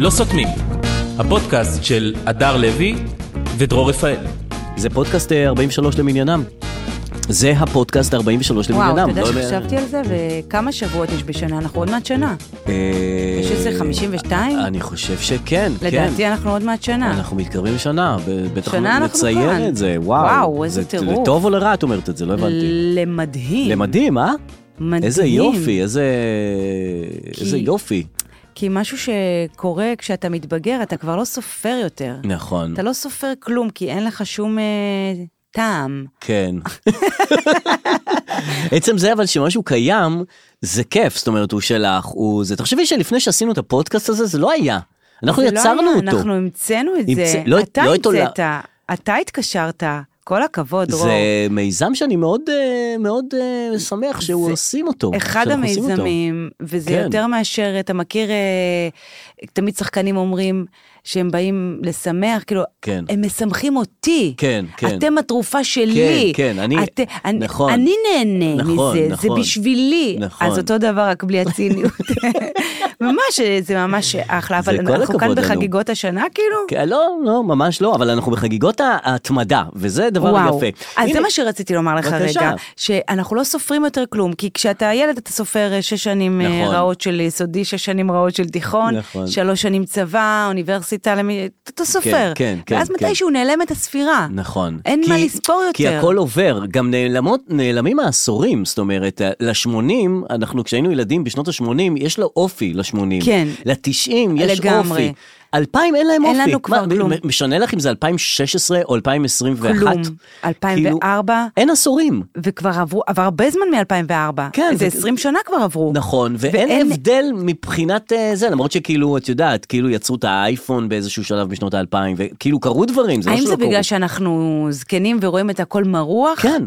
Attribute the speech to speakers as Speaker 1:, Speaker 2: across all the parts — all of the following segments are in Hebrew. Speaker 1: לא סותמים, הפודקאסט של הדר לוי ודרור רפאל.
Speaker 2: זה פודקאסט אה, 43 למניינם. זה הפודקאסט 43
Speaker 3: וואו,
Speaker 2: למניינם.
Speaker 3: אתה יודע
Speaker 2: לא ל-
Speaker 3: שחשבתי על זה, וכמה שבועות יש בשנה? אנחנו עוד מעט שנה.
Speaker 2: אה,
Speaker 3: יש איזה 52?
Speaker 2: אני חושב שכן, כן.
Speaker 3: לדעתי אנחנו עוד מעט שנה.
Speaker 2: אנחנו מתקרבים לשנה, ב- בטח
Speaker 3: שנה אנחנו כאן.
Speaker 2: נציין את זה, וואו.
Speaker 3: וואו, איזה
Speaker 2: זה-
Speaker 3: טירוף.
Speaker 2: לטוב או לרע את אומרת את זה, לא הבנתי.
Speaker 3: למדהים.
Speaker 2: למדהים, אה?
Speaker 3: מדהים.
Speaker 2: איזה יופי, איזה... איזה יופי.
Speaker 3: כי משהו שקורה כשאתה מתבגר, אתה כבר לא סופר יותר.
Speaker 2: נכון,
Speaker 3: אתה לא סופר כלום, כי אין לך שום אה, טעם.
Speaker 2: כן. עצם זה אבל שמשהו קיים, זה כיף, זאת אומרת, הוא שלך, הוא זה. תחשבי שלפני שעשינו את הפודקאסט הזה, זה לא היה. אנחנו
Speaker 3: זה לא
Speaker 2: יצרנו
Speaker 3: היה,
Speaker 2: אותו.
Speaker 3: אנחנו המצאנו את
Speaker 2: המצא-
Speaker 3: זה.
Speaker 2: לא-
Speaker 3: אתה
Speaker 2: לא התעולה-
Speaker 3: המצאת, אתה התקשרת. כל הכבוד, רוב.
Speaker 2: זה מיזם שאני מאוד אה, מאוד אה, שמח שהוא
Speaker 3: זה
Speaker 2: עושים אותו.
Speaker 3: אחד
Speaker 2: שאנחנו עושים אותו.
Speaker 3: המיזמים, וזה
Speaker 2: כן.
Speaker 3: כן. יותר מאשר, אתה מכיר, אה, תמיד שחקנים אומרים שהם באים לשמח, כאילו,
Speaker 2: כן.
Speaker 3: הם משמחים אותי.
Speaker 2: כן, כן.
Speaker 3: אתם התרופה שלי.
Speaker 2: כן, כן, אני-
Speaker 3: את, אני,
Speaker 2: נכון.
Speaker 3: אני נהנה
Speaker 2: נכון,
Speaker 3: מזה, זה
Speaker 2: נכון.
Speaker 3: בשבילי.
Speaker 2: נכון.
Speaker 3: אז אותו דבר, רק בלי הציניות. ממש, זה ממש אחלה,
Speaker 2: זה
Speaker 3: אבל
Speaker 2: כל
Speaker 3: אנחנו כאן
Speaker 2: הכבוד לנו.
Speaker 3: בחגיגות השנה, כאילו.
Speaker 2: כן, לא, לא, ממש לא, אבל אנחנו בחגיגות ההתמדה, וזה דבר
Speaker 3: וואו.
Speaker 2: יפה.
Speaker 3: אז זה
Speaker 2: הנה,
Speaker 3: מה שרציתי לומר לך
Speaker 2: בבקשה.
Speaker 3: רגע, שאנחנו לא סופרים יותר כלום, כי כשאתה ילד אתה סופר אה, שש שנים אה,
Speaker 2: נכון.
Speaker 3: רעות של יסודי, שש שנים רעות של תיכון,
Speaker 2: נכון.
Speaker 3: שלוש שנים צבא, אוניברסיטה, למי- אתה- אתה סופר.
Speaker 2: כן, כן,
Speaker 3: ואז
Speaker 2: כן.
Speaker 3: מתישהו נעלמת הספירה.
Speaker 2: נכון.
Speaker 3: אין
Speaker 2: כי-
Speaker 3: מה לספור יותר.
Speaker 2: כי הכל עובר, גם נעלמות, נעלמים העשורים, זאת אומרת, ל-80, אנחנו כשהיינו ילדים בשנות ה-80, יש לו אופי ל-80.
Speaker 3: כן.
Speaker 2: ל-90 יש
Speaker 3: לגמרי.
Speaker 2: אופי. 2000 אין להם
Speaker 3: אין
Speaker 2: אופי.
Speaker 3: לנו כבר
Speaker 2: מה,
Speaker 3: כלום.
Speaker 2: מ- משנה לך אם זה 2016 או 2021.
Speaker 3: כלום.
Speaker 2: כאילו,
Speaker 3: 2004,
Speaker 2: אין עשורים.
Speaker 3: וכבר עברו, עבר הרבה זמן מ-2004.
Speaker 2: כן,
Speaker 3: איזה
Speaker 2: ו-
Speaker 3: 20 שנה כבר עברו.
Speaker 2: נכון, ואין
Speaker 3: ואין-
Speaker 2: הבדל מבחינת אה, זה, למרות שכאילו, את יודעת, כאילו יצרו את האייפון באיזשהו שלב בשנות האלפיים, וכאילו קרו דברים, זה לא
Speaker 3: האם
Speaker 2: שלא
Speaker 3: זה
Speaker 2: קרו.
Speaker 3: בגלל שאנחנו זקנים ורואים את הכל מרוח?
Speaker 2: כן,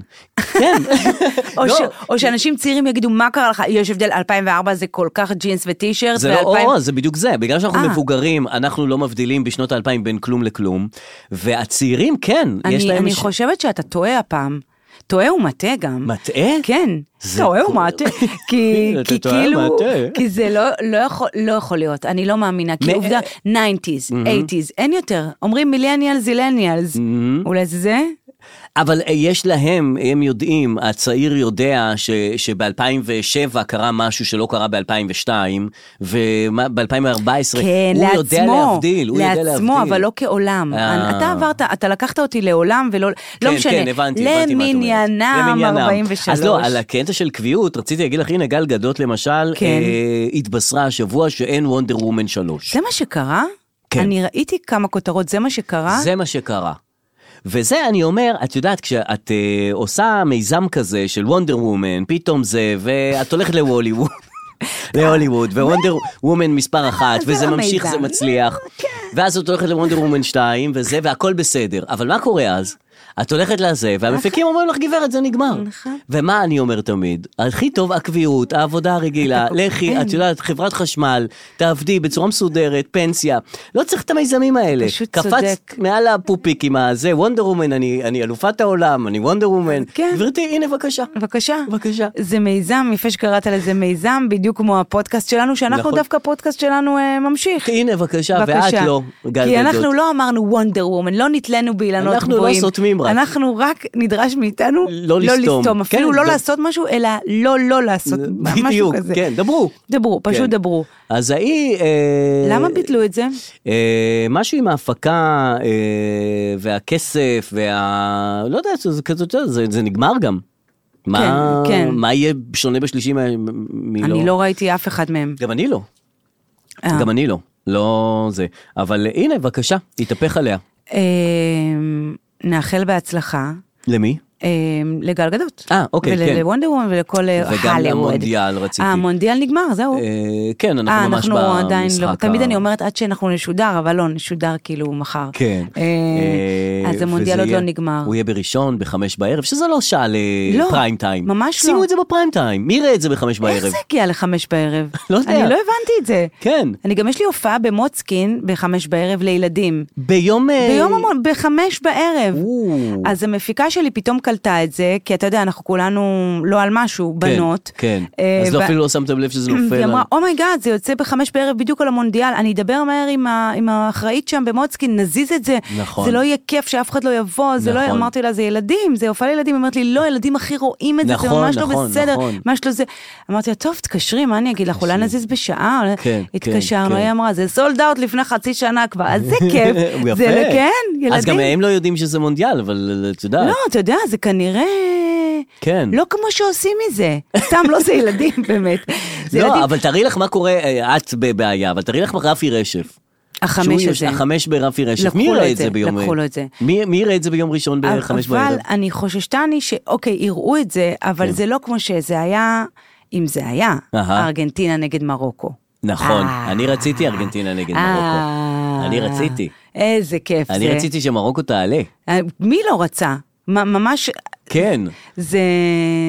Speaker 2: כן.
Speaker 3: או,
Speaker 2: לא,
Speaker 3: ש, או שאנשים צעירים יגידו, מה קרה לך? יש הבדל, 2004 זה כל כך ג'ינס וטישרט,
Speaker 2: זה לא
Speaker 3: ו-
Speaker 2: או-או, זה בדיוק זה. בגלל שאנחנו
Speaker 3: אה.
Speaker 2: מבוגרים, אנחנו לא מבדילים בשנות האלפיים בין כלום לכלום, והצעירים, כן, יש
Speaker 3: אני,
Speaker 2: להם...
Speaker 3: אני
Speaker 2: ש-
Speaker 3: חושבת שאתה טועה הפעם. טועה ומטעה גם.
Speaker 2: מטעה?
Speaker 3: כן.
Speaker 2: זה
Speaker 3: טועה
Speaker 2: כל-
Speaker 3: ומטעה. כי,
Speaker 2: אתה
Speaker 3: כי
Speaker 2: טועה
Speaker 3: כאילו,
Speaker 2: ומטעה.
Speaker 3: כי זה לא, לא, יכול, לא יכול להיות, אני לא מאמינה. כי
Speaker 2: מא-
Speaker 3: עובדה, 90's, 80's, אין יותר. אומרים מיליאניאל זילניאלס. אולי זה זה?
Speaker 2: אבל אה, יש להם, הם יודעים, הצעיר יודע ש, שב-2007 קרה משהו שלא קרה ב-2002, וב-2014
Speaker 3: כן,
Speaker 2: הוא
Speaker 3: לעצמו.
Speaker 2: יודע להבדיל, הוא יודע
Speaker 3: לעצמו,
Speaker 2: להבדיל.
Speaker 3: אבל לא כעולם.
Speaker 2: אה.
Speaker 3: אתה עברת, אתה לקחת אותי לעולם ולא, לא משנה.
Speaker 2: כן, כן, הבנתי, הבנתי מה את אומרת.
Speaker 3: למניינם 43.
Speaker 2: אז לא, על הקטע של קביעות, רציתי להגיד לך, הנה גל גדות למשל,
Speaker 3: כן.
Speaker 2: אה, התבשרה השבוע שאין וונדר וומן 3.
Speaker 3: זה מה שקרה?
Speaker 2: כן.
Speaker 3: אני ראיתי כמה כותרות, זה מה שקרה?
Speaker 2: זה מה שקרה. וזה אני אומר, את יודעת, כשאת אה, עושה מיזם כזה של וונדר וומן, פתאום זה, ואת הולכת להוליווד, להוליווד, ווונדר וומן מספר אחת,
Speaker 3: זה
Speaker 2: וזה
Speaker 3: לא
Speaker 2: ממשיך,
Speaker 3: מיזם. כן.
Speaker 2: זה מצליח. ואז את הולכת לוונדר וומן 2, וזה, והכל בסדר. אבל מה קורה אז? את הולכת לזה, והמפיקים אומרים לך, גברת, זה נגמר.
Speaker 3: נכון.
Speaker 2: ומה אני אומר תמיד? הכי טוב הקביעות, העבודה הרגילה,
Speaker 3: כן.
Speaker 2: לכי, את יודעת, חברת חשמל, תעבדי בצורה מסודרת, פנסיה. לא צריך את המיזמים האלה.
Speaker 3: פשוט
Speaker 2: קפצת
Speaker 3: צודק.
Speaker 2: מעל הפופיק עם הזה, וונדר וומן, אני אני אלופת העולם, אני וונדר וומן.
Speaker 3: כן.
Speaker 2: גברתי, הנה, בבקשה.
Speaker 3: בבקשה.
Speaker 2: בבקשה.
Speaker 3: זה מיזם, יפה שקראת לזה מיזם, בדיוק כמו הפודקאסט שלנו, שאנחנו
Speaker 2: נכון.
Speaker 3: דווקא הפודקאסט שלנו אה, ממשיך.
Speaker 2: הנה, בבקשה,
Speaker 3: בבקשה.
Speaker 2: ואת לא, גל
Speaker 3: כי אנחנו
Speaker 2: גדות.
Speaker 3: לא אמרנו וונדר וומן, לא נתלינו באילנות
Speaker 2: אנחנו לא
Speaker 3: גבוהים.
Speaker 2: סותמים רק.
Speaker 3: אנחנו רק נדרש מאיתנו
Speaker 2: לא
Speaker 3: לא
Speaker 2: לסתום.
Speaker 3: לסתום. אפילו
Speaker 2: כן,
Speaker 3: לא
Speaker 2: ד-
Speaker 3: לעשות משהו, אלא לא לא לעשות משהו
Speaker 2: בדיוק,
Speaker 3: כזה.
Speaker 2: כן, דברו.
Speaker 3: דברו,
Speaker 2: כן.
Speaker 3: פשוט דברו.
Speaker 2: אז ההיא... אה,
Speaker 3: למה ביטלו את זה?
Speaker 2: אה, משהו עם ההפקה אה, והכסף וה... לא יודע, זה כזה, אתה יודע, זה, זה נגמר גם. מה,
Speaker 3: כן.
Speaker 2: מה יהיה שונה בשלישים מה- מלא?
Speaker 3: אני לא ראיתי אף אחד מהם.
Speaker 2: גם אני לא.
Speaker 3: אה.
Speaker 2: גם אני לא. לא זה. אבל אה, הנה, בבקשה, התהפך עליה.
Speaker 3: אמ, נאחל בהצלחה
Speaker 2: למי?
Speaker 3: אמ, לגל גדות.
Speaker 2: אה, אוקיי, כן.
Speaker 3: ולוונדר וומן ולכל אה,
Speaker 2: וגם
Speaker 3: הליווד.
Speaker 2: למונדיאל רציתי.
Speaker 3: אה, המונדיאל נגמר, זהו.
Speaker 2: אה, כן,
Speaker 3: אה,
Speaker 2: אנחנו ממש
Speaker 3: אנחנו
Speaker 2: במשחק.
Speaker 3: עדיין לא,
Speaker 2: ה-
Speaker 3: תמיד אני אומרת עד שאנחנו נשודר, אבל לא, נשודר כאילו מחר.
Speaker 2: כן.
Speaker 3: אה,
Speaker 2: אה,
Speaker 3: אז המונדיאל
Speaker 2: וזה
Speaker 3: עוד לא
Speaker 2: יהיה-
Speaker 3: נגמר.
Speaker 2: הוא יהיה בראשון, בחמש בערב, שזה לא שעה
Speaker 3: לא,
Speaker 2: לפריים טיים.
Speaker 3: ממש לא.
Speaker 2: שימו את זה בפריים טיים, מי יראה את זה בחמש בערב?
Speaker 3: איך זה הגיע לחמש בערב?
Speaker 2: לא יודע.
Speaker 3: אני לא הבנתי את זה.
Speaker 2: כן.
Speaker 3: אני גם יש לי הופעה במוצקין בחמש בערב לילדים.
Speaker 2: ביום... אה,
Speaker 3: ביום המון, בחמש בערב.
Speaker 2: או.
Speaker 3: אז המפיקה שלי פתאום קלטה את זה, כי אתה יודע, אנחנו כולנו לא על משהו,
Speaker 2: כן,
Speaker 3: בנות.
Speaker 2: כן.
Speaker 3: אה,
Speaker 2: אז
Speaker 3: ו-
Speaker 2: לא אפילו לא שמתם לב שזה נופל.
Speaker 3: והיא אמרה,
Speaker 2: על-
Speaker 3: אומייגאד, זה יוצא בחמש בערב בדיוק על המונדיאל, אני אדבר מהר עם ה- עם האחראית שם במוצקין, נזיז את זה.
Speaker 2: נכון.
Speaker 3: זה לא יהיה כיף שאף אחד לא יבוא, זה לא...
Speaker 2: נכון.
Speaker 3: אמרתי לה, זה ילדים, זה הופעה לילדים. היא אומרת לי, לא, ילדים הכי רואים את זה, זה
Speaker 2: נכון,
Speaker 3: ממש לא
Speaker 2: נכון,
Speaker 3: בסדר,
Speaker 2: נכון.
Speaker 3: ממש לא זה. אמרתי לה, טוב, תתקשרי, מה אני אגיד לך, אולי נזיז בשעה? אולי-"
Speaker 2: כן, כן, כן.
Speaker 3: התקשרנו, היא אמרה, זה סולד אאוט לפני חצי שנה כבר, אז זה כיף.
Speaker 2: יפה.
Speaker 3: זה- כן,
Speaker 2: אז גם
Speaker 3: ילדים.
Speaker 2: הם לא יודעים שזה מונדיאל, אבל אה, את יודעת.
Speaker 3: לא, אתה יודע, זה כנראה...
Speaker 2: כן.
Speaker 3: לא כמו שעושים מזה. סתם, לא זה ילדים, באמת. זה ילדים.
Speaker 2: לא, אבל תארי לך מה קורה, אה, את בבעיה, אבל תארי לך מה רפי רשף. שהוא
Speaker 3: החמש
Speaker 2: יושב-
Speaker 3: הזה.
Speaker 2: החמש ברפי רשף.
Speaker 3: לקחו
Speaker 2: מי
Speaker 3: לו
Speaker 2: יראה
Speaker 3: את
Speaker 2: את זה
Speaker 3: זה,
Speaker 2: ביום...
Speaker 3: לקחו לו את זה.
Speaker 2: מי מי יראה את זה ביום ראשון בחמש בערב? כן.
Speaker 3: אבל אני חוששתני שאוקיי, יראו את זה, אבל זה לא כמו שזה היה, אם זה היה,
Speaker 2: אהה.
Speaker 3: ארגנטינה נגד מרוקו.
Speaker 2: נכון,
Speaker 3: אה.
Speaker 2: אני רציתי ארגנטינה נגד
Speaker 3: אה.
Speaker 2: מרוקו. אני רציתי.
Speaker 3: איזה כיף זה.
Speaker 2: אני רציתי שמרוקו תעלה.
Speaker 3: אה, מי לא רצה? מ- ממש,
Speaker 2: כן.
Speaker 3: זה...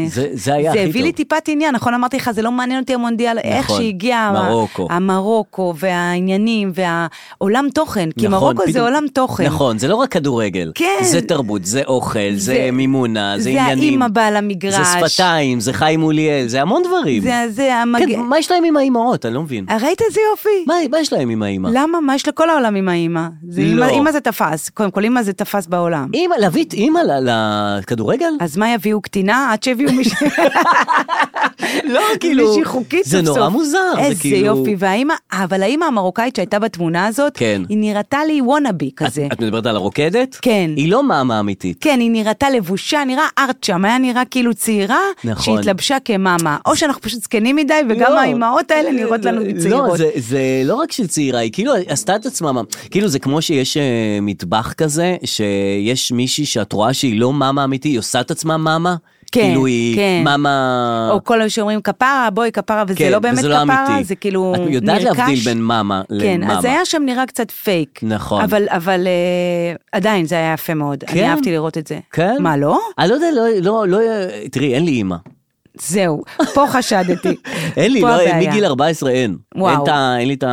Speaker 2: זה- זה היה הכי
Speaker 3: זה הביא
Speaker 2: טוב. נכון,
Speaker 3: לי טיפת עניין, נכון? אמרתי לך, זה לא מעניין אותי המונדיאל, איך שהגיע... ה-
Speaker 2: מרוקו.
Speaker 3: המרוקו והעניינים והעולם תוכן, כי
Speaker 2: נכון,
Speaker 3: מרוקו זה
Speaker 2: פתאום-
Speaker 3: עולם תוכן.
Speaker 2: נכון, זה לא רק כדורגל.
Speaker 3: כן.
Speaker 2: זה תרבות, זה אוכל, זה
Speaker 3: זה-
Speaker 2: מימונה, זה
Speaker 3: זה
Speaker 2: עניינים.
Speaker 3: האמא באה למגרש.
Speaker 2: זה שפתיים, זה חיים מוליאל, זה המון דברים.
Speaker 3: זה, זה המג...
Speaker 2: כן, מה יש להם עם האימהות? אני לא מבין.
Speaker 3: ראית איזה יופי?
Speaker 2: מה- מה יש להם עם האימא?
Speaker 3: למה? מה יש לכל העולם עם האימא? זה
Speaker 2: לא.
Speaker 3: אימא- אימא זה תפס, קודם כל אימא זה תפס בעולם.
Speaker 2: אימא, להביא את אימא ל- לכדורגל?
Speaker 3: אז מה יביאו קטינה עד שיביאו מישהו?
Speaker 2: לא,
Speaker 3: מישהי חוקית
Speaker 2: כאילו, זה
Speaker 3: סוף
Speaker 2: נורא
Speaker 3: סוף.
Speaker 2: מוזר, זה כאילו...
Speaker 3: איזה יופי, והאימא, אבל האימא המרוקאית שהייתה בתמונה הזאת,
Speaker 2: כן.
Speaker 3: היא נראתה לי וונאבי כזה.
Speaker 2: את, את מדברת על הרוקדת?
Speaker 3: כן.
Speaker 2: היא לא מאמה אמיתית.
Speaker 3: כן, היא נראתה לבושה, נראה ארט שם, היה נראה כאילו צעירה,
Speaker 2: נכון.
Speaker 3: שהתלבשה כמאמה. או שאנחנו פשוט זקנים מדי, וגם
Speaker 2: לא.
Speaker 3: האימהות האלה נראות לנו
Speaker 2: לא,
Speaker 3: צעירות.
Speaker 2: זה, זה לא רק של צעירה, היא כאילו עשתה את עצמה, מה- כאילו זה כמו שיש אה, מטבח כזה, שיש מישהי שאת רואה שהיא לא מאמה אמיתי, היא עושה את עצמה מאמה?
Speaker 3: כן,
Speaker 2: כאילו היא
Speaker 3: כן.
Speaker 2: מאמה...
Speaker 3: או כל אלה שאומרים כפרה, בואי כפרה, וזה
Speaker 2: אה. כן,
Speaker 3: לא באמת
Speaker 2: וזה לא
Speaker 3: כפרה,
Speaker 2: אמיתי.
Speaker 3: זה כאילו
Speaker 2: את
Speaker 3: נרכש.
Speaker 2: יודעת להבדיל בין מאמה
Speaker 3: כן,
Speaker 2: למאמה.
Speaker 3: אז היה שם נראה קצת פייק.
Speaker 2: נכון.
Speaker 3: אבל, אבל אה, עדיין זה היה יפה מאוד.
Speaker 2: כן?
Speaker 3: אני אהבתי לראות את זה.
Speaker 2: כן?
Speaker 3: מה, לא?
Speaker 2: אני לא יודע, לא, לא, לא, תראי, אין לי אימא.
Speaker 3: זהו, פה חשדתי.
Speaker 2: אין לי,
Speaker 3: פה
Speaker 2: לא,
Speaker 3: הבעיה.
Speaker 2: מגיל 14 אין.
Speaker 3: וואו.
Speaker 2: אין, את ה- אין לי את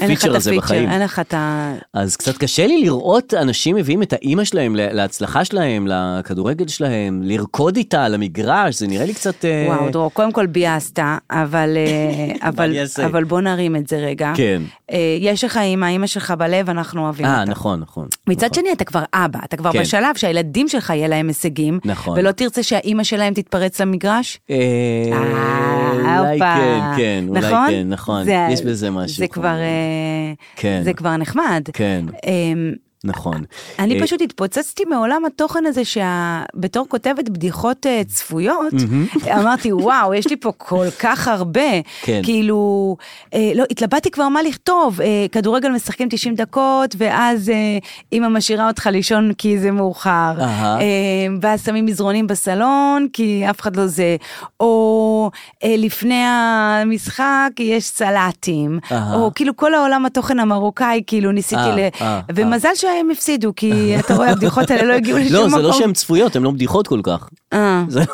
Speaker 3: אין לך את
Speaker 2: הפיצ'ר הזה
Speaker 3: הפיצ'ר,
Speaker 2: בחיים.
Speaker 3: אין לך את ה...
Speaker 2: אז קצת קשה לי לראות אנשים מביאים את האימא שלהם ל- להצלחה שלהם, לכדורגל שלהם, לרקוד איתה על המגרש, זה נראה לי קצת... אה,
Speaker 3: וואו, דרור, קודם כל ביאסת, אבל, אה, אבל,
Speaker 2: אני אעשה?
Speaker 3: אבל בוא נרים את זה רגע.
Speaker 2: כן.
Speaker 3: אה, יש לך אימא, אימא שלך בלב, אנחנו אוהבים
Speaker 2: אה,
Speaker 3: אותה.
Speaker 2: נכון, נכון.
Speaker 3: מצד
Speaker 2: נכון.
Speaker 3: שני, אתה כבר אבא, אתה כבר
Speaker 2: כן.
Speaker 3: בשלב שהילדים שלך יהיה להם הישגים,
Speaker 2: נכון.
Speaker 3: ולא תרצה שהאימא שלהם תתפרץ למגרש?
Speaker 2: אה,
Speaker 3: אה,
Speaker 2: אולי
Speaker 3: הופה.
Speaker 2: כן, כן, אולי כן, נכון.
Speaker 3: זה-
Speaker 2: יש בזה משהו.
Speaker 3: זה כבר, אה,
Speaker 2: כן.
Speaker 3: זה כבר נחמד.
Speaker 2: כן.
Speaker 3: אמ,
Speaker 2: נכון.
Speaker 3: אני
Speaker 2: אה,
Speaker 3: פשוט התפוצצתי מעולם התוכן הזה שבתור כותבת בדיחות אה, צפויות, אמרתי, וואו, יש לי פה כל כך הרבה.
Speaker 2: כן.
Speaker 3: כאילו, אה, לא, התלבטתי כבר מה לכתוב, אה, כדורגל משחקים 90 דקות, ואז אה, אמא משאירה אותך לישון כי זה מאוחר.
Speaker 2: אהה.
Speaker 3: אה, ואז שמים מזרונים בסלון, כי אף אחד לא זה. או אה, לפני המשחק יש סלטים.
Speaker 2: אהה.
Speaker 3: או כאילו כל העולם התוכן המרוקאי, כאילו ניסיתי
Speaker 2: אה,
Speaker 3: ל...
Speaker 2: אה,
Speaker 3: ומזל שהם הפסידו, כי אתה רואה, הבדיחות האלה לא הגיעו לשום
Speaker 2: לא,
Speaker 3: מקום.
Speaker 2: זה לא שהן צפויות, הן לא בדיחות כל כך.
Speaker 3: אה.
Speaker 2: זה לא-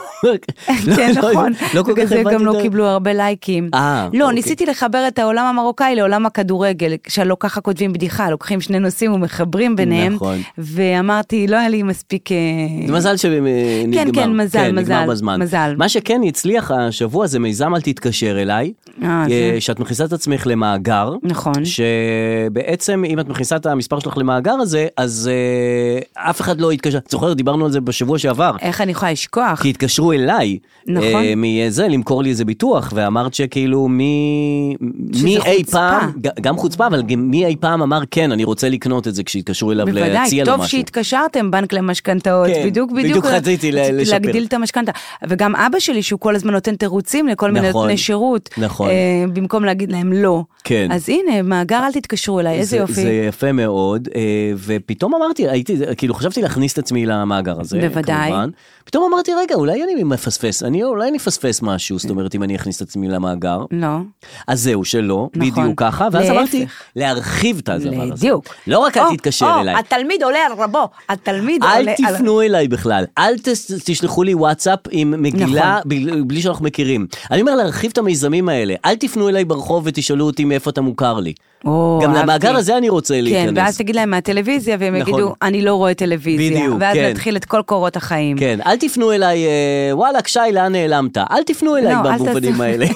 Speaker 3: כן,
Speaker 2: לא- לא-
Speaker 3: נכון.
Speaker 2: לא כל כך
Speaker 3: בגלל זה
Speaker 2: הבנתי
Speaker 3: גם
Speaker 2: את
Speaker 3: לא
Speaker 2: ה-
Speaker 3: קיבלו הרבה לייקים.
Speaker 2: אה,
Speaker 3: לא,
Speaker 2: אוקיי.
Speaker 3: ניסיתי לחבר את העולם המרוקאי לעולם הכדורגל, שלא ככה כותבים בדיחה, לוקחים שני נושאים ומחברים ביניהם.
Speaker 2: נכון.
Speaker 3: ואמרתי, לא היה לי מספיק... אה,
Speaker 2: זה מזל שנגמר.
Speaker 3: כן, כן, מזל,
Speaker 2: נגמר
Speaker 3: מזל,
Speaker 2: בזמן.
Speaker 3: מזל.
Speaker 2: מה שכן הצליח השבוע זה מיזם אל תתקשר אליי.
Speaker 3: אה, זה-
Speaker 2: אה, שאת מכניסה את עצמך למאגר.
Speaker 3: נכון.
Speaker 2: שבעצם אם את מכניסה את המספר שלך למאגר הזה, אז אה, אף אחד לא יתקשר. את זוכרת, דיברנו על זה בשבוע שעבר.
Speaker 3: איך אני יכולה לשכוח?
Speaker 2: כי התקשרו אליי,
Speaker 3: נכון.
Speaker 2: אה, מזה, למכור לי איזה ביטוח, ואמרת שכאילו מי,
Speaker 3: שזה
Speaker 2: מי אי
Speaker 3: חוצפה.
Speaker 2: פעם, ג- גם חוצפה, אבל גם מי אי פעם אמר כן, אני רוצה לקנות את זה כשהתקשרו אליו להציע לו משהו.
Speaker 3: בוודאי, טוב שהתקשרתם, בנק למשכנתאות,
Speaker 2: כן,
Speaker 3: בדיוק, בדיוק.
Speaker 2: בדיוק רציתי ל-
Speaker 3: רציתי
Speaker 2: לשפר.
Speaker 3: להגדיל את המשכנתה. וגם אבא שלי, שהוא כל הזמן נותן תירוצים לכל מיני
Speaker 2: נכון,
Speaker 3: נותני שירות,
Speaker 2: נכון.
Speaker 3: אה, במקום להגיד להם לא.
Speaker 2: כן.
Speaker 3: אז הנה, מאגר אל תתקשרו אליי, איזה
Speaker 2: זה, זה
Speaker 3: יופי.
Speaker 2: יפה מאוד, אה, ופתאום אמרתי, הייתי, כאילו חשבתי להכניס את עצמי למאגר הזה,
Speaker 3: בוודאי.
Speaker 2: כמובן. פתאום אמרתי, רגע, אולי אני מפספס, אני, אולי אני אפספס משהו, זאת אומרת, אם אני אכניס את עצמי למאגר.
Speaker 3: לא.
Speaker 2: אז זהו, שלא,
Speaker 3: נכון.
Speaker 2: בדיוק ככה, ואז
Speaker 3: להפך.
Speaker 2: אמרתי, להרחיב את הדבר הזה.
Speaker 3: בדיוק.
Speaker 2: לא רק אל
Speaker 3: או,
Speaker 2: תתקשר
Speaker 3: או,
Speaker 2: אליי.
Speaker 3: התלמיד עולה על רבו, התלמיד עולה על...
Speaker 2: אל תפנו אליי בכלל, אל תס- תשלחו לי וואטסאפ עם מגילה
Speaker 3: נכון.
Speaker 2: בל- בלי שאנחנו מכירים. אני אומר להרחיב את המיזמים האלה, אל תפנו אליי ברחוב ותשאלו אותי מאיפה אתה מוכר לי.
Speaker 3: או,
Speaker 2: גם
Speaker 3: אהבתי.
Speaker 2: למאגר הזה אני רוצה
Speaker 3: כן, ואז
Speaker 2: להיכנס.
Speaker 3: תגיד להם טלוויזיה, והם
Speaker 2: נכון.
Speaker 3: יגידו, אני לא רואה טלוויזיה.
Speaker 2: בדיוק,
Speaker 3: ואז
Speaker 2: כן.
Speaker 3: נתחיל את כל קורות החיים.
Speaker 2: כן, אל תפנו אליי, אה, וואלכ, שי, לאן נעלמת? אל תפנו אליי
Speaker 3: לא, אל
Speaker 2: במובנים
Speaker 3: תעשו.
Speaker 2: האלה.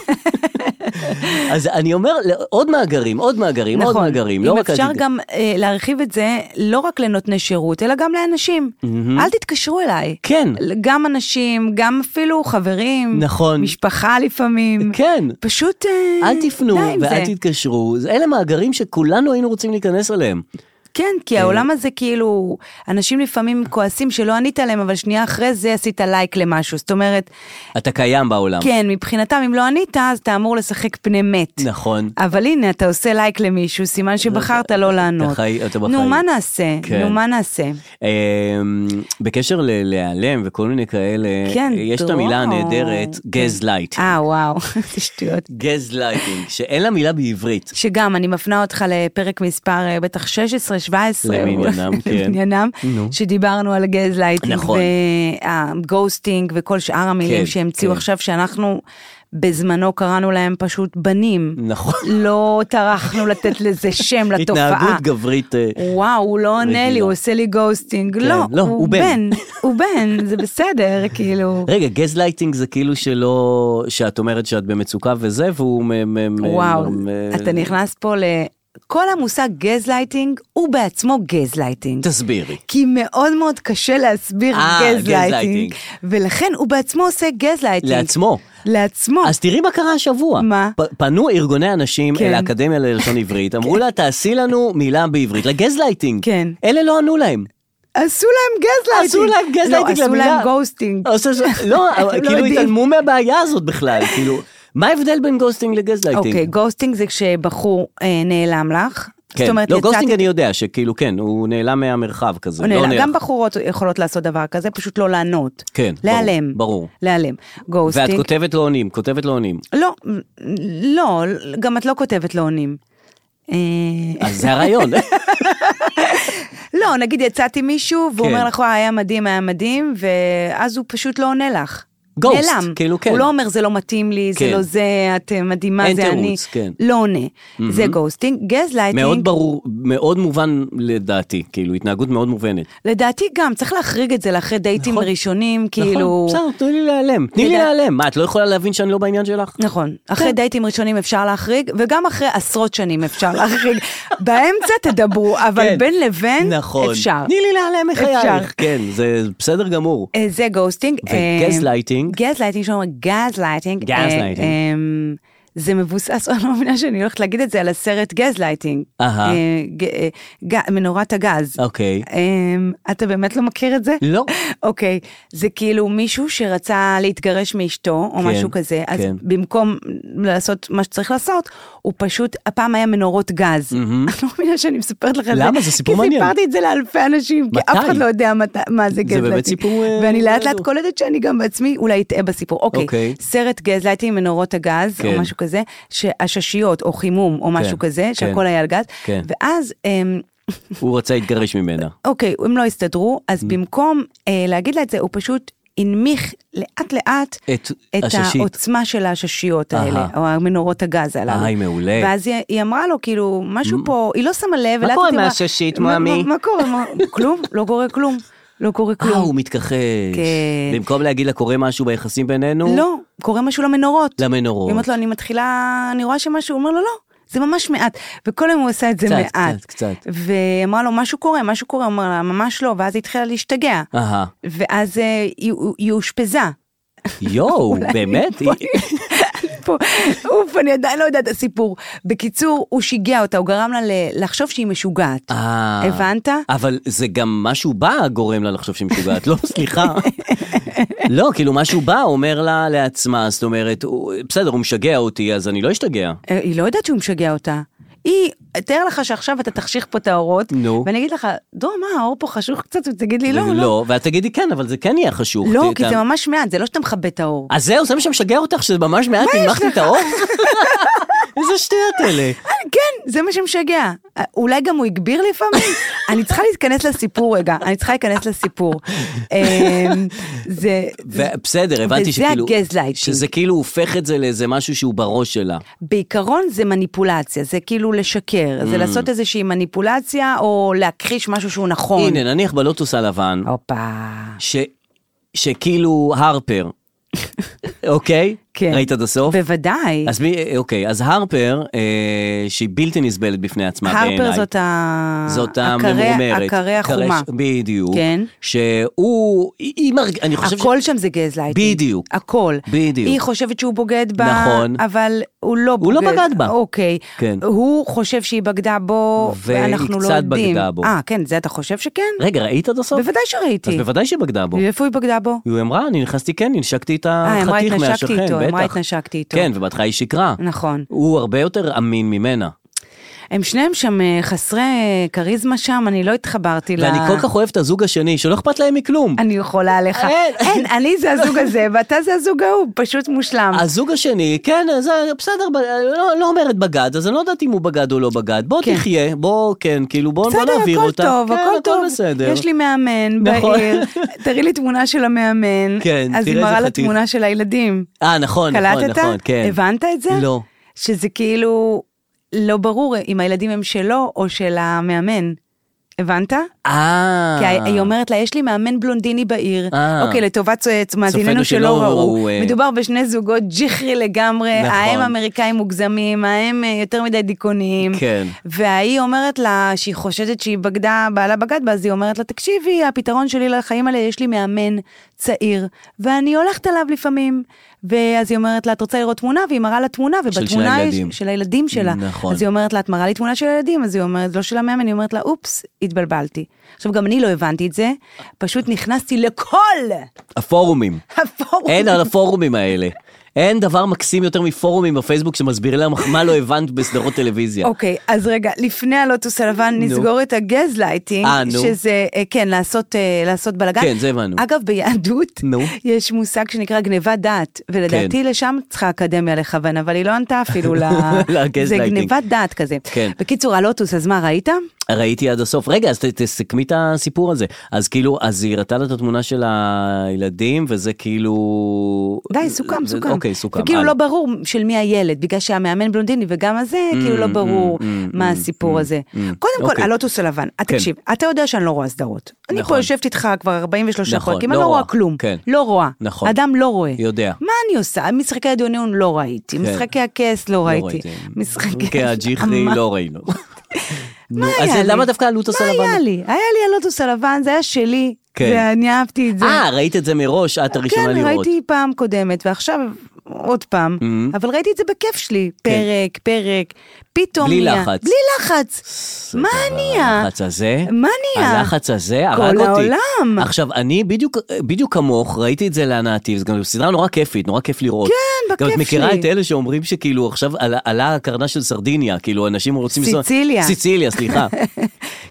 Speaker 2: אז אני אומר, לא, עוד מאגרים, עוד מאגרים, עוד
Speaker 3: נכון,
Speaker 2: מאגרים. לא
Speaker 3: אם
Speaker 2: רק
Speaker 3: אפשר
Speaker 2: אל תת-
Speaker 3: גם אה, להרחיב את זה לא רק לנותני שירות, אלא גם לאנשים. אל תתקשרו אליי.
Speaker 2: כן.
Speaker 3: גם אנשים, גם אפילו חברים,
Speaker 2: נכון.
Speaker 3: משפחה לפעמים.
Speaker 2: כן.
Speaker 3: פשוט... אה,
Speaker 2: אל תפנו
Speaker 3: די עם זה.
Speaker 2: ואל תתקשרו, זה- אלה מאגרים שכולנו היינו רוצים להיכנס אליהם.
Speaker 3: כן,
Speaker 2: אה.
Speaker 3: כי העולם הזה כאילו, אנשים לפעמים כועסים שלא ענית להם, אבל שנייה אחרי זה עשית לייק למשהו. זאת אומרת,
Speaker 2: אתה קיים בעולם.
Speaker 3: כן, מבחינתם, אם לא ענית, אז אתה אמור לשחק פני מת.
Speaker 2: נכון.
Speaker 3: אבל הנה, אתה עושה לייק למישהו, סימן שבחרת לא לענות.
Speaker 2: חי- אתה
Speaker 3: נו,
Speaker 2: בחיים.
Speaker 3: מה נעשה?
Speaker 2: כן.
Speaker 3: נו, מה נעשה?
Speaker 2: אמ, בקשר ל- להיעלם וכל מיני כאלה,
Speaker 3: כן,
Speaker 2: יש את
Speaker 3: וואו.
Speaker 2: המילה הנהדרת,
Speaker 3: כן.
Speaker 2: גזלייט.
Speaker 3: אה, וואו, איזה שטויות.
Speaker 2: גזלייטינג, שאין לה מילה בעברית.
Speaker 3: שגם, אני מפנה אותך לפרק מספר, אה, בטח 16-17.
Speaker 2: למניינם, כן.
Speaker 3: למניינם, שדיברנו על גזלייטינג,
Speaker 2: נכון.
Speaker 3: והגוסטינג וכל שאר המילים
Speaker 2: כן,
Speaker 3: שהמציאו
Speaker 2: כן.
Speaker 3: עכשיו, שאנחנו בזמנו קראנו להם פשוט בנים.
Speaker 2: נכון.
Speaker 3: לא טרחנו לתת לזה שם לתופעה.
Speaker 2: התנהגות גברית. אה,
Speaker 3: וואו, הוא לא עונה לי,
Speaker 2: רגילה.
Speaker 3: הוא עושה לי גוסטינג. לא,
Speaker 2: לא, הוא בן.
Speaker 3: הוא בן, זה בסדר, כאילו.
Speaker 2: רגע, גזלייטינג זה כאילו שלא, שאת אומרת שאת במצוקה וזה, והוא... מ- מ- מ-
Speaker 3: וואו,
Speaker 2: מ- מ-
Speaker 3: אתה נכנס פה ל... כל המושג גזלייטינג הוא בעצמו גזלייטינג.
Speaker 2: תסבירי.
Speaker 3: כי מאוד מאוד קשה להסביר
Speaker 2: אה,
Speaker 3: גזלייטינג,
Speaker 2: גזלייטינג.
Speaker 3: ולכן הוא בעצמו עושה גזלייטינג.
Speaker 2: לעצמו.
Speaker 3: לעצמו.
Speaker 2: אז תראי מה קרה השבוע.
Speaker 3: אה. מה?
Speaker 2: פ- פנו ארגוני הנשים
Speaker 3: כן.
Speaker 2: אל האקדמיה ללשון עברית, אמרו לה, תעשי לנו מילה בעברית לגזלייטינג.
Speaker 3: כן.
Speaker 2: אלה לא ענו להם.
Speaker 3: עשו להם גזלייטינג.
Speaker 2: עשו להם גזלייטינג
Speaker 3: לא, עשו
Speaker 2: למילה.
Speaker 3: להם גוסטינג.
Speaker 2: עושה ש- לא,
Speaker 3: הם לא
Speaker 2: כאילו
Speaker 3: יודעים.
Speaker 2: התעלמו מהבעיה הזאת בכלל, כאילו, מה ההבדל בין גוסטינג לגזלייטינג?
Speaker 3: אוקיי, גוסטינג זה כשבחור אה, נעלם לך.
Speaker 2: כן.
Speaker 3: זאת אומרת,
Speaker 2: לא,
Speaker 3: יצאתי-
Speaker 2: גוסטינג אני יודע שכאילו, כן, הוא נעלם מהמרחב כזה.
Speaker 3: הוא
Speaker 2: לא
Speaker 3: נעלם.
Speaker 2: עונה
Speaker 3: גם
Speaker 2: לך.
Speaker 3: בחורות יכולות לעשות דבר כזה, פשוט לא לענות.
Speaker 2: כן, ברור,
Speaker 3: להיעלם.
Speaker 2: ברור.
Speaker 3: להיעלם.
Speaker 2: ואת
Speaker 3: גוסטינג.
Speaker 2: כותבת לא עונים, כותבת לא עונים.
Speaker 3: לא, לא, גם את לא כותבת לא עונים. אה,
Speaker 2: אז זה הרעיון.
Speaker 3: לא, נגיד יצאתי מישהו, והוא
Speaker 2: כן.
Speaker 3: אומר לך, "וואי, היה מדהים, היה מדהים, ואז הוא פשוט לא עונה לך.
Speaker 2: Ghost,
Speaker 3: נעלם.
Speaker 2: כאילו, כן.
Speaker 3: הוא לא אומר, זה לא מתאים לי,
Speaker 2: כן.
Speaker 3: זה לא זה, את אה, מדהימה,
Speaker 2: אין
Speaker 3: זה אני.
Speaker 2: תירוץ, כן.
Speaker 3: לא עונה. זה גוסטינג. גזלייטינג.
Speaker 2: מאוד ברור, מאוד מובן לדעתי, כאילו, התנהגות מאוד מובנת.
Speaker 3: לדעתי גם, צריך להחריג את זה לאחרי דייטים
Speaker 2: נכון.
Speaker 3: ראשונים, כאילו...
Speaker 2: נכון, בסדר, תני לי להיעלם. תני לי
Speaker 3: לדע-
Speaker 2: להיעלם. מה, את לא יכולה להבין שאני לא בעניין שלך?
Speaker 3: נכון, אחרי
Speaker 2: כן.
Speaker 3: דייטים ראשונים אפשר להחריג, וגם אחרי עשרות שנים אפשר להחריג. באמצע תדברו, אבל
Speaker 2: כן.
Speaker 3: בין לבין
Speaker 2: נכון.
Speaker 3: אפשר.
Speaker 2: תני לי להיעלם
Speaker 3: אפשר.
Speaker 2: מחייך. כן, זה בסדר גמור.
Speaker 3: אה, זה גוסטינג. אה,
Speaker 2: וגזלייטינג?
Speaker 3: גזלייטינג, שאומרים גזלייטינג. אה,
Speaker 2: גזלייטינג.
Speaker 3: אה, זה מבוסס, אני לא מאמינה שאני הולכת להגיד את זה, על הסרט גזלייטינג.
Speaker 2: אהה.
Speaker 3: אה, ג- אה, ג- מנורת הגז.
Speaker 2: אוקיי.
Speaker 3: אה, אתה באמת לא מכיר את זה?
Speaker 2: לא.
Speaker 3: אוקיי, זה כאילו מישהו שרצה להתגרש מאשתו, או
Speaker 2: כן,
Speaker 3: משהו כזה, אז
Speaker 2: כן.
Speaker 3: במקום לעשות מה שצריך לעשות, הוא פשוט, הפעם היה מנורות גז. אני לא מאמינה שאני מספרת לך את זה.
Speaker 2: למה? זה סיפור מעניין.
Speaker 3: כי סיפרתי את זה לאלפי אנשים, כי
Speaker 2: מתי?
Speaker 3: אף אחד לא יודע מת- מה זה גזלייטינג.
Speaker 2: באמת סיפור, אה,
Speaker 3: ואני לאט לאט
Speaker 2: ידוע.
Speaker 3: קולטת שאני גם בעצמי אולי אטעה בסיפור.
Speaker 2: אוקיי.
Speaker 3: אוקיי, סרט גזלייטינג מנורות הגז,
Speaker 2: כן.
Speaker 3: או משהו כזה, שהששיות, או חימום, או משהו כזה,
Speaker 2: כן.
Speaker 3: שהכל היה על גז,
Speaker 2: כן.
Speaker 3: ואז... אמ,
Speaker 2: הוא רצה להתגרש ממנה.
Speaker 3: אוקיי, הם לא הסתדרו, אז במקום אה, להגיד לה את זה, הוא פשוט הנמיך לאט לאט
Speaker 2: את
Speaker 3: את
Speaker 2: הששית.
Speaker 3: העוצמה של הששיות האלה,
Speaker 2: אהה.
Speaker 3: או המנורות הגז הללו.
Speaker 2: איי, מעולה.
Speaker 3: ואז היא, היא אמרה לו, כאילו, משהו פה, היא לא שמה לב.
Speaker 2: מה
Speaker 3: ולאט
Speaker 2: קורה
Speaker 3: היא אמרה,
Speaker 2: מהששית,
Speaker 3: מה-
Speaker 2: מאמי?"
Speaker 3: מה- מה קורה? מה- כלום? לא קורה כלום. לא קורה
Speaker 2: אה,
Speaker 3: כלום.
Speaker 2: הוא מתכחש.
Speaker 3: כן.
Speaker 2: במקום להגיד לה קורה משהו ביחסים בינינו?
Speaker 3: לא, קורה משהו למנורות.
Speaker 2: למנורות.
Speaker 3: היא אומרת לו, אני מתחילה, אני רואה שמשהו, הוא אומר לו, לא, זה ממש מעט. וכל היום הוא עשה את זה
Speaker 2: קצת,
Speaker 3: מעט.
Speaker 2: קצת, קצת.
Speaker 3: והיא אמרה לו, משהו קורה, משהו קורה, הוא אמר לה, ממש לא, ואז היא התחילה להשתגע.
Speaker 2: אהה.
Speaker 3: ואז אה, היא- היא אושפזה.
Speaker 2: יואו, באמת?
Speaker 3: פה, אוף, אני עדיין לא יודעת את הסיפור. בקיצור, הוא שיגע אותה, הוא גרם לה ל- לחשוב שהיא משוגעת.
Speaker 2: אה.
Speaker 3: הבנת?
Speaker 2: אבל זה גם משהו בא גורם לה לחשוב שהיא משוגעת, לא, סליחה. לא, כאילו משהו בא אומר לה לעצמה, זאת אומרת, הוא- בסדר, הוא משגע אותי, אז אני לא אשתגע.
Speaker 3: אה, היא לא יודעת שהוא משגע אותה. היא, תאר לך שעכשיו אתה תחשיך פה את האורות,
Speaker 2: נו.
Speaker 3: ואני אגיד לך, דור, מה, האור פה חשוך קצת? ותגיד לי, לא, לא.
Speaker 2: לא, ואת תגידי כן, אבל זה כן יהיה חשוך.
Speaker 3: לא,
Speaker 2: ת-
Speaker 3: כי
Speaker 2: ת-
Speaker 3: זה ממש מעט, זה לא שאתה מכבה את האור.
Speaker 2: אז זהו, זה מה שמשגע אותך, שזה ממש מעט, הנמכתי את האור? איזה שטויות אלה.
Speaker 3: כן, זה מה שמשגע. "אה, אולי גם הוא הגביר לפעמים? אני צריכה להתכנס לסיפור רגע, אני צריכה להיכנס לסיפור. אמ, זה...
Speaker 2: ו- בסדר, הבנתי
Speaker 3: וזה
Speaker 2: שכאילו...
Speaker 3: הגזלייטינג.
Speaker 2: שזה כאילו הופך את זה לאיזה משהו שהוא בראש שלה.
Speaker 3: בעיקרון זה מניפולציה, זה כאילו לשקר,
Speaker 2: Mm.
Speaker 3: זה לעשות איזושהי מניפולציה או להכחיש משהו שהוא נכון.
Speaker 2: הנה, נניח בלוטוס הלבן,
Speaker 3: הופה.
Speaker 2: ש... שכאילו הרפר, אוקיי?
Speaker 3: כן.
Speaker 2: ראית עד הסוף?
Speaker 3: בוודאי.
Speaker 2: אז מי, אוקיי, אז הרפר, אה, שהיא בלתי נסבלת בפני עצמה בעיניי.
Speaker 3: הרפר זאת ה...
Speaker 2: זאת
Speaker 3: הקרי-
Speaker 2: הממורמרת.
Speaker 3: הקרי
Speaker 2: הקרי
Speaker 3: החומה.
Speaker 2: ש- בדיוק.
Speaker 3: כן.
Speaker 2: שהוא, היא, היא מרג... אני חושב
Speaker 3: הכל שם זה גזלייטינג.
Speaker 2: בדיוק.
Speaker 3: הכל.
Speaker 2: בדיוק.
Speaker 3: היא חושבת שהוא בוגד בה,
Speaker 2: נכון.
Speaker 3: אבל הוא לא בוגד.
Speaker 2: הוא לא בגד בה.
Speaker 3: אוקיי.
Speaker 2: כן.
Speaker 3: הוא חושב שהיא בגדה בו,
Speaker 2: והיא
Speaker 3: ואנחנו לא
Speaker 2: קצת
Speaker 3: יודעים.
Speaker 2: בגדה בו.
Speaker 3: אה, כן, זה אתה חושב שכן?
Speaker 2: רגע, ראית עד הסוף?
Speaker 3: בוודאי שראיתי.
Speaker 2: אז בוודאי שהיא בגדה בו.
Speaker 3: איפה היא בגדה בו?
Speaker 2: היא אמרה, אני נכנסתי כן, ננשקתי את
Speaker 3: היא אה, אמרה,
Speaker 2: החתיך
Speaker 3: "התנשקתי
Speaker 2: מהשכן, בטח.
Speaker 3: איתו", היא אמרה, "התנשקתי איתו".
Speaker 2: כן, ובהתחלה היא שיקרה.
Speaker 3: נכון.
Speaker 2: הוא הרבה יותר אמין ממנה.
Speaker 3: הם שניהם שם אה, חסרי אה, כריזמה שם, אני לא התחברתי ל...
Speaker 2: ואני כל כך אה, אוהב את הזוג השני, שלא אכפת להם מכלום.
Speaker 3: אני יכולה לך.
Speaker 2: אין.
Speaker 3: אין, אני זה הזוג הזה, ואתה זה הזוג ההוא, פשוט מושלם.
Speaker 2: הזוג השני, כן, זה בסדר, ב- לא, לא אומרת בגד, אז אני לא יודעת אם הוא בגד או לא בגד. בוא
Speaker 3: כן.
Speaker 2: תחיה, בוא, כן, כאילו, בוא, בוא
Speaker 3: בסדר,
Speaker 2: נעביר
Speaker 3: הכל
Speaker 2: אותה.
Speaker 3: טוב,
Speaker 2: כן,
Speaker 3: הכל טוב.
Speaker 2: בסדר.
Speaker 3: יש לי מאמן
Speaker 2: נכון.
Speaker 3: בעיר, תראי לי תמונה של המאמן.
Speaker 2: כן,
Speaker 3: אז היא
Speaker 2: תראה איזה
Speaker 3: מראה לה
Speaker 2: חתיך.
Speaker 3: תמונה של הילדים.
Speaker 2: אה, נכון, נכון,
Speaker 3: קלטת?
Speaker 2: נכון, כן.
Speaker 3: הבנת את זה?
Speaker 2: לא.
Speaker 3: שזה כאילו לא ברור אם הילדים הם שלו או של המאמן. הבנת?
Speaker 2: אה.
Speaker 3: כי היא אומרת לה, יש לי מאמן בלונדיני בעיר.
Speaker 2: אה.
Speaker 3: אוקיי, לטובת אה, מאזיננו
Speaker 2: שלא
Speaker 3: שלא ראו.
Speaker 2: ראו, אה.
Speaker 3: מדובר בשני זוגות ג'יחרי לגמרי,
Speaker 2: נכון.
Speaker 3: ההם אמריקאים מוגזמים, ההם אה, יותר מדי דיכאוניים.
Speaker 2: כן.
Speaker 3: וההיא אומרת לה שהיא חושדת שהיא בגדה, בעלה בגד בה, אז היא אומרת לה, תקשיבי, הפתרון שלי לחיים האלה, יש לי מאמן צעיר, ואני הולכת עליו לפעמים. ואז היא אומרת לה, את רוצה לראות תמונה? והיא מראה לה תמונה,
Speaker 2: של
Speaker 3: ובתמונה יש...
Speaker 2: הילדים.
Speaker 3: של הילדים שלה.
Speaker 2: נכון.
Speaker 3: אז היא אומרת לה, את מראה לי תמונה של הילדים? אז היא אומרת, לא של המאמן, היא אומרת לה, אופס, התבלבלתי. עכשיו, גם אני לא הבנתי את זה, פשוט נכנסתי לכל
Speaker 2: הפורומים.
Speaker 3: הפורום.
Speaker 2: אין על הפורומים האלה. אין דבר מקסים יותר מפורומים בפייסבוק שמסביר לך מה לא הבנת בסדרות טלוויזיה.
Speaker 3: אוקיי, אז רגע, לפני הלוטוס הלבן
Speaker 2: נו.
Speaker 3: נסגור את הגזלייטינג,
Speaker 2: אה, נו.
Speaker 3: שזה, אה, כן, לעשות, אה, לעשות בלאגן.
Speaker 2: כן, זה הבנו.
Speaker 3: אגב, ביהדות,
Speaker 2: נו. כן.
Speaker 3: יש מושג שנקרא גניבת דעת, ולדעתי לשם צריכה האקדמיה לכוון, אבל היא לא ענתה אפילו ל...
Speaker 2: לגזלייטינג.
Speaker 3: זה גניבת דעת כזה.
Speaker 2: כן.
Speaker 3: בקיצור, הלוטוס, אז מה, ראית?
Speaker 2: ראיתי עד הסוף. רגע, אז ת- תסכמי את הסיפור הזה. אז כאילו, אז היא הראתה לה את התמונה של הילדים, וזה כאילו...
Speaker 3: די,
Speaker 2: זה-
Speaker 3: סוכם,
Speaker 2: זה-
Speaker 3: סוכם.
Speaker 2: אוקיי, סוכם.
Speaker 3: וכאילו
Speaker 2: הלאה.
Speaker 3: לא ברור של מי הילד, בגלל שהמאמן בלונדיני, וגם הזה,
Speaker 2: Mm,
Speaker 3: כאילו לא ברור מה הסיפור הזה. קודם כל,
Speaker 2: אוקיי.
Speaker 3: הלוטוס הלבן, אה, תקשיב, אתה יודע שאני לא רואה סדרות. אני פה
Speaker 2: נכון.
Speaker 3: יושבת איתך כבר 43
Speaker 2: נכון,
Speaker 3: פרקים, אני
Speaker 2: לא
Speaker 3: לא רואה
Speaker 2: רואה,
Speaker 3: כלום.
Speaker 2: כן.
Speaker 3: לא רואה.
Speaker 2: נכון.
Speaker 3: אדם לא רואה.
Speaker 2: יודע. כן.
Speaker 3: מה אני עושה? משחקי הדיוניון לא ראיתי, משחקי הכס לא ראיתי.
Speaker 2: משחקי הג'יחרי
Speaker 3: אמר-
Speaker 2: כן, לא ראינו. נו,
Speaker 3: כן, מה
Speaker 2: אז
Speaker 3: היה לי?
Speaker 2: למה דווקא הלוטוס הלבן?
Speaker 3: מה היה לי? היה לי הלוטוס הלבן, זה היה שלי,
Speaker 2: כן.
Speaker 3: ואני אהבתי את זה.
Speaker 2: אה, ראית את זה מראש, את הראשונה
Speaker 3: כן,
Speaker 2: לראות. Mm-hmm.
Speaker 3: ראיתי פעם קודמת, ועכשיו עוד פעם, אבל ראיתי את זה בכיף שלי, פרק, פרק, פתאום
Speaker 2: כן. בלי
Speaker 3: נהיה-
Speaker 2: לחץ.
Speaker 3: בלי לחץ. מה נהיה?
Speaker 2: הלחץ הזה?
Speaker 3: מה נהיה?
Speaker 2: הלחץ הזה הרג
Speaker 3: כל
Speaker 2: אותי.
Speaker 3: העולם.
Speaker 2: עכשיו, אני בדיוק, בדיוק כמוך, ראיתי את זה להנאתי, זו גם סדרה נורא כיפית, נורא כיף לראות.
Speaker 3: כן,
Speaker 2: גם את
Speaker 3: בכיף
Speaker 2: מכירה
Speaker 3: שלי.
Speaker 2: את אלה שאומרים שכאילו עכשיו עלה- עלה הקרנה של סרדיניה, כאילו אנשים רוצים... לנסוע-
Speaker 3: סיציליה.
Speaker 2: סיציליה, סליחה.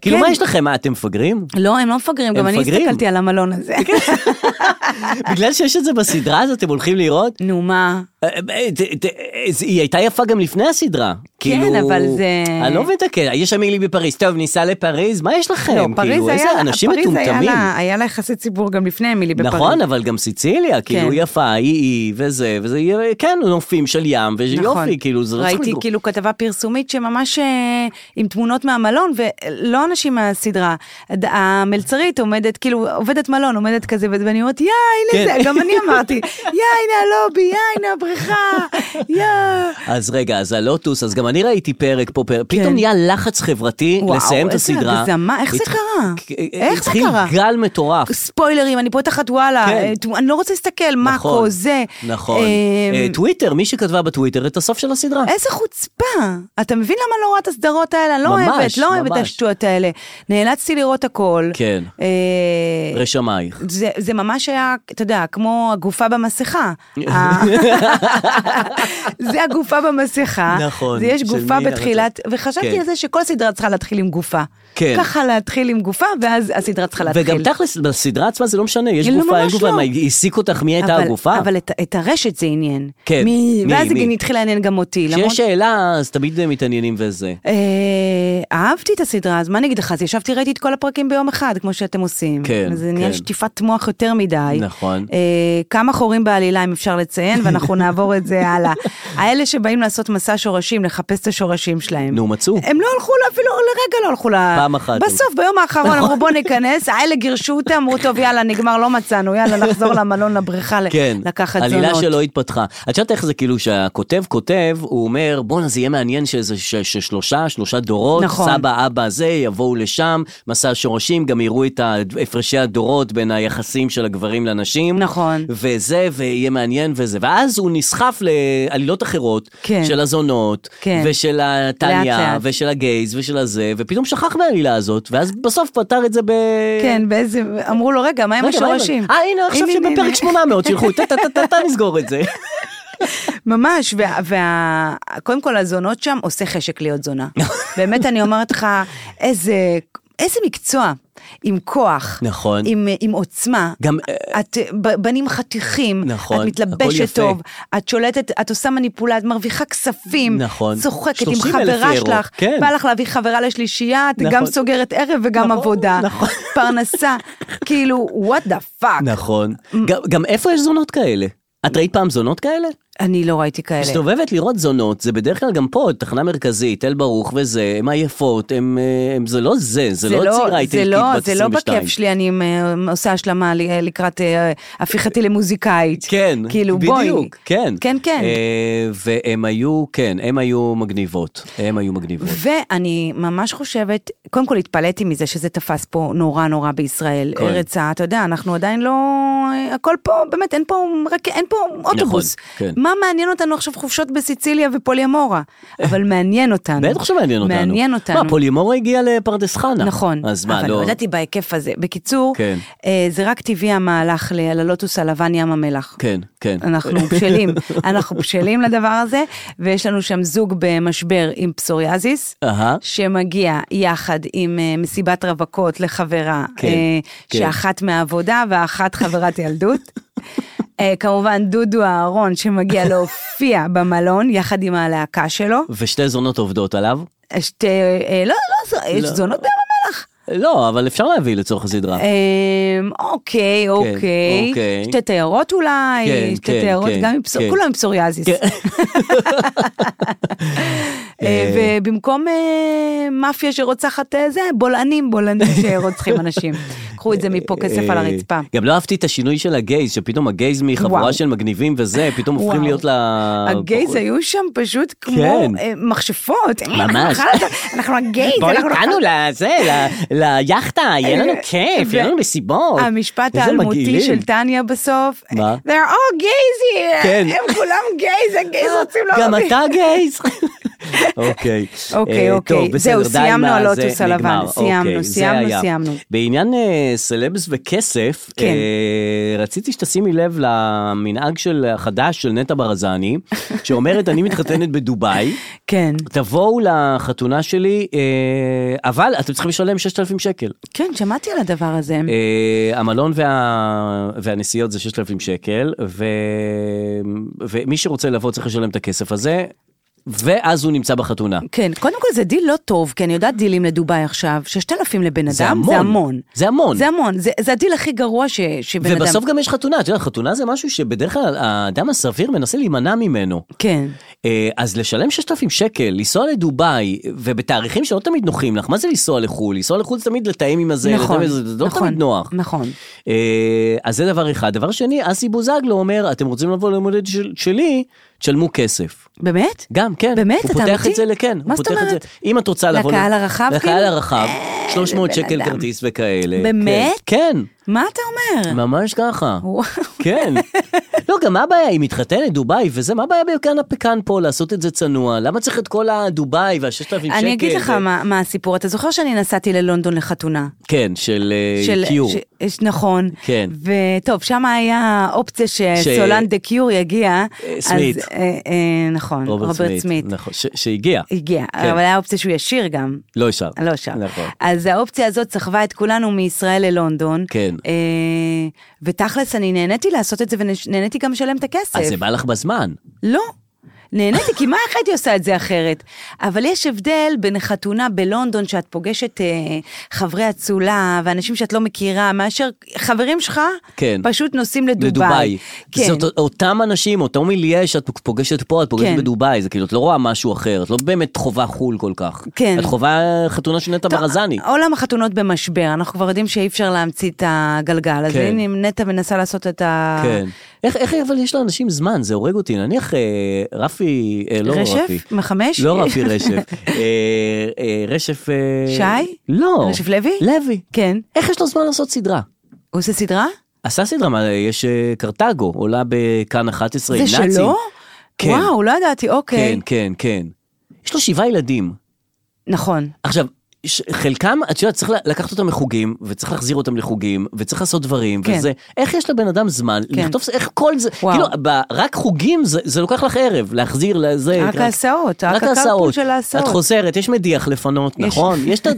Speaker 2: כאילו,
Speaker 3: כן.
Speaker 2: מה יש לכם? מה, אתם מפגרים?
Speaker 3: לא, הם לא מפגרים, גם אני
Speaker 2: מפגרים.
Speaker 3: הסתכלתי על המלון הזה. אה.
Speaker 2: בגלל שיש את זה בסדרה, אז אתם הולכים לראות?
Speaker 3: נו מה,
Speaker 2: אה, אה, ת- ת- אה, זה- היא הייתה יפה גם לפני הסדרה.
Speaker 3: כן,
Speaker 2: כאילו,
Speaker 3: אבל זה-
Speaker 2: אני לא מבין את הקטע, יש שם מילי בפריז, טוב, ניסע לפריז, מה יש לכם?
Speaker 3: לא, פריז
Speaker 2: כאילו,
Speaker 3: היה
Speaker 2: איזה
Speaker 3: לה-
Speaker 2: אנשים
Speaker 3: פריז היה
Speaker 2: מטומטמים.
Speaker 3: לה- היה לה יחסי ציבור גם לפני אמילי בפריז.
Speaker 2: נכון, אבל גם סיציליה, כאילו
Speaker 3: כן.
Speaker 2: יפה, היא היא וזה, וזה, כן, נופים של ים,
Speaker 3: נכון.
Speaker 2: ויופי, כאילו, זה לא צריך
Speaker 3: ראיתי
Speaker 2: לגרום.
Speaker 3: כאילו כתבה פרסומית שממש אה, עם תמונות מהמלון, ולא אנשים מהסדרה. הד- המלצרית עומדת, כאילו, עובדת מלון, עומדת כזה, ו- ואני אומרת, יא, הנה
Speaker 2: כן.
Speaker 3: זה, גם אני אמרתי, יא, הנה הלובי, יא, הנה הבריכה, יא. כאילו-
Speaker 2: אז רגע, אז הלוטוס, אז גם אני ראיתי פרק פה, פרק, פתאום נהיה לחץ חברתי
Speaker 3: כן. וואו,
Speaker 2: לסיים את
Speaker 3: איזה
Speaker 2: הסדרה.
Speaker 3: הגזמה, איך זה
Speaker 2: התח-
Speaker 3: קרה?
Speaker 2: כ- אה,
Speaker 3: איך זה
Speaker 2: התחיל
Speaker 3: קרה?
Speaker 2: גל מטורף.
Speaker 3: ספוילרים, אני פותחת וואלה,
Speaker 2: כן.
Speaker 3: אה, ת- אני לא רוצה להסתכל,
Speaker 2: נכון,
Speaker 3: מאקו, זה.
Speaker 2: נכון.
Speaker 3: אה,
Speaker 2: אה, טוויטר, מי שכתבה בטוויטר את הסוף של הסדרה.
Speaker 3: איזה חוצפה. אתה מבין למה לא רואה את הסדרות האלה? אני לא
Speaker 2: ממש,
Speaker 3: אוהבת, לא אוהבת את
Speaker 2: ממש.
Speaker 3: השטויות האלה. נאלצתי לראות הכל.
Speaker 2: כן.
Speaker 3: אה,
Speaker 2: רשמייך.
Speaker 3: זה, זה ממש היה, אתה יודע, כמו הגופה במסכה. ה- זה הגופה במסכה.
Speaker 2: נכון,
Speaker 3: זה יש
Speaker 2: של
Speaker 3: גופה
Speaker 2: מי הרצה-
Speaker 3: בתחילת, וחשבתי
Speaker 2: כן.
Speaker 3: על זה שכל סדרה צריכה להתחיל עם גופה.
Speaker 2: כן.
Speaker 3: ככה להתחיל עם גופה, ואז הסדרה צריכה להתחיל.
Speaker 2: וגם תכלס, בסדרה עצמה זה לא משנה, יש
Speaker 3: לא,
Speaker 2: גופה, אין
Speaker 3: ממש
Speaker 2: גופה,
Speaker 3: לא.
Speaker 2: מה, העסיק אותך מי הייתה
Speaker 3: אבל-
Speaker 2: הגופה?
Speaker 3: אבל את- את הרשת זה עניין.
Speaker 2: כן,
Speaker 3: מי-
Speaker 2: מי-
Speaker 3: ואז זה
Speaker 2: מי?
Speaker 3: גם התחיל לעניין גם אותי. למרות-
Speaker 2: כשיש שאלה, אז תמיד אה, מתעניינים וזה.
Speaker 3: אה, אהבתי את הסדרה, אז מה אני אגיד לך? אז ישבתי, ראיתי את כל הפרקים ביום אחד, כמו שאתם עושים.
Speaker 2: כן,
Speaker 3: אז זה נהיה
Speaker 2: כן.
Speaker 3: שטיפת מוח יותר מדי.
Speaker 2: נכון.
Speaker 3: אה, כמה חורים בעלילה, אם אפשר לציין, ואנחנו נעבור את זה הלאה. האלה שבאים לעשות מסע שורשים, לחפש את השורשים שלהם.
Speaker 2: נו, מצאו.
Speaker 3: הם לא הלכו, לה- אפילו לרגע לא הלכו ל...
Speaker 2: פעם אחת. נכון.
Speaker 3: בסוף, ביום האחרון אמרו, בוא ניכנס, האלה גירשו אותם, אמרו, טוב, יאללה, נגמר, לא מצאנו, יאללה, נחזור למלון, לבריכה, ל-
Speaker 2: כן,
Speaker 3: לקחת זונות.
Speaker 2: עלילה שלא התפתחה. את יודעת איך זה כאילו שהכותב כותב, הוא אומר בואנה זה יהיה מעניין שאיזה ש- ששלושה, שלושה דורות,
Speaker 3: נכון.
Speaker 2: סבא אבא זה יבואו לשם, מסע שורשים, גם יראו את ה- הפרשי הדורות בין היחסים של הגברים לנשים.
Speaker 3: נכון.
Speaker 2: וזה, ויהיה מעניין וזה. ואז הוא נסחף לעלילות אחרות,
Speaker 3: כן.
Speaker 2: של הזונות,
Speaker 3: כן.
Speaker 2: ושל
Speaker 3: לאט
Speaker 2: הטניה,
Speaker 3: לאט.
Speaker 2: ושל הגייז, ושל הזה, ופתאום שכח מהעלילה הזאת, ואז בסוף פתר את זה ב...
Speaker 3: כן, באיזה... אמרו לו, רגע, מה עם
Speaker 2: רגע, מה עם-
Speaker 3: השורשים?
Speaker 2: אה, הנה, עכשיו
Speaker 3: הנה, הנה.
Speaker 2: שבפרק 800 שילכו, טה-טה-טה-טה נסגור את זה.
Speaker 3: ממש, וה- וה- קודם כל הזונות שם עושה חשק להיות זונה. באמת, אני אומרת לך, איזה... איזה מקצוע, עם כוח,
Speaker 2: נכון.
Speaker 3: עם, עם עוצמה,
Speaker 2: גם, אה,
Speaker 3: את ב- בנים חתיכים,
Speaker 2: נכון,
Speaker 3: את
Speaker 2: הכל
Speaker 3: מתלבשת
Speaker 2: יפה.
Speaker 3: טוב, את שולטת, את עושה מניפולת, מרוויחה כספים,
Speaker 2: נכון.
Speaker 3: צוחקת עם
Speaker 2: 30,000
Speaker 3: חברה
Speaker 2: אירו,
Speaker 3: שלך,
Speaker 2: כן.
Speaker 3: בא לך להביא חברה לשלישייה, את
Speaker 2: נכון.
Speaker 3: גם סוגרת ערב וגם
Speaker 2: נכון,
Speaker 3: עבודה,
Speaker 2: נכון.
Speaker 3: פרנסה, כאילו, what the fuck.
Speaker 2: נכון. גם- גם איפה יש זונות כאלה? את ראית פעם זונות כאלה?
Speaker 3: אני לא ראיתי כאלה.
Speaker 2: מסתובבת לראות זונות, זה בדרך כלל גם פה, תחנה מרכזית, תל ברוך וזה, הן עייפות, הן, אה, הן- זה לא זה, זה לא צעירה
Speaker 3: זה
Speaker 2: איטלקית
Speaker 3: לא,
Speaker 2: בת
Speaker 3: זה לא
Speaker 2: 22.
Speaker 3: בכיף שלי, אני אה, עושה השלמה ל- לקראת אה, הפיכתי למוזיקאית.
Speaker 2: כן,
Speaker 3: כאילו, בואי.
Speaker 2: בדיוק, כן.
Speaker 3: כן, כן.
Speaker 2: אה, והם היו, כן, הם היו מגניבות, הם היו מגניבות.
Speaker 3: ואני ממש חושבת, קודם כל התפלאתי מזה שזה תפס פה נורא נורא בישראל.
Speaker 2: כן.
Speaker 3: כן. ארץ ה... אתה יודע, אנחנו עדיין לא... הכל פה, באמת, אין פה, רק, אין פה אוטובוס.
Speaker 2: כן.
Speaker 3: מה מעניין אותנו עכשיו חופשות בסיציליה ופוליאמורה? אבל מעניין אותנו.
Speaker 2: בטח שמעניין אותנו.
Speaker 3: נכון. מעניין אותנו.
Speaker 2: מה, פולימורה הגיעה לפרדס חנה.
Speaker 3: נכון,
Speaker 2: אז מה,
Speaker 3: אבל
Speaker 2: לא...
Speaker 3: לא ידעתי בהיקף הזה. בקיצור,
Speaker 2: כן.
Speaker 3: אה, זה רק טבעי המהלך ל- ללוטוס הלבן ים המלח.
Speaker 2: כן, כן.
Speaker 3: אנחנו בשלים, אנחנו בשלים לדבר הזה, ויש לנו שם זוג במשבר עם פסוריאזיס.
Speaker 2: אהה.
Speaker 3: שמגיע יחד עם אה, מסיבת רווקות לחברה,
Speaker 2: כן,
Speaker 3: אה,
Speaker 2: כן.
Speaker 3: שאחת מהעבודה ואחת חברת ילדות. אה, כמובן דודו אהרון שמגיע להופיע במלון יחד עם הלהקה שלו.
Speaker 2: ושתי זונות עובדות עליו?
Speaker 3: שתי, אה, לא, לא, זו- יש
Speaker 2: לא.
Speaker 3: זונות בים המלח.
Speaker 2: לא, אבל אפשר להביא לצורך הסדרה.
Speaker 3: אמ, אוקיי, אוקיי.
Speaker 2: כן, אוקיי.
Speaker 3: שתי תיירות
Speaker 2: כן,
Speaker 3: אולי, שתי
Speaker 2: כן,
Speaker 3: תיירות,
Speaker 2: כן,
Speaker 3: גם עם פסור-
Speaker 2: כן.
Speaker 3: כולם עם פסוריאזיס.
Speaker 2: כן.
Speaker 3: אה, ובמקום אה, מאפיה שרוצחת אה, זה, בולענים, בולענים שרוצחים אנשים. קחו את זה מפה כסף על
Speaker 2: אה,
Speaker 3: הרצפה.
Speaker 2: גם לא אהבתי את השינוי של הגייז, שפתאום הגייז מחבורה
Speaker 3: וואו.
Speaker 2: של מגניבים וזה, פתאום הופכים
Speaker 3: וואו.
Speaker 2: להיות ל...
Speaker 3: הגייז היו שם פשוט כמו
Speaker 2: אה, כן.
Speaker 3: אה, מכשפות. אה, אנחנו
Speaker 2: ממש.
Speaker 3: אכל- אנחנו הגייז,
Speaker 2: בואי
Speaker 3: אנחנו
Speaker 2: איתנו לזה, ל- ליאכטה, יהיה לנו כיף, יהיה לנו מסיבות.
Speaker 3: אה, המשפט
Speaker 2: איזה
Speaker 3: האלמותי
Speaker 2: מגעילים.
Speaker 3: של טניה בסוף.
Speaker 2: מה?
Speaker 3: They're all gays here.
Speaker 2: כן.
Speaker 3: הם כולם גייז, הגייז רוצים לא...
Speaker 2: אה, גם אתה גייז? אוקיי.
Speaker 3: אוקיי,
Speaker 2: אה,
Speaker 3: אוקיי.
Speaker 2: טוב, בסדר,
Speaker 3: זהו,
Speaker 2: די
Speaker 3: סיימנו
Speaker 2: עם
Speaker 3: על
Speaker 2: הזה,
Speaker 3: לוטוס הלבן.
Speaker 2: נגמר.
Speaker 3: סיימנו,
Speaker 2: אוקיי, זה
Speaker 3: סיימנו,
Speaker 2: היה.
Speaker 3: סיימנו.
Speaker 2: בעניין אה, סלבס וכסף,
Speaker 3: כן.
Speaker 2: אה, רציתי שתשימי לב למנהג של החדש של נטע ברזני, שאומרת, אני מתחתנת בדובאי,
Speaker 3: כן.
Speaker 2: תבואו לחתונה שלי, אה, אבל אתם צריכים לשלם 6,000 שקל.
Speaker 3: כן, שמעתי על הדבר הזה.
Speaker 2: אה, המלון וה... והנסיעות זה 6,000 שקל, ו... ומי שרוצה לבוא צריך לשלם את הכסף הזה, ואז הוא נמצא בחתונה.
Speaker 3: כן, קודם כל זה דיל לא טוב, כי אני יודעת דילים לדובאי עכשיו, 6,000 לבן אדם,
Speaker 2: זה
Speaker 3: זה
Speaker 2: המון.
Speaker 3: המון.
Speaker 2: זה המון.
Speaker 3: זה המון, זה- זה הדיל הכי גרוע ש- שבן אדם...
Speaker 2: ובסוף גם יש חתונה, את יודעת, חתונה זה משהו שבדרך כלל האדם הסביר מנסה להימנע ממנו.
Speaker 3: כן.
Speaker 2: אה, אז לשלם 6,000 שקל, לנסוע לדובאי, ובתאריכים שלא תמיד נוחים לך, מה זה לנסוע לחו"ל? לנסוע לחו"ל זה תמיד לתאם עם הזה, לתאם עם זה, זה לא
Speaker 3: נכון,
Speaker 2: תמיד נוח.
Speaker 3: נכון.
Speaker 2: אה, אז זה דבר אחד. דבר שני, אסי בוזגלו אומר, אתם רוצים לבוא ליום הולדת של- שלי, תשלמו כסף.
Speaker 3: באמת?
Speaker 2: גם, כן.
Speaker 3: באמת?
Speaker 2: הוא
Speaker 3: אתה
Speaker 2: פותח
Speaker 3: אמיתי?
Speaker 2: את זה לכן.
Speaker 3: מה
Speaker 2: הוא
Speaker 3: זאת
Speaker 2: פותח את זה.
Speaker 3: אומרת?
Speaker 2: אם את רוצה לבוא...
Speaker 3: לקהל
Speaker 2: ל-
Speaker 3: הרחב,
Speaker 2: לקהל
Speaker 3: כאילו?
Speaker 2: הרחב,
Speaker 3: אה,
Speaker 2: 300
Speaker 3: זה בן
Speaker 2: שקל
Speaker 3: אדם.
Speaker 2: כרטיס וכאלה.
Speaker 3: באמת?
Speaker 2: כן. כן.
Speaker 3: מה אתה אומר?
Speaker 2: ממש ככה.
Speaker 3: וואו.
Speaker 2: כן. לא, גם מה הבעיה? היא מתחתנת, דובאי וזה, מה הבעיה ביוקרן הפקן פה לעשות את זה צנוע? למה צריך את כל הדובאי וה-6,000 שקל?
Speaker 3: אני אגיד לך
Speaker 2: ו-
Speaker 3: מה מה הסיפור. אתה זוכר שאני נסעתי ללונדון לחתונה?
Speaker 2: כן, של אה,
Speaker 3: של-
Speaker 2: קיור.
Speaker 3: ש- ש- נכון.
Speaker 2: כן.
Speaker 3: וטוב, שם היה אופציה שסולן דה קיור יגיע.
Speaker 2: אה,
Speaker 3: אז,
Speaker 2: סמית.
Speaker 3: אה, אה, נכון, רוברט סמית.
Speaker 2: נכון, ש- שהגיע.
Speaker 3: הגיע,
Speaker 2: כן.
Speaker 3: אבל היה אופציה שהוא ישיר גם.
Speaker 2: לא ישר.
Speaker 3: לא שם.
Speaker 2: נכון.
Speaker 3: אז האופציה הזאת סחבה את כולנו מישראל ללונדון.
Speaker 2: כן.
Speaker 3: אה, ותכלס, אני נהניתי לעשות את זה ונהניתי גם לשלם את הכסף.
Speaker 2: אז זה בא לך בזמן.
Speaker 3: לא. נהניתי, כי מה איך הייתי עושה את זה אחרת? אבל יש הבדל בין חתונה בלונדון, שאת פוגשת אה, חברי אצולה ואנשים שאת לא מכירה, מאשר חברים שלך
Speaker 2: כן.
Speaker 3: פשוט נוסעים לדובאי.
Speaker 2: לדובאי.
Speaker 3: כן.
Speaker 2: זאת אותם אנשים, אותו מיליה שאת פוגשת פה, את פוגשת
Speaker 3: כן.
Speaker 2: בדובאי, זה כאילו, את לא רואה משהו אחר, את לא באמת חווה חו"ל כל כך.
Speaker 3: כן.
Speaker 2: את חווה חתונה של נטע
Speaker 3: טוב, אה,
Speaker 2: ברזני.
Speaker 3: עולם החתונות במשבר, אנחנו כבר יודעים שאי אפשר להמציא את הגלגל, אז
Speaker 2: כן.
Speaker 3: הנה אם נטע מנסה לעשות את ה...
Speaker 2: כן. איך, איך אבל יש לאנשים זמן, זה הורג אותי. נניח אה, רפי, אה, לא
Speaker 3: רשף?
Speaker 2: רפי.
Speaker 3: מחמש?
Speaker 2: לא רפי רשף. אה, אה, רשף... אה,
Speaker 3: שי?
Speaker 2: לא.
Speaker 3: רשף לוי?
Speaker 2: לוי.
Speaker 3: כן.
Speaker 2: איך יש לו זמן לעשות סדרה?
Speaker 3: הוא עושה סדרה?
Speaker 2: עשה סדרה, מה, יש אה, קרתגו, עולה בכאן 11 עם
Speaker 3: זה
Speaker 2: נאצים.
Speaker 3: שלו?
Speaker 2: כן.
Speaker 3: וואו, לא ידעתי, אוקיי.
Speaker 2: כן, כן, כן. יש לו שבעה ילדים.
Speaker 3: נכון.
Speaker 2: עכשיו, ש- חלקם, את יודעת, צריך ל- לקחת אותם מחוגים, וצריך להחזיר אותם לחוגים, וצריך לעשות דברים,
Speaker 3: כן.
Speaker 2: וזה, איך יש לבן אדם זמן
Speaker 3: כן.
Speaker 2: לכתוב, איך כל זה,
Speaker 3: וואו.
Speaker 2: כאילו, ב, רק חוגים זה, זה לוקח לך ערב, להחזיר לזה.
Speaker 3: רק ההסעות, רק הקרפול של ההסעות.
Speaker 2: את חוזרת, יש מדיח לפנות,
Speaker 3: יש.
Speaker 2: נכון? יש את ה...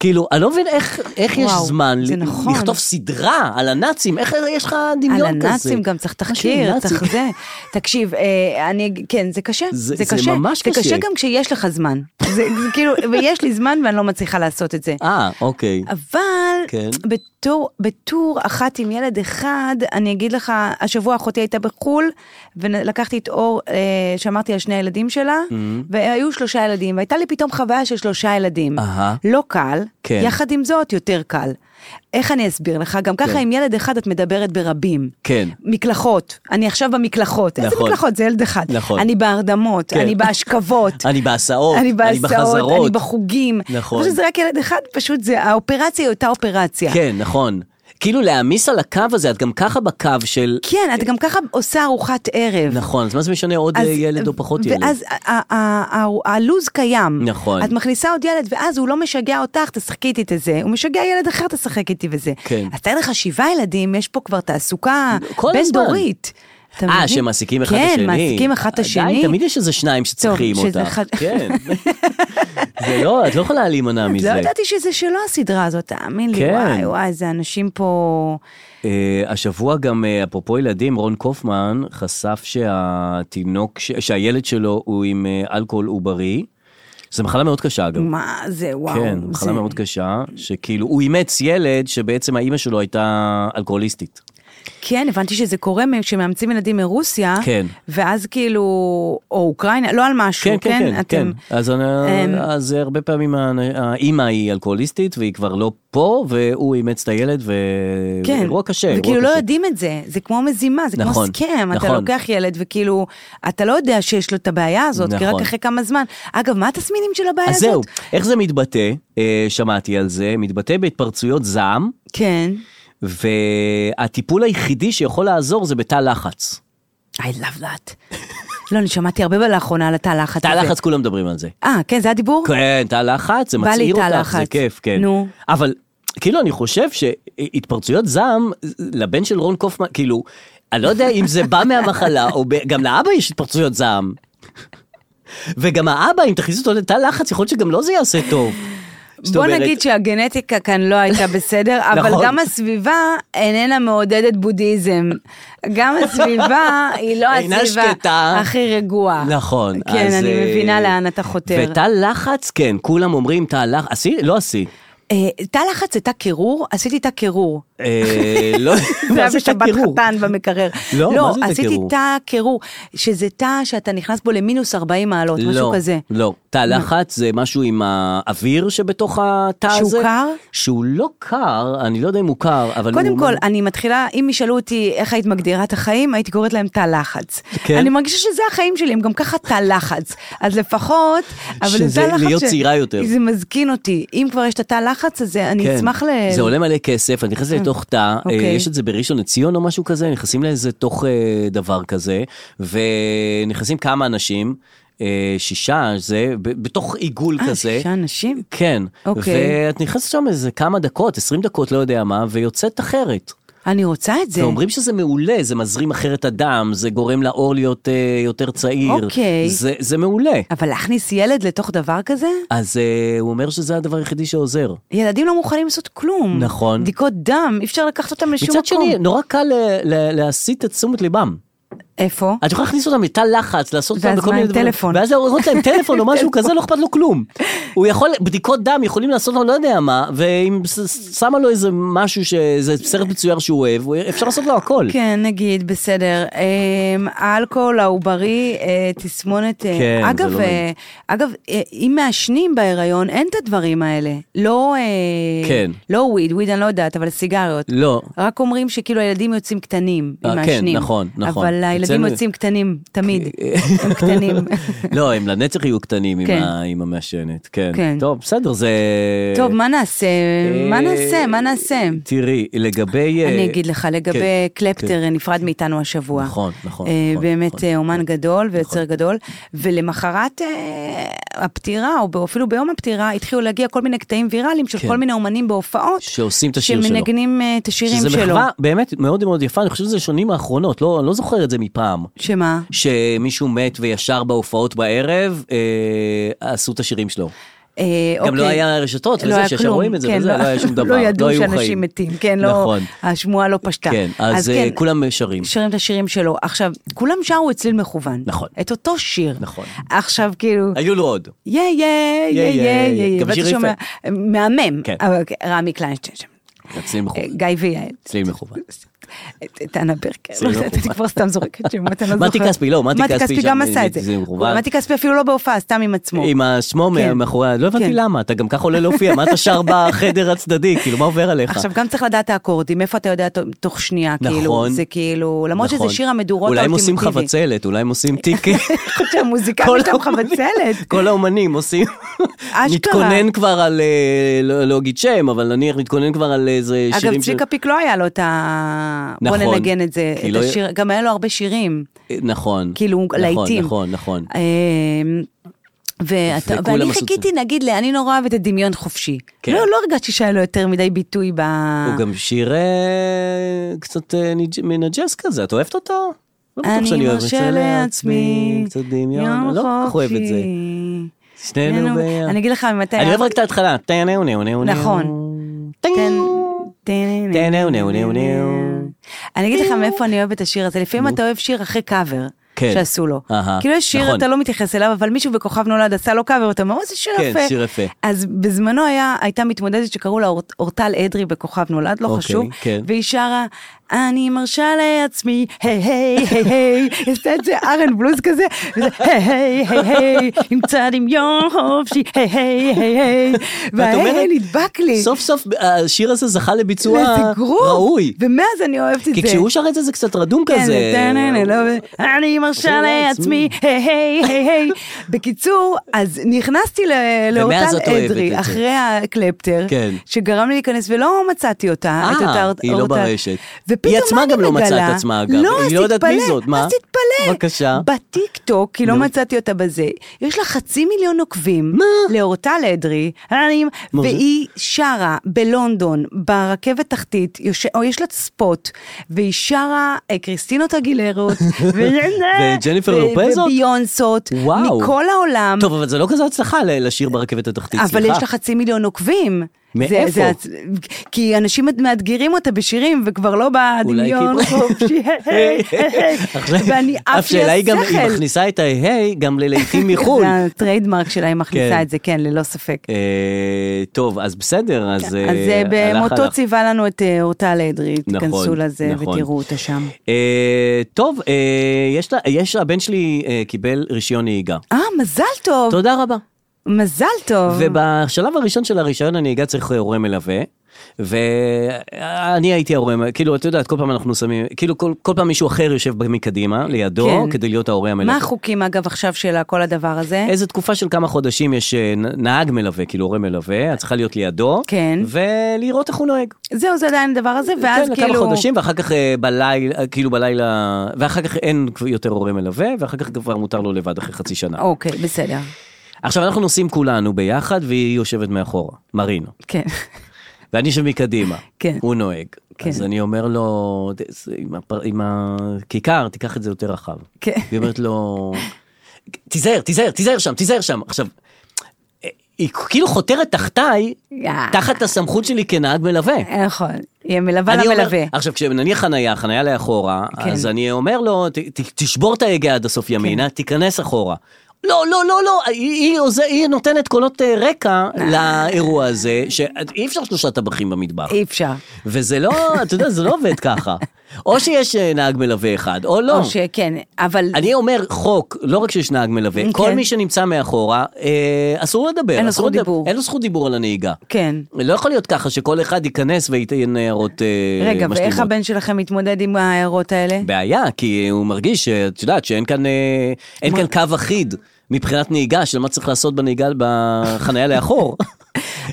Speaker 2: כאילו, אני לא מבין איך, איך יש
Speaker 3: וואו,
Speaker 2: זמן ל-
Speaker 3: זה נכון.
Speaker 2: לכתוב סדרה על הנאצים, איך יש לך דמיון
Speaker 3: על
Speaker 2: כזה?
Speaker 3: הנאצים גם צריך
Speaker 2: משהו עם
Speaker 3: תחקיר,
Speaker 2: נאצים.
Speaker 3: צריך זה. תקשיב, אה, אני, כן, זה קשה,
Speaker 2: זה-
Speaker 3: זה,
Speaker 2: זה
Speaker 3: קשה.
Speaker 2: ממש
Speaker 3: זה
Speaker 2: קשה.
Speaker 3: קשה גם כשיש לך זמן. זה, זה כאילו, ויש לי זמן ואני לא מצליחה לעשות את זה.
Speaker 2: אה, אוקיי.
Speaker 3: אבל
Speaker 2: כן.
Speaker 3: בתור, בתור אחת עם ילד אחד, אני אגיד לך, השבוע אחותי הייתה בחול, ולקחתי את אור, אה, שאמרתי על שני הילדים שלה,
Speaker 2: Mm-hmm.
Speaker 3: והיו שלושה ילדים, והייתה לי פתאום חוויה של שלושה ילדים.
Speaker 2: אהה.
Speaker 3: לא קל,
Speaker 2: כן.
Speaker 3: יחד עם זאת יותר קל. איך אני אסביר לך? גם ככה
Speaker 2: כן.
Speaker 3: עם ילד אחד את מדברת ברבים.
Speaker 2: כן.
Speaker 3: מקלחות, אני עכשיו במקלחות. איזה
Speaker 2: נכון.
Speaker 3: מקלחות? זה ילד אחד.
Speaker 2: נכון.
Speaker 3: אני בהרדמות,
Speaker 2: כן.
Speaker 3: אני בהשכבות.
Speaker 2: אני בהסעות,
Speaker 3: אני
Speaker 2: אני
Speaker 3: בהסעות,
Speaker 2: בחזרות.
Speaker 3: אני בחוגים.
Speaker 2: נכון.
Speaker 3: אני חושבת שזה רק ילד אחד, פשוט זה, האופרציה היא אותה אופרציה.
Speaker 2: כן, נכון. כאילו להעמיס על הקו הזה, את גם ככה בקו של...
Speaker 3: כן, את גם ככה עושה ארוחת ערב.
Speaker 2: נכון, אז מה זה משנה עוד אה, ילד או פחות ילד?
Speaker 3: ואז ה- ה- ה- ה- הלו"ז קיים.
Speaker 2: נכון.
Speaker 3: את מכניסה עוד ילד, ואז הוא לא משגע אותך, תשחקי איתי את זה. הוא משגע ילד אחר, תשחק איתי וזה.
Speaker 2: כן.
Speaker 3: אז תאר לך שבעה ילדים, יש פה כבר תעסוקה
Speaker 2: כל הזמן.
Speaker 3: בין-דורית. אתה מבין?
Speaker 2: אה, שמעסיקים אחד את השני. אה,
Speaker 3: כן, מעסיקים אחד את השני.
Speaker 2: די, תמיד יש איזה שניים שצריכים
Speaker 3: טוב, שזה
Speaker 2: אותך.
Speaker 3: אחד-
Speaker 2: כן. זה לא, את לא יכולה להימנע
Speaker 3: את
Speaker 2: מזה.
Speaker 3: לא ידעתי שזה שלו הסדרה הזאת, תאמין לי,
Speaker 2: כן.
Speaker 3: וואי וואי, זה אנשים פה...
Speaker 2: אה, השבוע גם, אה, אפרופו ילדים, רון קופמן חשף שהתינוק, ש- שהילד שלו הוא עם אה, אלכוהול עוברי. זו מחלה מאוד קשה, אגב.
Speaker 3: מה זה, וואו.
Speaker 2: כן, מחלה מאוד קשה, שכאילו, הוא אימץ ילד שבעצם האימא שלו הייתה אלכוהוליסטית.
Speaker 3: כן, הבנתי שזה קורה מ- כשמאמצים ילדים מרוסיה,
Speaker 2: כן.
Speaker 3: ואז כאילו, או אוקראינה, לא על משהו,
Speaker 2: כן,
Speaker 3: כן?
Speaker 2: כן, כן, כן.
Speaker 3: אתם-
Speaker 2: אז
Speaker 3: אמ,
Speaker 2: אני- אז הרבה פעמים האנ- האימא היא אלכוהוליסטית והיא כבר לא פה, והוא אימץ את הילד, ו-
Speaker 3: כן.
Speaker 2: אירוע קשה, אירוע
Speaker 3: וכאילו לא
Speaker 2: קשה.
Speaker 3: יודעים את זה, זה כמו מזימה, זה כמו
Speaker 2: נכון,
Speaker 3: סכם, אתה
Speaker 2: נכון.
Speaker 3: לוקח ילד וכאילו, אתה לא יודע שיש לו את הבעיה הזאת, כי
Speaker 2: נכון.
Speaker 3: רק אחרי כמה זמן. אגב, מה התסמינים של הבעיה
Speaker 2: אז
Speaker 3: הזאת?
Speaker 2: זהו, איך זה מתבטא? אה, שמעתי על זה, מתבטא בהתפרצויות זעם,
Speaker 3: כן.
Speaker 2: והטיפול היחידי שיכול לעזור זה בתא לחץ.
Speaker 3: I love that. לא, אני שמעתי הרבה לאחרונה על התא לחץ.
Speaker 2: תא
Speaker 3: הזה.
Speaker 2: לחץ כולם מדברים על זה.
Speaker 3: אה, כן, זה הדיבור?
Speaker 2: כן, תא לחץ, זה
Speaker 3: בא לי
Speaker 2: מצעיר
Speaker 3: תא
Speaker 2: אותך, זה
Speaker 3: לחץ.
Speaker 2: כיף, כן.
Speaker 3: נו.
Speaker 2: אבל כאילו אני חושב שהתפרצויות זעם לבן של רון קופמן, כאילו, אני לא יודע אם זה בא מהמחלה, או ב... גם לאבא יש התפרצויות זעם. וגם האבא, אם תכניס אותו לתא לחץ, יכול להיות שגם לו זה יעשה טוב. זאת
Speaker 3: בוא
Speaker 2: אומרת-
Speaker 3: נגיד שהגנטיקה כאן לא הייתה בסדר, אבל
Speaker 2: נכון.
Speaker 3: גם הסביבה איננה מעודדת בודהיזם. גם הסביבה היא לא
Speaker 2: אינה
Speaker 3: הסביבה
Speaker 2: שקטה.
Speaker 3: הכי רגועה.
Speaker 2: נכון.
Speaker 3: כן,
Speaker 2: אז,
Speaker 3: אני
Speaker 2: אה,
Speaker 3: מבינה לאן אתה חותר.
Speaker 2: ותא לחץ, כן, כולם אומרים תא לחץ, השיא? לא השיא.
Speaker 3: אה, תא לחץ זה תא קירור? עשיתי תא קירור.
Speaker 2: אה, לא,
Speaker 3: זה היה
Speaker 2: מה זה תא
Speaker 3: בשבת
Speaker 2: קירור?
Speaker 3: חתן במקרר.
Speaker 2: לא, מה זה תא
Speaker 3: עשיתי
Speaker 2: קירור?
Speaker 3: תא קירור, שזה תא שאתה נכנס בו למינוס 40 מעלות, משהו
Speaker 2: לא,
Speaker 3: כזה.
Speaker 2: לא, תא לחץ זה משהו עם האוויר שבתוך התא הזה.
Speaker 3: שהוא קר?
Speaker 2: שהוא לא קר, אני לא יודע אם הוא קר, אבל הוא...
Speaker 3: קודם כל, אני מתחילה, אם ישאלו אותי איך היית מגדירה את החיים, הייתי קוראת להם תא לחץ.
Speaker 2: כן?
Speaker 3: אני מרגישה שזה החיים שלי, הם גם ככה תא לחץ. אז לפחות, אבל זה
Speaker 2: שזה
Speaker 3: תא לחץ...
Speaker 2: להיות
Speaker 3: ש-
Speaker 2: צעירה יותר.
Speaker 3: זה מזקין אותי. אם כבר יש את התא הלחץ הזה, אני אשמח ל...
Speaker 2: כן. זה עולה מלא כסף, אני נכנס לתוך תא, אה,
Speaker 3: אוקיי.
Speaker 2: יש את זה בראשון לציון או משהו כזה, נכנסים לאיזה תוך אה, דבר כזה, ונכנסים כמה אנשים, אה, שישה, זה, ב- בתוך עיגול
Speaker 3: אה,
Speaker 2: כזה.
Speaker 3: שישה אנשים?
Speaker 2: כן.
Speaker 3: אוקיי.
Speaker 2: ואת נכנסת שם איזה כמה דקות, 20 דקות, לא יודע מה, ויוצאת אחרת.
Speaker 3: אני רוצה את זה.
Speaker 2: ואומרים שזה מעולה, זה מזרים אחרת הדם, זה גורם לעור להיות אה, יותר צעיר.
Speaker 3: אוקיי.
Speaker 2: זה, זה מעולה.
Speaker 3: אבל להכניס ילד לתוך דבר כזה?
Speaker 2: אז אה, הוא אומר שזה הדבר היחידי שעוזר.
Speaker 3: ילדים לא מוכנים לעשות כלום.
Speaker 2: נכון.
Speaker 3: בדיקות דם, אי אפשר לקחת אותם לשום
Speaker 2: מצד
Speaker 3: מקום.
Speaker 2: שני, נורא קל ל- ל- להסיט את תשומת ליבם.
Speaker 3: איפה?
Speaker 2: את יכולה להכניס אותם לתא לחץ, לעשות אותם
Speaker 3: ואז
Speaker 2: בכל
Speaker 3: מה,
Speaker 2: מיני
Speaker 3: עם
Speaker 2: דברים.
Speaker 3: טלפון?
Speaker 2: ואז להראות להם טלפון או משהו כזה, לא אכפת לו כלום. הוא יכול, בדיקות דם יכולים לעשות לו לא יודע מה, ואם ש- שמה לו איזה משהו, ש- איזה סרט מצויר שהוא אוהב, הוא- אפשר לעשות לו הכל.
Speaker 3: כן, נגיד, בסדר. אמ, האלכוהול העוברי, אה, תסמונת... אה,
Speaker 2: כן, זה
Speaker 3: אגב,
Speaker 2: לא נעים.
Speaker 3: אה, אגב, אה, אם מעשנים בהיריון, אין את הדברים האלה. לא... אה,
Speaker 2: כן.
Speaker 3: לא וויד, וויד אני לא יודעת, אבל סיגריות.
Speaker 2: לא.
Speaker 3: רק אומרים שכאילו הילדים יוצאים קטנים, אם
Speaker 2: אה, כן,
Speaker 3: מעשנים.
Speaker 2: נכון, נכון.
Speaker 3: אבל הילדים
Speaker 2: אצלנו-
Speaker 3: יוצאים קטנים, תמיד. הם קטנים.
Speaker 2: לא, הם לנצח יהיו קטנים עם
Speaker 3: כן.
Speaker 2: ה- עם המעשנת, כן.
Speaker 3: כן.
Speaker 2: טוב, בסדר, זה...
Speaker 3: טוב, מה נעשה? מה
Speaker 2: אה,
Speaker 3: נעשה? מה נעשה?
Speaker 2: תראי, לגבי... אה,
Speaker 3: אני אגיד לך, לגבי
Speaker 2: כן,
Speaker 3: קלפטר נפרד מאיתנו השבוע.
Speaker 2: נכון, נכון,
Speaker 3: אה,
Speaker 2: נכון,
Speaker 3: באמת
Speaker 2: נכון.
Speaker 3: אה, אומן גדול ויוצר גדול, ולמחרת אה, הפטירה, או אפילו ביום הפטירה, התחילו להגיע כל מיני קטעים ויראליים של
Speaker 2: כן.
Speaker 3: כל מיני אומנים בהופעות.
Speaker 2: שעושים את השיר שלו.
Speaker 3: שמנגנים אה, את השירים שלו.
Speaker 2: שזה מחווה באמת מאוד מאוד יפה, אני חושב שזה שנים האחרונות, לא, אני לא זוכר את זה מפעם.
Speaker 3: שמה?
Speaker 2: שמישהו מת וישר בהופעות בערב, אה, עשו את השירים שלו.
Speaker 3: אה,
Speaker 2: גם לא
Speaker 3: אוקיי.
Speaker 2: היה רשתות
Speaker 3: לא
Speaker 2: וזה,
Speaker 3: היה
Speaker 2: שישר
Speaker 3: כלום,
Speaker 2: רואים את זה
Speaker 3: כן,
Speaker 2: וזה, לא היה שום דבר,
Speaker 3: לא ידעו
Speaker 2: לא היו
Speaker 3: שאנשים
Speaker 2: חיים.
Speaker 3: מתים, כן, לא,
Speaker 2: נכון.
Speaker 3: השמועה לא פשטה.
Speaker 2: כן, אז אה,
Speaker 3: כן,
Speaker 2: כולם שרים.
Speaker 3: שרים את השירים שלו. עכשיו, כולם שרו אצליל מכוון.
Speaker 2: נכון.
Speaker 3: את אותו שיר.
Speaker 2: נכון.
Speaker 3: עכשיו, כאילו,
Speaker 2: היו לו עוד.
Speaker 3: יא יא
Speaker 2: יא,
Speaker 3: יא יא
Speaker 2: יא.
Speaker 3: יא,
Speaker 2: גם
Speaker 3: ואתה
Speaker 2: שיר
Speaker 3: שומע, אה, מהמם,
Speaker 2: כן.
Speaker 3: אבל רמי קליינשטיין שם,
Speaker 2: צליל
Speaker 3: אה,
Speaker 2: מכוון.
Speaker 3: גיא ויעל,
Speaker 2: צליל מכוון.
Speaker 3: טענה ברקר,
Speaker 2: צליל
Speaker 3: לא יודעת, אני
Speaker 2: מכוון.
Speaker 3: כבר סתם זורקת שמות, אני לא זוכרת.
Speaker 2: מתי כספי, לא, מתי כספי שם,
Speaker 3: גם עשה את זה,
Speaker 2: זה מכוון.
Speaker 3: מתי כספי אפילו לא בהופעה, סתם עם עצמו.
Speaker 2: עם השמו
Speaker 3: כן.
Speaker 2: מאחורי, לא הבנתי
Speaker 3: כן.
Speaker 2: למה, אתה גם ככה עולה להופיע, מה אתה שר בחדר הצדדי, כאילו מה עובר עליך?
Speaker 3: עכשיו גם צריך לדעת את האקורדים, איפה אתה יודע ת- תוך שנייה, כאילו,
Speaker 2: נכון.
Speaker 3: זה כאילו, למרות שזה
Speaker 2: נכון.
Speaker 3: שיר המדורות
Speaker 2: אולי הם
Speaker 3: האולטימטיבי.
Speaker 2: עושים חבצלת, אולי הם עושים טיקי.
Speaker 3: שהמוזיקאים
Speaker 2: כל
Speaker 3: יש להם
Speaker 2: האומנים-
Speaker 3: חבצלת.
Speaker 2: כל האומנים עושים,
Speaker 3: אשכרה.
Speaker 2: נתכונן כבר על, אה, לא לא אגיד שם, אבל נניח נתכונן כבר על איזה שירים
Speaker 3: אגב, צביקה פיק לא היה לו את ה... בוא
Speaker 2: נכון.
Speaker 3: ננגן את זה,
Speaker 2: כי
Speaker 3: את
Speaker 2: לא-
Speaker 3: השיר, גם היה לו הרבה שירים.
Speaker 2: נכון.
Speaker 3: כאילו,
Speaker 2: נכון,
Speaker 3: להיטים.
Speaker 2: נכון, נכון.
Speaker 3: אמ, ואתה,
Speaker 2: וכולם
Speaker 3: ואני
Speaker 2: עשו
Speaker 3: חיכיתי, נגיד, ל- אני נורא אוהבת את דמיון חופשי.
Speaker 2: כן.
Speaker 3: לא, לא הרגשתי שהיה לו יותר מדי ביטוי ב...
Speaker 2: הוא גם לא שיר אה, קצת אה, ניג'- מנג'ס כזה, את אוהבת אותו? לא בטוח שאני
Speaker 3: אני
Speaker 2: אוהב את
Speaker 3: מרשה
Speaker 2: זה
Speaker 3: לעצמי,
Speaker 2: קצת דמיון, אני לא כל כך אוהב את זה. שנינו ביחד.
Speaker 3: אני אגיד לך ממתי...
Speaker 2: אני
Speaker 3: היה-
Speaker 2: אוהב רק את ההתחלה. טנאו נאו נאו נאו.
Speaker 3: נכון. כן.
Speaker 2: טנאו.
Speaker 3: טנננננננננ.
Speaker 2: טנאו נאו נאו נאו.
Speaker 3: אני אגיד לך מאיפה אני אוהבת את השיר הזה, לפעמים אתה אוהב שיר אחרי קאבר.
Speaker 2: כן.
Speaker 3: שעשו לו.
Speaker 2: אהה,
Speaker 3: כאילו יש שיר,
Speaker 2: נכון.
Speaker 3: אתה לא מתייחס אליו, אבל מישהו בכוכב נולד עשה לו קאבר, אתה אומר, "או, זה שיר
Speaker 2: כן,
Speaker 3: יפה.
Speaker 2: שיר יפה.
Speaker 3: אז בזמנו היה, הייתה מתמודדת שקראו לה אור- אורטל אדרי בכוכב נולד, לא
Speaker 2: אוקיי,
Speaker 3: חשוב,
Speaker 2: כן.
Speaker 3: והיא שרה, אני מרשה לעצמי, היי היי היי היי, היא עשתה את זה ארן בלוז כזה, וזה היי היי היי היי, עם צד דמיון חופשי, היי היי היי היי,
Speaker 2: ואת אומרת,
Speaker 3: וההיי נדבק לי.
Speaker 2: סוף סוף אה, השיר הזה זכה לביצוע
Speaker 3: לאיזה גרוב.
Speaker 2: ראוי.
Speaker 3: ומאז אני אוהבת את זה.
Speaker 2: כי כשהוא שר את זה זה קצת רדום
Speaker 3: כן,
Speaker 2: כזה.
Speaker 3: טננה, לא, אני מרשה
Speaker 2: מרשה
Speaker 3: לעצמי,
Speaker 2: לעצמי.
Speaker 3: היי היי היי היי. בקיצור, אז נכנסתי ל- לאורטל
Speaker 2: את אוהבת את
Speaker 3: אדרי,
Speaker 2: זה.
Speaker 3: אחרי הקלפטר,
Speaker 2: כן.
Speaker 3: שגרם לי להיכנס, ולא מצאתי אותה,
Speaker 2: אה,
Speaker 3: את אותה אורטל.
Speaker 2: היא לא ברשת.
Speaker 3: ופתאום
Speaker 2: היא עצמה
Speaker 3: אני
Speaker 2: גם לא
Speaker 3: מגלה-
Speaker 2: מצאה את עצמה, אגב.
Speaker 3: לא,
Speaker 2: היא
Speaker 3: אז
Speaker 2: לא יודעת מי
Speaker 3: תתפלא,
Speaker 2: זאת, מה?
Speaker 3: אז תתפלא.
Speaker 2: בבקשה.
Speaker 3: בטיקטוק, כי לא מצאתי אותה בזה, יש לה חצי מיליון עוקבים.
Speaker 2: מה?
Speaker 3: לאורטל אדרי, אה, אני-
Speaker 2: מה זה?
Speaker 3: והיא שרה בלונדון, ברכבת תחתית, יוש... או יש לה ספוט, והיא שרה אה, קריסטינות אגילרות, ו...
Speaker 2: וג'ניפר
Speaker 3: ו-
Speaker 2: לופזות?
Speaker 3: וביונסות,
Speaker 2: וואו.
Speaker 3: מכל העולם.
Speaker 2: טוב, אבל זה לא כזה הצלחה ל- לשיר ברכבת התחתית, סליחה.
Speaker 3: אבל יש לה חצי מיליון עוקבים.
Speaker 2: מאיפה?
Speaker 3: הצ- כי אנשים מאתגרים אותה בשירים, וכבר לא בדמיון
Speaker 2: אולי כי-
Speaker 3: חופשי, היי, היי, היי.
Speaker 2: עכשיו,
Speaker 3: ואני עף לי
Speaker 2: השאלה היא גם, היא
Speaker 3: השכל.
Speaker 2: מכניסה את ההיי גם ללהיטים מחו"ל.
Speaker 3: זה הטריידמרק שלה, היא מכניסה
Speaker 2: כן.
Speaker 3: את זה, כן, ללא ספק.
Speaker 2: אה, טוב, אז בסדר, אז... אה,
Speaker 3: אז אה,
Speaker 2: הלך,
Speaker 3: במותו
Speaker 2: הלך.
Speaker 3: ציווה לנו את אה, אורטל אדרי,
Speaker 2: נכון,
Speaker 3: תיכנסו לזה
Speaker 2: נכון.
Speaker 3: ותראו אותה שם.
Speaker 2: אה, טוב, אה, יש לה, יש, הבן שלי אה, קיבל רישיון נהיגה.
Speaker 3: אה, מזל טוב,
Speaker 2: תודה רבה.
Speaker 3: מזל טוב.
Speaker 2: ובשלב הראשון של הרישיון הנהיגה צריך אה, הורה מלווה. ואני הייתי ההורה, כאילו, את יודעת, כל פעם אנחנו שמים, כאילו, כל, כל פעם מישהו אחר יושב מקדימה, לידו,
Speaker 3: כן.
Speaker 2: כדי להיות ההורה המלווה.
Speaker 3: מה החוקים, אגב, עכשיו של כל הדבר הזה?
Speaker 2: איזה תקופה של כמה חודשים יש אה, נ- נהג מלווה, כאילו הורה מלווה, את צריכה להיות לידו,
Speaker 3: כן.
Speaker 2: ולראות איך הוא נוהג.
Speaker 3: זהו, זה עדיין הדבר הזה, ואז
Speaker 2: כן,
Speaker 3: כאילו...
Speaker 2: לכמה חודשים, ואחר כך אה, בלילה, כאילו בלילה, ואחר כך אין כבר יותר הורה מלווה, ואחר כך כבר מותר לו לבד אחרי חצי שנה.
Speaker 3: אוקיי, בסדר.
Speaker 2: עכשיו, אנחנו נוסעים כולנו ביחד, והיא יושבת מאחורה, מרינו.
Speaker 3: כן.
Speaker 2: ואני יושב מקדימה,
Speaker 3: כן.
Speaker 2: הוא נוהג.
Speaker 3: כן.
Speaker 2: אז אני אומר לו, "זה- עם, הפר... עם הכיכר, תיקח את זה יותר רחב.
Speaker 3: כן.
Speaker 2: היא אומרת לו, תיזהר, תיזהר, תיזהר שם, תיזהר שם. עכשיו, היא כאילו חותרת תחתיי,
Speaker 3: יאה.
Speaker 2: תחת הסמכות שלי כנהג מלווה.
Speaker 3: נכון. היא מלווה
Speaker 2: אני
Speaker 3: למלווה.
Speaker 2: אומר, עכשיו, כשנניח חנייה, חנייה לאחורה,
Speaker 3: כן.
Speaker 2: אז אני אומר לו, "ת- ת- תשבור את ההגה עד הסוף ימינה, תיכנס אחורה. לא, לא, לא, לא, היא, היא, עוז- היא נותנת קולות אה, רקע לאירוע הזה, שאי אפשר שלושה טבחים במטבח.
Speaker 3: אי אפשר.
Speaker 2: וזה לא, אתה יודע, זה לא עובד ככה. או שיש אה, נהג מלווה אחד, או לא.
Speaker 3: או שכן, אבל
Speaker 2: אני אומר חוק, לא רק שיש נהג מלווה,
Speaker 3: כן.
Speaker 2: כל מי שנמצא מאחורה, אה, אסור לדבר.
Speaker 3: אין לו
Speaker 2: אסור
Speaker 3: זכות
Speaker 2: לדבר-
Speaker 3: דיבור.
Speaker 2: אין לו זכות דיבור על הנהיגה.
Speaker 3: כן.
Speaker 2: לא יכול להיות ככה שכל אחד ייכנס וייתן הערות אה,
Speaker 3: רגע,
Speaker 2: משלימות.
Speaker 3: ואיך הבן שלכם מתמודד עם ההערות האלה?
Speaker 2: בעיה, כי הוא מרגיש, שאת יודעת, שאין כאן, אה, אין כאן קו אחיד מבחינת נהיגה של מה צריך לעשות בנהיגה בחנייה לאחור.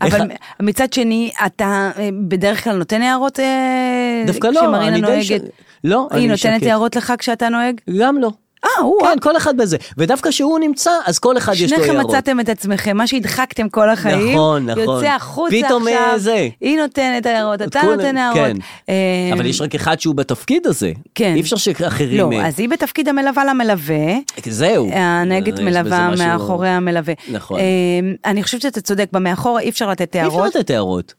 Speaker 2: איך-
Speaker 3: אבל מצד שני, אתה אה, בדרך כלל נותן הערות אה,
Speaker 2: דווקא לא,
Speaker 3: כשמרינה
Speaker 2: אני די
Speaker 3: נוהגת?
Speaker 2: ש- לא,
Speaker 3: היא
Speaker 2: אני
Speaker 3: נותנת
Speaker 2: שקט.
Speaker 3: הערות לך כשאתה נוהג?
Speaker 2: גם לא.
Speaker 3: אה, הוא...
Speaker 2: כן, כל אחד בזה. ודווקא כשהוא נמצא, אז כל אחד יש לו
Speaker 3: שניכם
Speaker 2: הערות.
Speaker 3: מצאתם את עצמכם, מה שהדחקתם כל החיים,
Speaker 2: נכון, נכון.
Speaker 3: יוצא החוצה
Speaker 2: פתאום, אה,
Speaker 3: עכשיו,
Speaker 2: זה.
Speaker 3: היא נותנת הערות, אתה
Speaker 2: כולם-
Speaker 3: נותן הערות.
Speaker 2: כן.
Speaker 3: אה,
Speaker 2: אבל יש רק אחד שהוא בתפקיד הזה.
Speaker 3: כן.
Speaker 2: אי אפשר שאחרים...
Speaker 3: לא,
Speaker 2: אה,
Speaker 3: אז היא בתפקיד המלווה למלווה,
Speaker 2: זהו.
Speaker 3: הנהגת
Speaker 2: אה, יש בזה
Speaker 3: מלווה
Speaker 2: משהו- לא-
Speaker 3: מאחורי המלווה.
Speaker 2: נכון.
Speaker 3: אה, אני חושבת שאתה צודק, במאחורה אי אפשר לתת
Speaker 2: אי אפשר
Speaker 3: הערות,
Speaker 2: לתת הערות.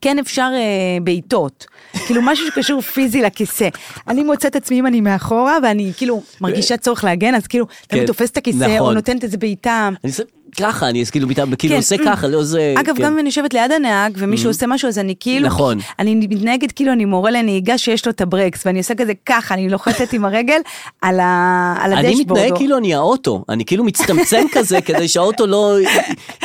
Speaker 3: כן אפשר אה, בעיטות, כאילו משהו שקשור פיזי לכיסא. אני מוצאת עצמי אם אני מאחורה, ואני כאילו מרגישה צורך להגן, אז כאילו, תמיד
Speaker 2: כן,
Speaker 3: תופסת את הכיסא, או
Speaker 2: נכון.
Speaker 3: נותנת איזה בעיטה.
Speaker 2: אני עושה ככה, אני כאילו מתאם- כאילו
Speaker 3: כן,
Speaker 2: עושה
Speaker 3: אמ.
Speaker 2: ככה, לא זה...
Speaker 3: אגב,
Speaker 2: כן. Mm-hmm.
Speaker 3: גם אם אני יושבת ליד הנהג ומישהו עושה משהו, אז אני כאילו,
Speaker 2: נכון.
Speaker 3: אני מתנהגת כאילו אני מורה לנהיגה שיש לו את הברקס, ואני עושה כזה ככה, אני לוחצת עם הרגל על ה- על הדשבורד.
Speaker 2: אני מתנהג
Speaker 3: או-
Speaker 2: כאילו אני האוטו, אני כאילו מצטמצם כזה כדי שהאוטו לא י-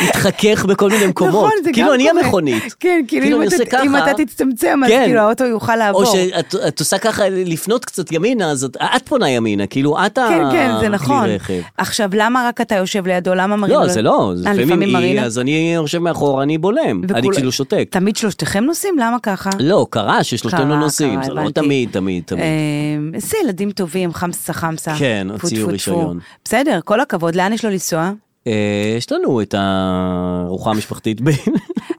Speaker 2: יתחכך בכל מיני מקומות.
Speaker 3: נכון, זה גם
Speaker 2: כאילו אני
Speaker 3: קורה.
Speaker 2: המכונית.
Speaker 3: כן, כאילו אם
Speaker 2: אני
Speaker 3: אתה-
Speaker 2: עושה ככה,
Speaker 3: אם אתה תצטמצם, אז
Speaker 2: כן.
Speaker 3: כאילו האוטו יוכל לעבור.
Speaker 2: או שאת את עושה ככה לפנות קצת ימינה, אז את- את פונה ימינה, כאילו את
Speaker 3: כן, כן, זה
Speaker 2: הכלי
Speaker 3: נכון.
Speaker 2: רכב.
Speaker 3: עכשיו, למה רק אתה יושב לידו? למה מרינה?
Speaker 2: לא, זה לא, זה
Speaker 3: אה,
Speaker 2: לפעמים היא,
Speaker 3: מרינה.
Speaker 2: אז אני יושב מאחורה, אני בולם, אני
Speaker 3: וכול-
Speaker 2: כאילו שותק.
Speaker 3: תמיד שלושתכם נוסעים? למה ככה?
Speaker 2: לא, קרה ששלושתנו
Speaker 3: קרה,
Speaker 2: נוסעים,
Speaker 3: קרה,
Speaker 2: זה לא
Speaker 3: הבנתי.
Speaker 2: תמיד, תמיד, תמיד.
Speaker 3: אה, איזה ילדים טובים, חמסה חמסה.
Speaker 2: כן,
Speaker 3: טפו,
Speaker 2: הוציאו
Speaker 3: טפו, טפו.
Speaker 2: רישיון.
Speaker 3: בסדר, כל הכבוד, לאן יש לו לנסוע?
Speaker 2: אה, יש לנו את הארוחה המשפחתית ב...
Speaker 3: לא,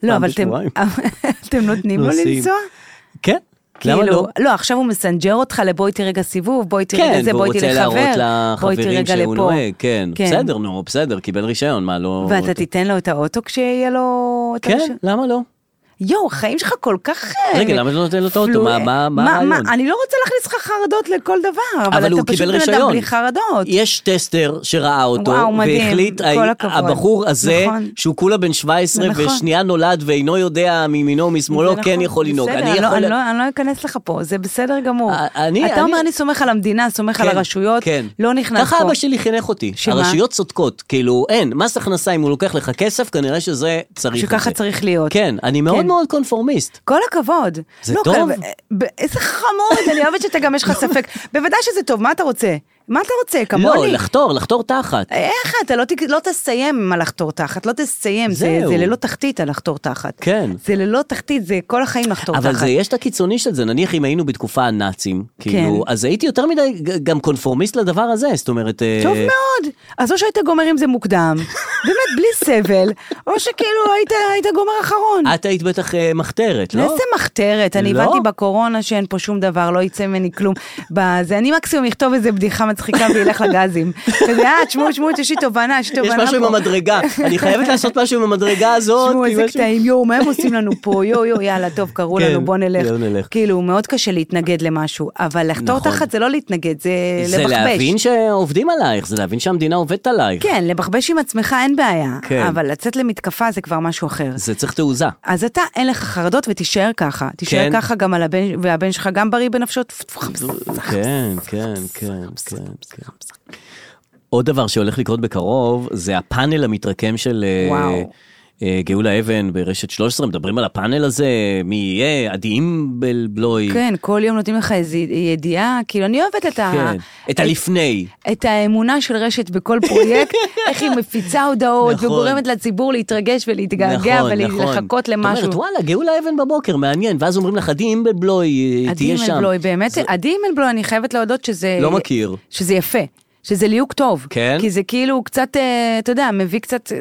Speaker 2: פעם
Speaker 3: אבל אתם,
Speaker 2: בשבועיים.
Speaker 3: אתם נותנים לו
Speaker 2: נוסעים.
Speaker 3: לנסוע?
Speaker 2: כן, למה
Speaker 3: כאילו,
Speaker 2: לא?
Speaker 3: לא, עכשיו הוא מסנג'ר אותך לבואי תראי רגע סיבוב, בואי תראי
Speaker 2: כן,
Speaker 3: רגע זה,
Speaker 2: והוא
Speaker 3: בואי תראי
Speaker 2: רוצה
Speaker 3: לחבר,
Speaker 2: להראות
Speaker 3: בואי תראי
Speaker 2: לחברים
Speaker 3: רגע
Speaker 2: שהוא
Speaker 3: לפה.
Speaker 2: נוהג, כן. בסדר, נו, בסדר, קיבל רישיון, מה לא...
Speaker 3: ואתה תיתן לו את האוטו כשיהיה לו... את
Speaker 2: כן,
Speaker 3: הראשון?
Speaker 2: למה לא?
Speaker 3: יואו, החיים שלך כל כך... אה,
Speaker 2: רגע, למה אתה לא נותן לו את האוטו?
Speaker 3: פלו-
Speaker 2: מה- מה- מה הרעיון?
Speaker 3: אני לא רוצה להכניס לך חרדות לכל דבר, אבל,
Speaker 2: אבל הוא
Speaker 3: אתה פשוט
Speaker 2: קיבל
Speaker 3: בן אדם
Speaker 2: רישיון.
Speaker 3: בלי חרדות.
Speaker 2: יש טסטר שראה אותו,
Speaker 3: וואו, מדהים,
Speaker 2: והחליט,
Speaker 3: כל
Speaker 2: ה-
Speaker 3: הכבוד.
Speaker 2: הבחור הזה,
Speaker 3: נכון.
Speaker 2: שהוא כולה בן 17
Speaker 3: נכון.
Speaker 2: ושנייה נולד ואינו יודע מימינו ומשמאלו,
Speaker 3: זה
Speaker 2: כן
Speaker 3: נכון,
Speaker 2: יכול לנהוג.
Speaker 3: בסדר,
Speaker 2: אני
Speaker 3: אני לא-
Speaker 2: יכול-
Speaker 3: אני לא- אני לא אכנס לך פה, זה בסדר גמור.
Speaker 2: אה, אני-
Speaker 3: אתה אומר,
Speaker 2: אני-
Speaker 3: אני סומך על המדינה, סומך על
Speaker 2: כן,
Speaker 3: הרשויות,
Speaker 2: כן.
Speaker 3: לא נכנס פה.
Speaker 2: ככה אבא שלי חינך אותי.
Speaker 3: שמה?
Speaker 2: הרשויות צודקות, כאילו אין, מס הכנסה אם הוא לוקח לך כסף, כנראה שזה צריך את זה.
Speaker 3: שככה צריך להיות.
Speaker 2: כן, אני מאוד
Speaker 3: כן.
Speaker 2: מאוד קונפורמיסט.
Speaker 3: כל הכבוד.
Speaker 2: זה טוב.
Speaker 3: כ- ב- איזה חמוד, אני אוהבת שאתה גם יש לך ספק. בוודאי שזה טוב, מה אתה רוצה? מה אתה רוצה,
Speaker 2: לא,
Speaker 3: כמוני?
Speaker 2: לחתור, לחתור תחת.
Speaker 3: איך אתה לא, ת- לא תסיים עם הלחתור תחת, לא תסיים, זה,
Speaker 2: זהו.
Speaker 3: זה ללא תחתית הלחתור תחת.
Speaker 2: כן.
Speaker 3: זה ללא תחתית, זה כל החיים לחתור
Speaker 2: אבל
Speaker 3: תחת.
Speaker 2: זה, יש את הקיצוני של זה, נניח אם היינו בתקופה הנאצים, כאילו,
Speaker 3: כן.
Speaker 2: אז הייתי יותר מדי ג- גם קונפורמיסט לדבר הזה, זאת אומרת... אה,
Speaker 3: טוב מאוד, אז או שהיית גומר עם זה מוקדם, באמת בלי סבל, או שכאילו היית, היית גומר אחרון.
Speaker 2: את היית בטח אה, מחתרת, לא?
Speaker 3: איזה מחתרת, אני
Speaker 2: לא.
Speaker 3: הבנתי בקורונה שאין פה שום דבר, לא יצא ממני כלום. בזה, אני מקסימום אכתוב איזה בדיחה מצחיקה וילך לגזים. כזה, אה, תשמעו, תשמעו, יש לי תובנה, יש לי
Speaker 2: יש
Speaker 3: תובנה
Speaker 2: משהו עם
Speaker 3: פה.
Speaker 2: המדרגה, אני חייבת לעשות משהו עם המדרגה הזאת.
Speaker 3: תשמעו
Speaker 2: כי
Speaker 3: איזה
Speaker 2: משהו-
Speaker 3: קטעים, יואו, מה הם עושים לנו פה, יואו, יואו, יאללה, טוב, קראו
Speaker 2: כן,
Speaker 3: לנו, בוא נלך.
Speaker 2: בוא נלך.
Speaker 3: כאילו, מאוד קשה להתנגד למשהו, אבל לחתור
Speaker 2: נכון.
Speaker 3: תחת זה לא להתנגד, זה
Speaker 2: זה
Speaker 3: לבחבש.
Speaker 2: להבין שעובדים עלייך, זה להבין שהמדינה עובדת עלייך.
Speaker 3: כן, לבחבש עם עצמך אין בעיה,
Speaker 2: כן.
Speaker 3: אבל לצאת למתקפה זה כבר משהו אחר.
Speaker 2: זה צריך תעוזה.
Speaker 3: אז אתה, אין לך חרדות ותישאר ככה. תישאר
Speaker 2: כן.
Speaker 3: ככה גם על הבן, והבן שלך גם בריא בנפשו.
Speaker 2: כן, כן, כן, כן, כן. עוד דבר שהולך לקרות בקרוב, זה הפאנל המתרקם של... אה,
Speaker 3: וואו.
Speaker 2: אה, גאולה אבן ברשת 13, מדברים על הפאנל הזה, מי יהיה, עדי אימבלבלוי.
Speaker 3: כן, כל יום נותנים לך איזו ידיעה, כאילו, אני אוהבת את ה...
Speaker 2: כן. את הלפני.
Speaker 3: את האמונה של רשת בכל פרויקט, איך היא מפיצה הודעות
Speaker 2: נכון.
Speaker 3: וגורמת לציבור להתרגש ולהתגעגע
Speaker 2: נכון, נכון.
Speaker 3: ולחכות
Speaker 2: זאת
Speaker 3: למשהו.
Speaker 2: אומרת, וואלה, גאולה אבן בבוקר, מעניין, ואז אומרים לך, עדי אימבלבלוי, היא
Speaker 3: עדי
Speaker 2: תהיה שם.
Speaker 3: מלבלוי, באמת, עדי מלבלוי, אני חייבת להודות שזה...
Speaker 2: לא מכיר.
Speaker 3: שזה יפה. שזה ליהוק טוב,
Speaker 2: כן?
Speaker 3: כי זה כאילו קצת, אה, אתה יודע, מביא קצת אה,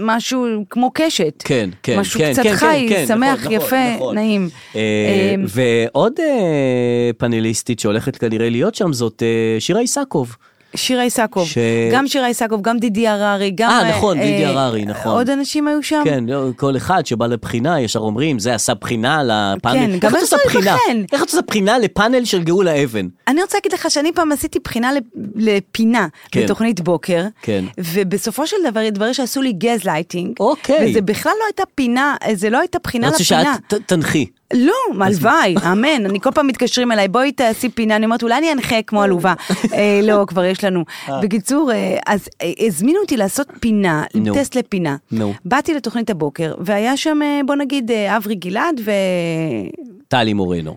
Speaker 3: משהו כמו קשת.
Speaker 2: כן, כן,
Speaker 3: משהו
Speaker 2: כן,
Speaker 3: קצת
Speaker 2: כן,
Speaker 3: חי,
Speaker 2: כן, כן,
Speaker 3: שמח,
Speaker 2: נכון,
Speaker 3: יפה,
Speaker 2: נכון.
Speaker 3: נעים.
Speaker 2: אה,
Speaker 3: אה,
Speaker 2: ועוד אה, פאנליסטית שהולכת כנראה להיות שם זאת אה, שירה איסקוב.
Speaker 3: שירה איסקוב,
Speaker 2: ש-
Speaker 3: ש... גם שירה איסקוב, גם דידי הררי, גם...
Speaker 2: אה, נכון, דידי הררי, נכון.
Speaker 3: עוד אנשים היו שם?
Speaker 2: כן, לא, כל אחד שבא לבחינה, ישר אומרים, זה עשה בחינה לפאנל. איך
Speaker 3: כן, גם
Speaker 2: את
Speaker 3: איך
Speaker 2: עושה
Speaker 3: לא
Speaker 2: בחינה?
Speaker 3: להיבחן?
Speaker 2: איך את עושה בחינה לפאנל של גאולה אבן?
Speaker 3: אני רוצה להגיד לך שאני פעם עשיתי בחינה לפ- לפינה
Speaker 2: כן.
Speaker 3: כן. בתוכנית בוקר,
Speaker 2: כן.
Speaker 3: ובסופו של דבר התברר שעשו לי גז לייטינג,
Speaker 2: אוקיי.
Speaker 3: וזה בכלל לא הייתה פינה, זה לא הייתה בחינה
Speaker 2: אני רוצה שאת
Speaker 3: לפינה.
Speaker 2: ת- תנחי.
Speaker 3: לא, הלוואי, אמן, אני כל פעם מתקשרים אליי, בואי תעשי פינה, אני אומרת, אולי אני אנחה כמו עלובה. אה, לא, כבר יש לנו. בקיצור, אה, אז אה, הזמינו אותי לעשות פינה,
Speaker 2: נו.
Speaker 3: טסט לפינה.
Speaker 2: נו.
Speaker 3: באתי לתוכנית הבוקר, והיה שם, אה, בוא נגיד, אה, אברי גלעד ו...
Speaker 2: טלי מורנו.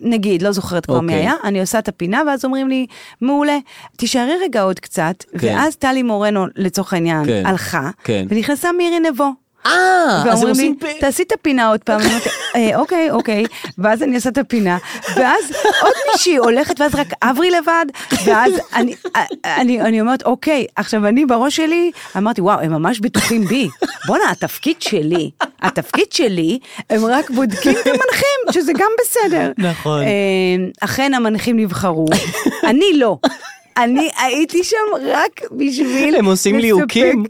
Speaker 3: נגיד, לא זוכרת כבר מי
Speaker 2: אוקיי.
Speaker 3: היה, אני עושה את הפינה, ואז אומרים לי, מעולה, תישארי רגע עוד קצת,
Speaker 2: כן.
Speaker 3: ואז טלי מורנו, לצורך העניין,
Speaker 2: כן.
Speaker 3: הלכה,
Speaker 2: כן.
Speaker 3: ונכנסה מירי נבו.
Speaker 2: אה, אז הם
Speaker 3: ואומרים לי,
Speaker 2: עושים... פ-
Speaker 3: תעשי את הפינה עוד פעם, אני אומרת, "אה, אוקיי, אוקיי, ואז אני עושה את הפינה, ואז עוד מישהי הולכת, ואז רק אברי לבד, ואז אני- אה, אני אני אומרת, אוקיי, עכשיו אני בראש שלי, אמרתי, וואו, הם ממש בטוחים בי, בואנה, התפקיד שלי, התפקיד שלי, הם רק בודקים ומנחים, שזה גם בסדר.
Speaker 2: נכון.
Speaker 3: אה, אכן המנחים נבחרו, אני לא. אני הייתי שם רק בשביל
Speaker 2: הם עושים
Speaker 3: לספק
Speaker 2: ליהוקים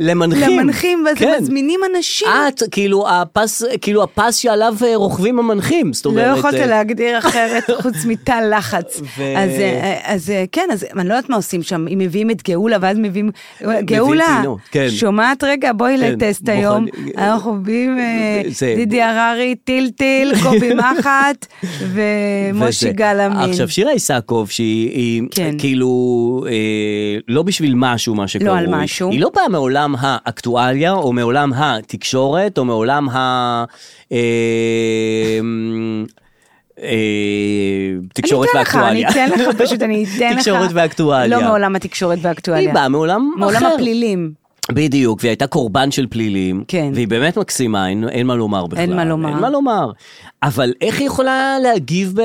Speaker 2: למנחים.
Speaker 3: למנחים, ואז הם
Speaker 2: כן.
Speaker 3: מזמינים אנשים.
Speaker 2: את, כאילו הפס, כאילו הפס שעליו אה, רוכבים המנחים, זאת
Speaker 3: לא
Speaker 2: אומרת...
Speaker 3: יכולת
Speaker 2: אה,
Speaker 3: להגדיר אחרת חוץ מתא לחץ.
Speaker 2: ו-
Speaker 3: אז, אה, אז אה, כן, אז אני לא יודעת מה עושים שם, אם מביאים את גאולה ואז מביאים... גאולה,
Speaker 2: פינות, כן.
Speaker 3: שומעת רגע, בואי
Speaker 2: כן,
Speaker 3: לטסט
Speaker 2: בוחן-
Speaker 3: היום. אנחנו מביאים אה,
Speaker 2: זה-
Speaker 3: דידי הררי, טיל טיל, קובי מחט ומושי
Speaker 2: וזה.
Speaker 3: גלאמין.
Speaker 2: עכשיו, שירה איסקוב, שהיא היא,
Speaker 3: כן.
Speaker 2: כאילו אה, לא בשביל משהו, מה שקרוי.
Speaker 3: על משהו.
Speaker 2: היא לא באה מעולם האקטואליה, או מעולם התקשורת, או מעולם ה... אה, אה, תקשורת
Speaker 3: אני אתן לך,
Speaker 2: ואקטואליה.
Speaker 3: אני אתן לך, פשוט אני אתן לך.
Speaker 2: תקשורת ואקטואליה.
Speaker 3: לא מעולם התקשורת ואקטואליה.
Speaker 2: היא באה מעולם
Speaker 3: מעולם
Speaker 2: אחר.
Speaker 3: הפלילים.
Speaker 2: בדיוק, והיא הייתה קורבן של פלילים,
Speaker 3: כן.
Speaker 2: והיא באמת מקסימה, אין, אין מה לומר בכלל.
Speaker 3: אין מה לומר.
Speaker 2: אין מה לומר. אבל איך היא יכולה להגיב, ב...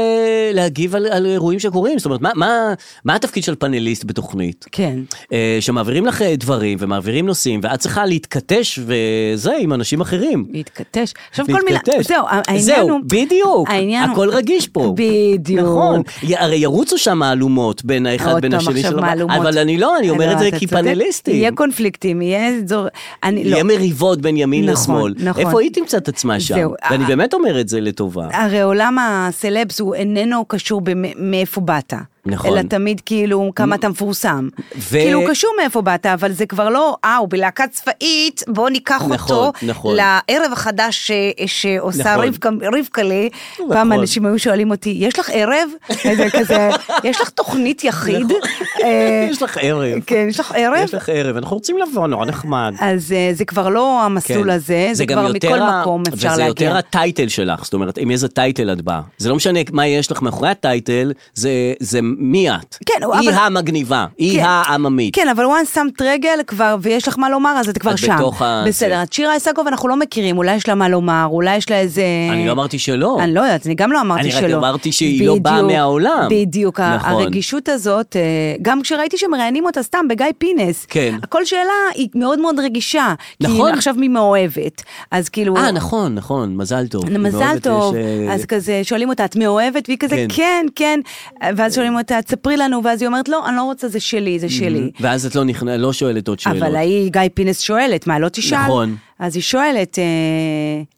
Speaker 2: להגיב על, על אירועים שקורים? זאת אומרת, מה, מה, מה התפקיד של פאנליסט בתוכנית?
Speaker 3: כן.
Speaker 2: אה, שמעבירים לך אה, דברים ומעבירים נושאים, ואת צריכה להתכתש וזה עם אנשים אחרים.
Speaker 3: להתכתש. עכשיו כל מילה,
Speaker 2: להתכתש.
Speaker 3: זהו, העניין
Speaker 2: זהו,
Speaker 3: הוא,
Speaker 2: בדיוק,
Speaker 3: העניין הוא-
Speaker 2: הכל רגיש פה.
Speaker 3: בדיוק.
Speaker 2: נכון, י- הרי ירוצו שם מהלומות בין האחד
Speaker 3: עוד
Speaker 2: בין
Speaker 3: פעם
Speaker 2: השני
Speaker 3: עכשיו
Speaker 2: שלו,
Speaker 3: מהלומות.
Speaker 2: אבל אני לא, אני אומר את זה
Speaker 3: אתה צודק.
Speaker 2: כפאנליסטי.
Speaker 3: יהיה קונפליקטים, יהיה זור... אני לא...
Speaker 2: יהיה מריבות בין ימין
Speaker 3: נכון,
Speaker 2: לשמאל.
Speaker 3: נכון.
Speaker 2: איפה היא תמצא את עצמה שם?
Speaker 3: זהו,
Speaker 2: ואני
Speaker 3: אה,
Speaker 2: באמת אומר את זה לטובה.
Speaker 3: הרי עולם הסלבס הוא איננו קשור במאיפה באת.
Speaker 2: נכון.
Speaker 3: אלא תמיד כאילו כמה אתה מפורסם.
Speaker 2: ו-
Speaker 3: כאילו הוא קשור מאיפה באת, אבל זה כבר לא, אה, הוא בלהקה צבאית, בוא ניקח
Speaker 2: נכון,
Speaker 3: אותו
Speaker 2: נכון.
Speaker 3: לערב החדש ש- שעושה
Speaker 2: נכון.
Speaker 3: רבקה- רבקלה.
Speaker 2: נכון.
Speaker 3: פעם אנשים היו שואלים אותי, יש לך ערב? איזה כזה, יש לך תוכנית יחיד? אה,
Speaker 2: נכון. יש לך ערב.
Speaker 3: כן, יש לך ערב?
Speaker 2: יש לך ערב, אנחנו רוצים לבוא, נורא נחמד.
Speaker 3: אז אה, זה כבר לא המסלול
Speaker 2: כן.
Speaker 3: הזה, זה,
Speaker 2: גם
Speaker 3: כבר
Speaker 2: יותר
Speaker 3: מכל
Speaker 2: ה-
Speaker 3: מקום אפשר
Speaker 2: וזה
Speaker 3: להגיע.
Speaker 2: יותר הטייטל שלך, זאת אומרת, עם איזה טייטל את באה. זה לא משנה מה יש לך מאחורי הטייטל, זה- זה מי את.
Speaker 3: כן,
Speaker 2: היא
Speaker 3: אבל-
Speaker 2: המגניבה, היא
Speaker 3: כן.
Speaker 2: העממית.
Speaker 3: כן, אבל once שמת רגל כבר, ויש לך מה לומר, אז את כבר
Speaker 2: את
Speaker 3: שם.
Speaker 2: בתוך ה-
Speaker 3: בסדר, את שירה איסקוב אנחנו לא מכירים, אולי יש לה מה לומר, אולי יש לה איזה...
Speaker 2: אני לא אמרתי שלא.
Speaker 3: כן. אני לא יודעת, אני גם לא אמרתי
Speaker 2: אני רק
Speaker 3: שלא.
Speaker 2: אמרתי שהיא לא באה
Speaker 3: בדיוק,
Speaker 2: מהעולם.
Speaker 3: בדיוק, ה-
Speaker 2: נכון.
Speaker 3: הרגישות הזאת, אה, גם כשראיתי שמראיינים אותה סתם בגיא פינס,
Speaker 2: כן.
Speaker 3: כל שאלה היא מאוד מאוד רגישה, כי
Speaker 2: נכון.
Speaker 3: היא עכשיו ממאוהבת, אז כאילו...
Speaker 2: אה, נכון, נכון, מזל טוב.
Speaker 3: מזל
Speaker 2: מאוהבת
Speaker 3: טוב,
Speaker 2: יש, אה,
Speaker 3: אז כזה שואלים אותה, את מאוהבת? והיא כזה,
Speaker 2: כן. אה.
Speaker 3: כן, כן. ואז שואלים אותה, תספרי לנו, ואז היא אומרת, לא, אני לא רוצה, זה שלי, זה שלי.
Speaker 2: ואז את לא נכנ- לא שואלת עוד שאלות.
Speaker 3: אבל ההיא, גיא פינס שואלת, מה, לא תשאל?
Speaker 2: נכון.
Speaker 3: אז היא שואלת, אה,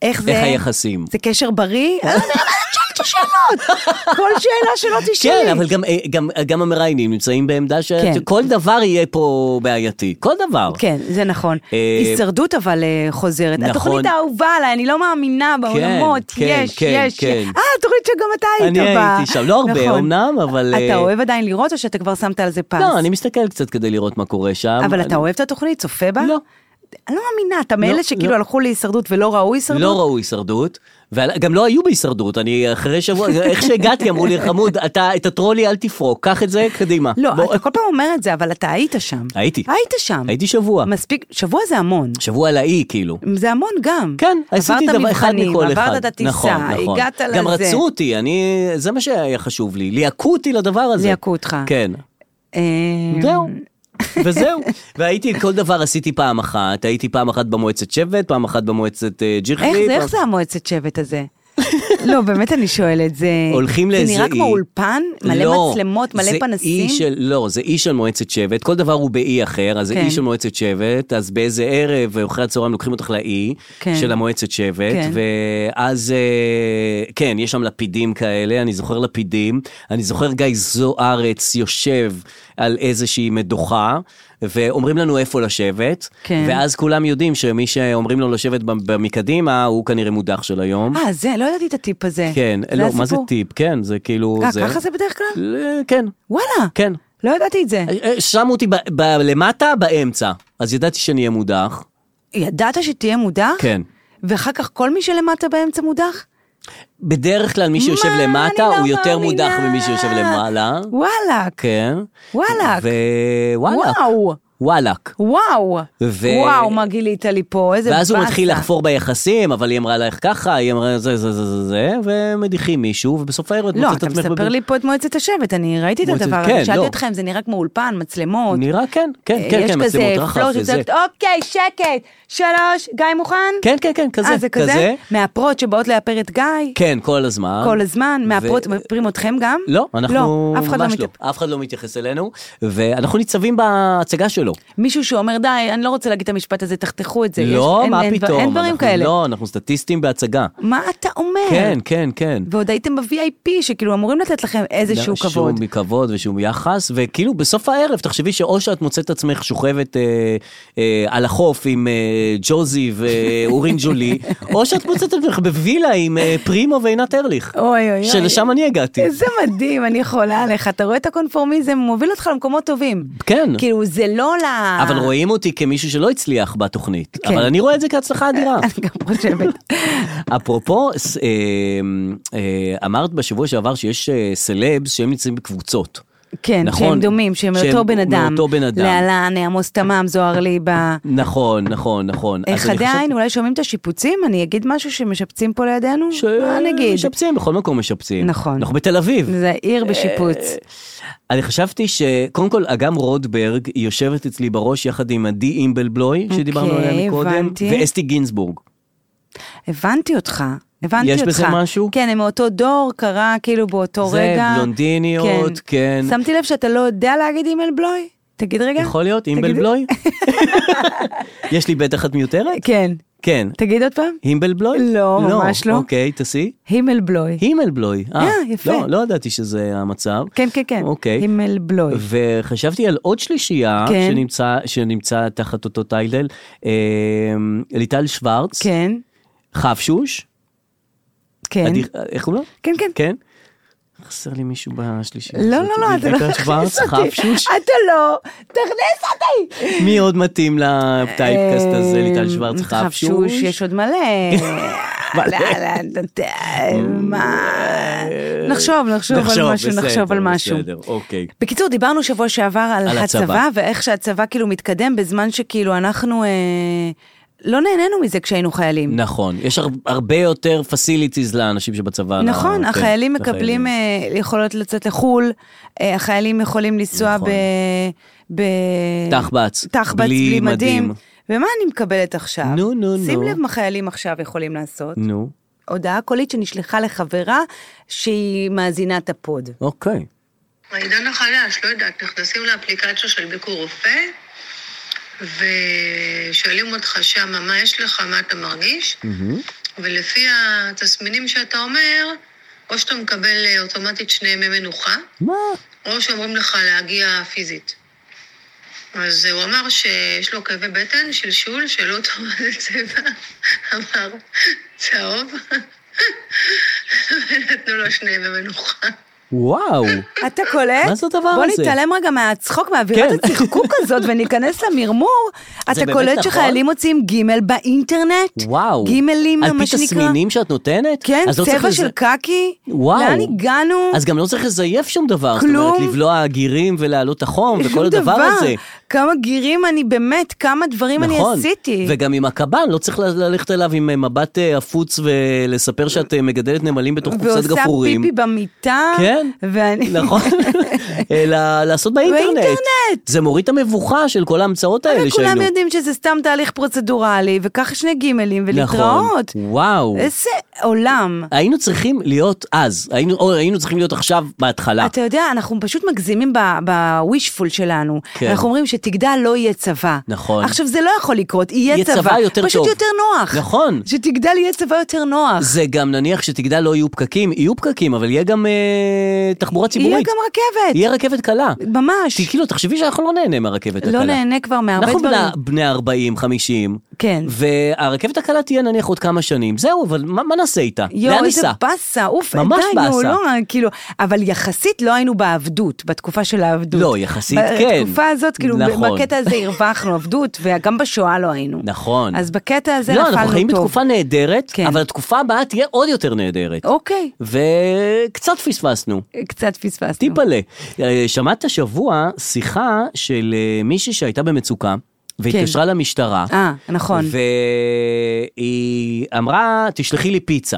Speaker 3: איך זה?
Speaker 2: איך היחסים?
Speaker 3: זה קשר בריא? אני אומרת, "שאלת שאלות, כל שאלה שלא תשאלי.
Speaker 2: כן, אבל גם, אה, גם, גם המראיינים נמצאים בעמדה
Speaker 3: כן.
Speaker 2: שכל דבר יהיה פה בעייתי. כל דבר.
Speaker 3: כן, זה נכון.
Speaker 2: אה,
Speaker 3: הישרדות אבל אה, חוזרת.
Speaker 2: נכון.
Speaker 3: התוכנית האהובה עליי, אני לא מאמינה בעולמות.
Speaker 2: כן,
Speaker 3: יש,
Speaker 2: כן,
Speaker 3: יש.
Speaker 2: כן.
Speaker 3: אה, תוכנית שגם אתה היית
Speaker 2: אני
Speaker 3: בה.
Speaker 2: הייתי שם, לא הרבה
Speaker 3: נכון.
Speaker 2: אומנם, אבל, אה,
Speaker 3: אתה אוהב עדיין לראות או שאתה כבר שמת על זה פס?
Speaker 2: לא, אני מסתכל קצת כדי לראות מה קורה שם.
Speaker 3: אבל
Speaker 2: אני...
Speaker 3: אתה אוהב את התוכנית? צופה בה?
Speaker 2: לא.
Speaker 3: אני לא מאמינה, אתה מאלה שכאילו
Speaker 2: לא.
Speaker 3: הלכו להישרדות ולא ראו הישרדות?
Speaker 2: לא ראו הישרדות, וגם לא היו בהישרדות, אני אחרי שבוע, איך שהגעתי אמרו לי, חמוד, אתה את הטרולי אל תפרוק, קח את זה קדימה.
Speaker 3: לא,
Speaker 2: בוא."
Speaker 3: אתה כל פעם אומר את זה, אבל אתה היית שם.
Speaker 2: הייתי.
Speaker 3: היית שם.
Speaker 2: הייתי שבוע,
Speaker 3: מספיק, שבוע זה המון.
Speaker 2: שבוע על האי כאילו.
Speaker 3: זה המון גם.
Speaker 2: כן, עשיתי
Speaker 3: עברת
Speaker 2: דבר אחד
Speaker 3: מבחנים,
Speaker 2: מכל אחד.
Speaker 3: עברת את הטיסה, הגעת
Speaker 2: גם
Speaker 3: לזה.
Speaker 2: גם רצו אותי, אני, זה מה שהיה חשוב לי, ליהקו אותי לדבר הזה.
Speaker 3: ליהקו אותך.
Speaker 2: כן.
Speaker 3: אה,
Speaker 2: זהו. וזהו, והייתי, כל דבר עשיתי פעם אחת, הייתי פעם אחת במועצת שבט, פעם אחת במועצת אה, ג'יחרי.
Speaker 3: איך זה,
Speaker 2: פעם-
Speaker 3: איך זה המועצת שבט הזה? לא, באמת אני שואלת, זה...
Speaker 2: הולכים לאיזה אי.
Speaker 3: זה נראה כמו אולפן, מלא
Speaker 2: לא,
Speaker 3: מצלמות, מלא
Speaker 2: זה
Speaker 3: פנסים.
Speaker 2: אי של, לא, זה אי של מועצת שבט, כל דבר הוא באי אחר, אז זה
Speaker 3: כן.
Speaker 2: אי של מועצת שבט, אז באיזה ערב אחרי הצהריים לוקחים אותך לאי
Speaker 3: כן.
Speaker 2: של המועצת שבט,
Speaker 3: כן.
Speaker 2: ואז, אה, כן, יש שם לפידים כאלה, אני זוכר לפידים, אני זוכר גיא זוארץ יושב על איזושהי מדוכה. ואומרים לנו איפה לשבת,
Speaker 3: כן.
Speaker 2: ואז כולם יודעים שמי שאומרים לו לשבת במ- מקדימה, הוא כנראה מודח של היום.
Speaker 3: אה, זה, לא ידעתי את הטיפ הזה.
Speaker 2: כן,
Speaker 3: זה
Speaker 2: לא, מה זה
Speaker 3: הסיפור?
Speaker 2: טיפ? כן, זה כאילו...
Speaker 3: אה, ככה זה בדרך כלל?
Speaker 2: ל- כן,
Speaker 3: וואלה.
Speaker 2: כן.
Speaker 3: לא ידעתי את זה.
Speaker 2: אה, שמו אותי ב- ב- למטה, באמצע, אז ידעתי שאני אהיה מודח.
Speaker 3: ידעת שתהיה מודח?
Speaker 2: כן.
Speaker 3: ואחר כך כל מי שלמטה באמצע מודח?
Speaker 2: בדרך כלל מי שיושב
Speaker 3: מה?
Speaker 2: למטה
Speaker 3: אני לא
Speaker 2: הוא יותר מודח
Speaker 3: מאמינה.
Speaker 2: ממי שיושב למעלה.
Speaker 3: וואלאק.
Speaker 2: כן.
Speaker 3: וואלאק.
Speaker 2: ווואלאק.
Speaker 3: וואו.
Speaker 2: וואלאק.
Speaker 3: וואו.
Speaker 2: ו-
Speaker 3: וואו, מה גילית לי פה, איזה באסה.
Speaker 2: ואז הוא מתחיל לחפור ביחסים, אבל היא אמרה לך ככה, היא אמרה זה, זה, זה, זה, זה, ומדיחים מישהו, ובסוף הערב את
Speaker 3: לא,
Speaker 2: מוצאת
Speaker 3: אתה
Speaker 2: את עצמך...
Speaker 3: מספר
Speaker 2: בב-
Speaker 3: לי פה את מועצת השבט, אני ראיתי את
Speaker 2: מועצת-
Speaker 3: הדבר
Speaker 2: כן,
Speaker 3: הזה, שאלתי
Speaker 2: לא.
Speaker 3: אותך אם זה נראה כמו אולפן, מצלמות.
Speaker 2: נראה כן, כן,
Speaker 3: אה,
Speaker 2: כן, כן,
Speaker 3: יש
Speaker 2: מצלמות
Speaker 3: כזה
Speaker 2: רחב
Speaker 3: פלוט
Speaker 2: וזה.
Speaker 3: שצריך, אוקיי, שקט, שלוש, גיא מוכן?
Speaker 2: כן, כן, כן, כזה,
Speaker 3: אה, זה כזה?
Speaker 2: כזה.
Speaker 3: מהפרות שבאות לאפר את גיא?
Speaker 2: כן, כל הזמן.
Speaker 3: כל הזמן? מהפרות, מפרים אתכם גם?
Speaker 2: לא, אנחנו
Speaker 3: לא, אף אחד לא
Speaker 2: ממש לא,
Speaker 3: מתאפ-
Speaker 2: אף אחד לא מתייחס אלינו, ואנחנו ניצבים בהצגה שלו.
Speaker 3: מישהו שאומר, די, אני לא רוצה להגיד את המשפט הזה, תחתכו את זה.
Speaker 2: לא,
Speaker 3: יש- אין-
Speaker 2: מה
Speaker 3: אין דבר-
Speaker 2: פתאום,
Speaker 3: אין דברים
Speaker 2: אנחנו,
Speaker 3: כאלה.
Speaker 2: לא, אנחנו סטטיסטים בהצגה.
Speaker 3: מה אתה אומר?
Speaker 2: כן, כן, כן.
Speaker 3: ועוד הייתם ב-VIP, שכאילו אמורים לתת לכם איזשהו כבוד.
Speaker 2: לא, שום כבוד ושום יחס, וכאילו בסוף הערב, תחשבי שאו שאת מוצאת עצמך שוכבת אה, אה, על החוף עם אה, ג'וזי ואורין ג'ולי, או שאת מוצאת עצמך בווילה עם אה, פרימו ועינת ארליך.
Speaker 3: אוי, אוי, אוי.
Speaker 2: שלשם אני הגעתי.
Speaker 3: איזה מדהים, אני חולה עליך. אתה רואה את הקונפורמיזם, הוא מוביל אותך למקומות טובים.
Speaker 2: כן.
Speaker 3: כאילו, זה לא ל...
Speaker 2: אבל רואים אותי כמישהו שלא הצליח בתוכנית,
Speaker 3: כן.
Speaker 2: אבל אני רואה את זה כהצלחה אדירה.
Speaker 3: אני גם חושבת.
Speaker 2: אפרופו, ס- אה, אה, אמרת בשבוע שעבר שיש אה, סלבס שהם נמצאים בקבוצות.
Speaker 3: כן,
Speaker 2: נכון.
Speaker 3: שהם דומים, שהם
Speaker 2: שהם
Speaker 3: מאותו בן אדם.
Speaker 2: מאותו בן אדם.
Speaker 3: להלן, עמוס תמם, זוהר ליבה.
Speaker 2: נכון, נכון, נכון.
Speaker 3: איך
Speaker 2: אז אני חושב
Speaker 3: עדיין, אולי שומעים את השיפוצים? אני אגיד משהו שמשפצים פה לידינו?
Speaker 2: ש-
Speaker 3: מה אה, נגיד?
Speaker 2: משפצים, בכל מקום משפצים.
Speaker 3: נכון.
Speaker 2: אנחנו בתל אביב.
Speaker 3: זה עיר בשיפוץ.
Speaker 2: אני חשבתי שקודם כל אגם רודברג היא יושבת אצלי בראש יחד עם עדי אימבלבלוי שדיברנו
Speaker 3: אוקיי,
Speaker 2: עליה מקודם,
Speaker 3: הבנתי.
Speaker 2: ואסתי גינזבורג.
Speaker 3: הבנתי אותך, הבנתי
Speaker 2: יש
Speaker 3: אותך.
Speaker 2: בזה משהו?
Speaker 3: כן, הם מאותו דור, קרה כאילו באותו
Speaker 2: זה
Speaker 3: רגע.
Speaker 2: בלונדיניות, כן.
Speaker 3: שמתי לב שאתה לא יודע להגיד אימייל בלוי? תגיד רגע.
Speaker 2: יכול להיות
Speaker 3: תגיד-
Speaker 2: אימבלבלוי? יש לי בית אחת מיותרת?
Speaker 3: כן.
Speaker 2: כן.
Speaker 3: תגיד עוד פעם.
Speaker 2: הימבלבלוי?
Speaker 3: לא, ממש לא.
Speaker 2: אוקיי, תעשי.
Speaker 3: הימל בלוי.
Speaker 2: הימלבלוי.
Speaker 3: אה, יפה.
Speaker 2: לא, לא ידעתי שזה המצב.
Speaker 3: כן, כן, כן.
Speaker 2: אוקיי.
Speaker 3: הימל בלוי.
Speaker 2: וחשבתי על עוד שלישייה
Speaker 3: כן.
Speaker 2: שנמצא, שנמצא תחת אותו טייטל, אה, ליטל שוורץ,
Speaker 3: כן,
Speaker 2: חפשוש,
Speaker 3: כן.
Speaker 2: עדי- איך הוא לא?
Speaker 3: כן, כן.
Speaker 2: כן? חסר לי מישהו בשלישייה.
Speaker 3: לא,
Speaker 2: הזאת.
Speaker 3: לא, לא, אתה לא
Speaker 2: ליטל שוורץ,
Speaker 3: תכניס אותי.
Speaker 2: חפשוש,
Speaker 3: אתה לא, תכניס אותי.
Speaker 2: מי עוד מתאים לטייפקאסט הזה,
Speaker 3: אה,
Speaker 2: ליטל שוורץ, חפשוש?
Speaker 3: יש עוד מלא.
Speaker 2: מלא.
Speaker 3: לא, לא, לא, אה, מה? נחשוב, נחשוב על משהו,
Speaker 2: בסדר,
Speaker 3: נחשוב על משהו.
Speaker 2: בסדר, אוקיי.
Speaker 3: בקיצור, דיברנו שבוע שעבר על,
Speaker 2: על
Speaker 3: הצבא.
Speaker 2: הצבא.
Speaker 3: ואיך שהצבא כאילו מתקדם בזמן שכאילו אנחנו אה, לא נהנינו מזה כשהיינו חיילים.
Speaker 2: נכון, יש הר- הרבה יותר פסיליטיז לאנשים שבצבא.
Speaker 3: נכון,
Speaker 2: לא, כן,
Speaker 3: החיילים
Speaker 2: לחיילים.
Speaker 3: מקבלים אה, יכולות לצאת לחו"ל, אה, החיילים יכולים לנסוע
Speaker 2: נכון.
Speaker 3: ב... ב...
Speaker 2: תחבץ.
Speaker 3: תחבץ,
Speaker 2: בלי
Speaker 3: בלי
Speaker 2: מדים.
Speaker 3: מדים. ומה אני מקבלת עכשיו?
Speaker 2: נו, נו,
Speaker 3: שים
Speaker 2: נו.
Speaker 3: לב מה חיילים עכשיו יכולים לעשות.
Speaker 2: נו,
Speaker 3: הודעה קולית שנשלחה לחברה שהיא מאזינת הפוד.
Speaker 2: אוקיי.
Speaker 4: העידן החדש, לא יודעת, נכנסים לאפליקציה של ביקור רופא, ושואלים אותך שמה מה יש לך, מה אתה מרגיש, ולפי התסמינים שאתה אומר, או שאתה מקבל אה, אוטומטית שני ימי מנוחה,
Speaker 2: מה?
Speaker 4: או שאומרים לך להגיע פיזית. אז הוא אמר שיש לו כאבי בטן, שלשול, שאלו אותו מה זה צבע, אמר, צהוב, ונתנו לו שני ימי מנוחה.
Speaker 2: וואו.
Speaker 3: אתה קולט?
Speaker 2: מה זה הדבר
Speaker 3: בוא
Speaker 2: הזה?
Speaker 3: נתעלם רגע מהצחוק, מאווירת
Speaker 2: כן.
Speaker 3: הצחקוק הזאת וניכנס למרמור. אתה
Speaker 2: באמת
Speaker 3: קולט
Speaker 2: נכון?
Speaker 3: שחיילים מוציאים גימל באינטרנט?
Speaker 2: וואו.
Speaker 3: גימלים, מה שנקרא.
Speaker 2: על פי תסמינים שאת נותנת?
Speaker 3: כן,
Speaker 2: אז לא צריך
Speaker 3: צבע
Speaker 2: לזה-
Speaker 3: של קקי?
Speaker 2: וואו.
Speaker 3: לאן הגענו?
Speaker 2: אז גם לא צריך לזייף שום דבר.
Speaker 3: כלום.
Speaker 2: זאת אומרת, לבלוע גירים ולהעלות את החום וכל
Speaker 3: שום
Speaker 2: הדבר
Speaker 3: דבר.
Speaker 2: הזה.
Speaker 3: כמה גירים אני באמת, כמה דברים אני
Speaker 2: נכון.
Speaker 3: עשיתי.
Speaker 2: וגם עם הקב"ן, לא צריך ל- ללכת אליו עם אה, מבט אה, עפוץ ולספר שאת אה, מגדלת נמלים בתוך קופסת
Speaker 3: ועושה
Speaker 2: גפרורים.
Speaker 3: פיפי במיטה.
Speaker 2: כן,
Speaker 3: ואני...
Speaker 2: נכון, אלא לעשות באינטרנט.
Speaker 3: באינטרנט.
Speaker 2: זה מוריד את המבוכה של כל ההמצאות האלה
Speaker 3: וכולם
Speaker 2: שהיינו.
Speaker 3: יודעים שזה סתם תהליך פרוצדורלי, וככה שני גימלים, ולהתראות.
Speaker 2: נכון. וואו.
Speaker 3: איזה עולם.
Speaker 2: היינו צריכים להיות אז, היינו, או היינו צריכים להיות עכשיו בהתחלה.
Speaker 3: אתה יודע, אנחנו פשוט מגזימים בווישפול שלנו.
Speaker 2: כן.
Speaker 3: אנחנו אומרים שתגדל לא יהיה צבא.
Speaker 2: נכון.
Speaker 3: עכשיו, זה לא יכול לקרות, יהיה,
Speaker 2: יהיה צבא יותר
Speaker 3: פשוט
Speaker 2: טוב.
Speaker 3: יותר נוח.
Speaker 2: נכון.
Speaker 3: שתגדל יהיה צבא יותר נוח.
Speaker 2: זה גם נניח שתגדל לא יהיו פקקים, יהיו פקקים, אבל יהיה גם אה, תחבורה ציבורית.
Speaker 3: יהיה גם רכבת.
Speaker 2: יהיה רכבת קלה.
Speaker 3: ממש.
Speaker 2: כי כאילו, תחשבי שאנחנו לא נהנה מהרכבת הקלה.
Speaker 3: לא נהנה כבר מהרבה
Speaker 2: אנחנו
Speaker 3: דברים.
Speaker 2: בני- בני 40, 50.
Speaker 3: כן.
Speaker 2: והרכבת הקלה תהיה נניח עוד כמה שנים. זהו, אבל מה מה נעשה איתה? לאן
Speaker 3: יואו, איזה
Speaker 2: ניסע?
Speaker 3: באסה, אוף,
Speaker 2: ממש
Speaker 3: די, נו,
Speaker 2: באסה.
Speaker 3: לא, כאילו, אבל יחסית לא היינו בעבדות, בתקופה של העבדות.
Speaker 2: לא, יחסית, כן.
Speaker 3: בתקופה הזאת, כאילו,
Speaker 2: נכון.
Speaker 3: בקטע הזה הרווחנו עבדות, וגם בשואה לא היינו.
Speaker 2: נכון.
Speaker 3: אז בקטע הזה
Speaker 2: לא,
Speaker 3: נפלנו טוב.
Speaker 2: אנחנו חיים בתקופה נהדרת,
Speaker 3: כן.
Speaker 2: אבל התקופה הבאה תהיה עוד יותר נהדרת.
Speaker 3: אוקיי,
Speaker 2: וקצת פספסנו.
Speaker 3: קצת פספסנו.
Speaker 2: טיפלה. אה, שמעת השבוע שיחה של אה, מישהי שהייתה במצוקה, והתקשרה למשטרה.
Speaker 3: אה, נכון.
Speaker 2: והיא אמרה, תשלחי לי פיצה.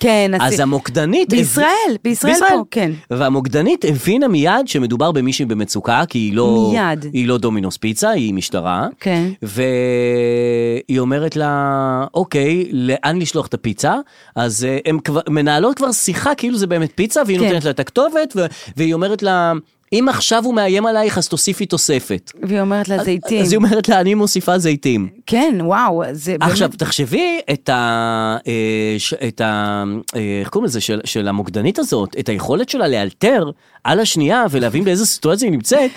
Speaker 3: כן,
Speaker 2: אז
Speaker 3: עשי-
Speaker 2: המוקדנית...
Speaker 3: בישראל, בישראל פה, כן.
Speaker 2: והמוקדנית הבינה מיד שמדובר במישהי במצוקה, כי היא לא...
Speaker 3: מיד.
Speaker 2: היא לא דומינוס פיצה, היא משטרה.
Speaker 3: כן.
Speaker 2: והיא אומרת לה, אוקיי, לאן לשלוח את הפיצה? אז אה, הן כבר, מנהלות כבר שיחה כאילו זה באמת פיצה, והיא
Speaker 3: כן.
Speaker 2: נותנת לה את הכתובת, ו- והיא אומרת לה, אם עכשיו הוא מאיים עלייך, אז תוסיפי תוספת.
Speaker 3: והיא אומרת לה זיתים.
Speaker 2: אז היא אומרת לה, אני מוסיפה זיתים.
Speaker 3: כן, וואו, זה באמת...
Speaker 2: עכשיו, תחשבי את ה... אה, ש- את ה... אה, איך קוראים לזה? של, של המוקדנית הזאת, את היכולת שלה לאלתר על השנייה ולהבין באיזה סיטואציה היא נמצאת.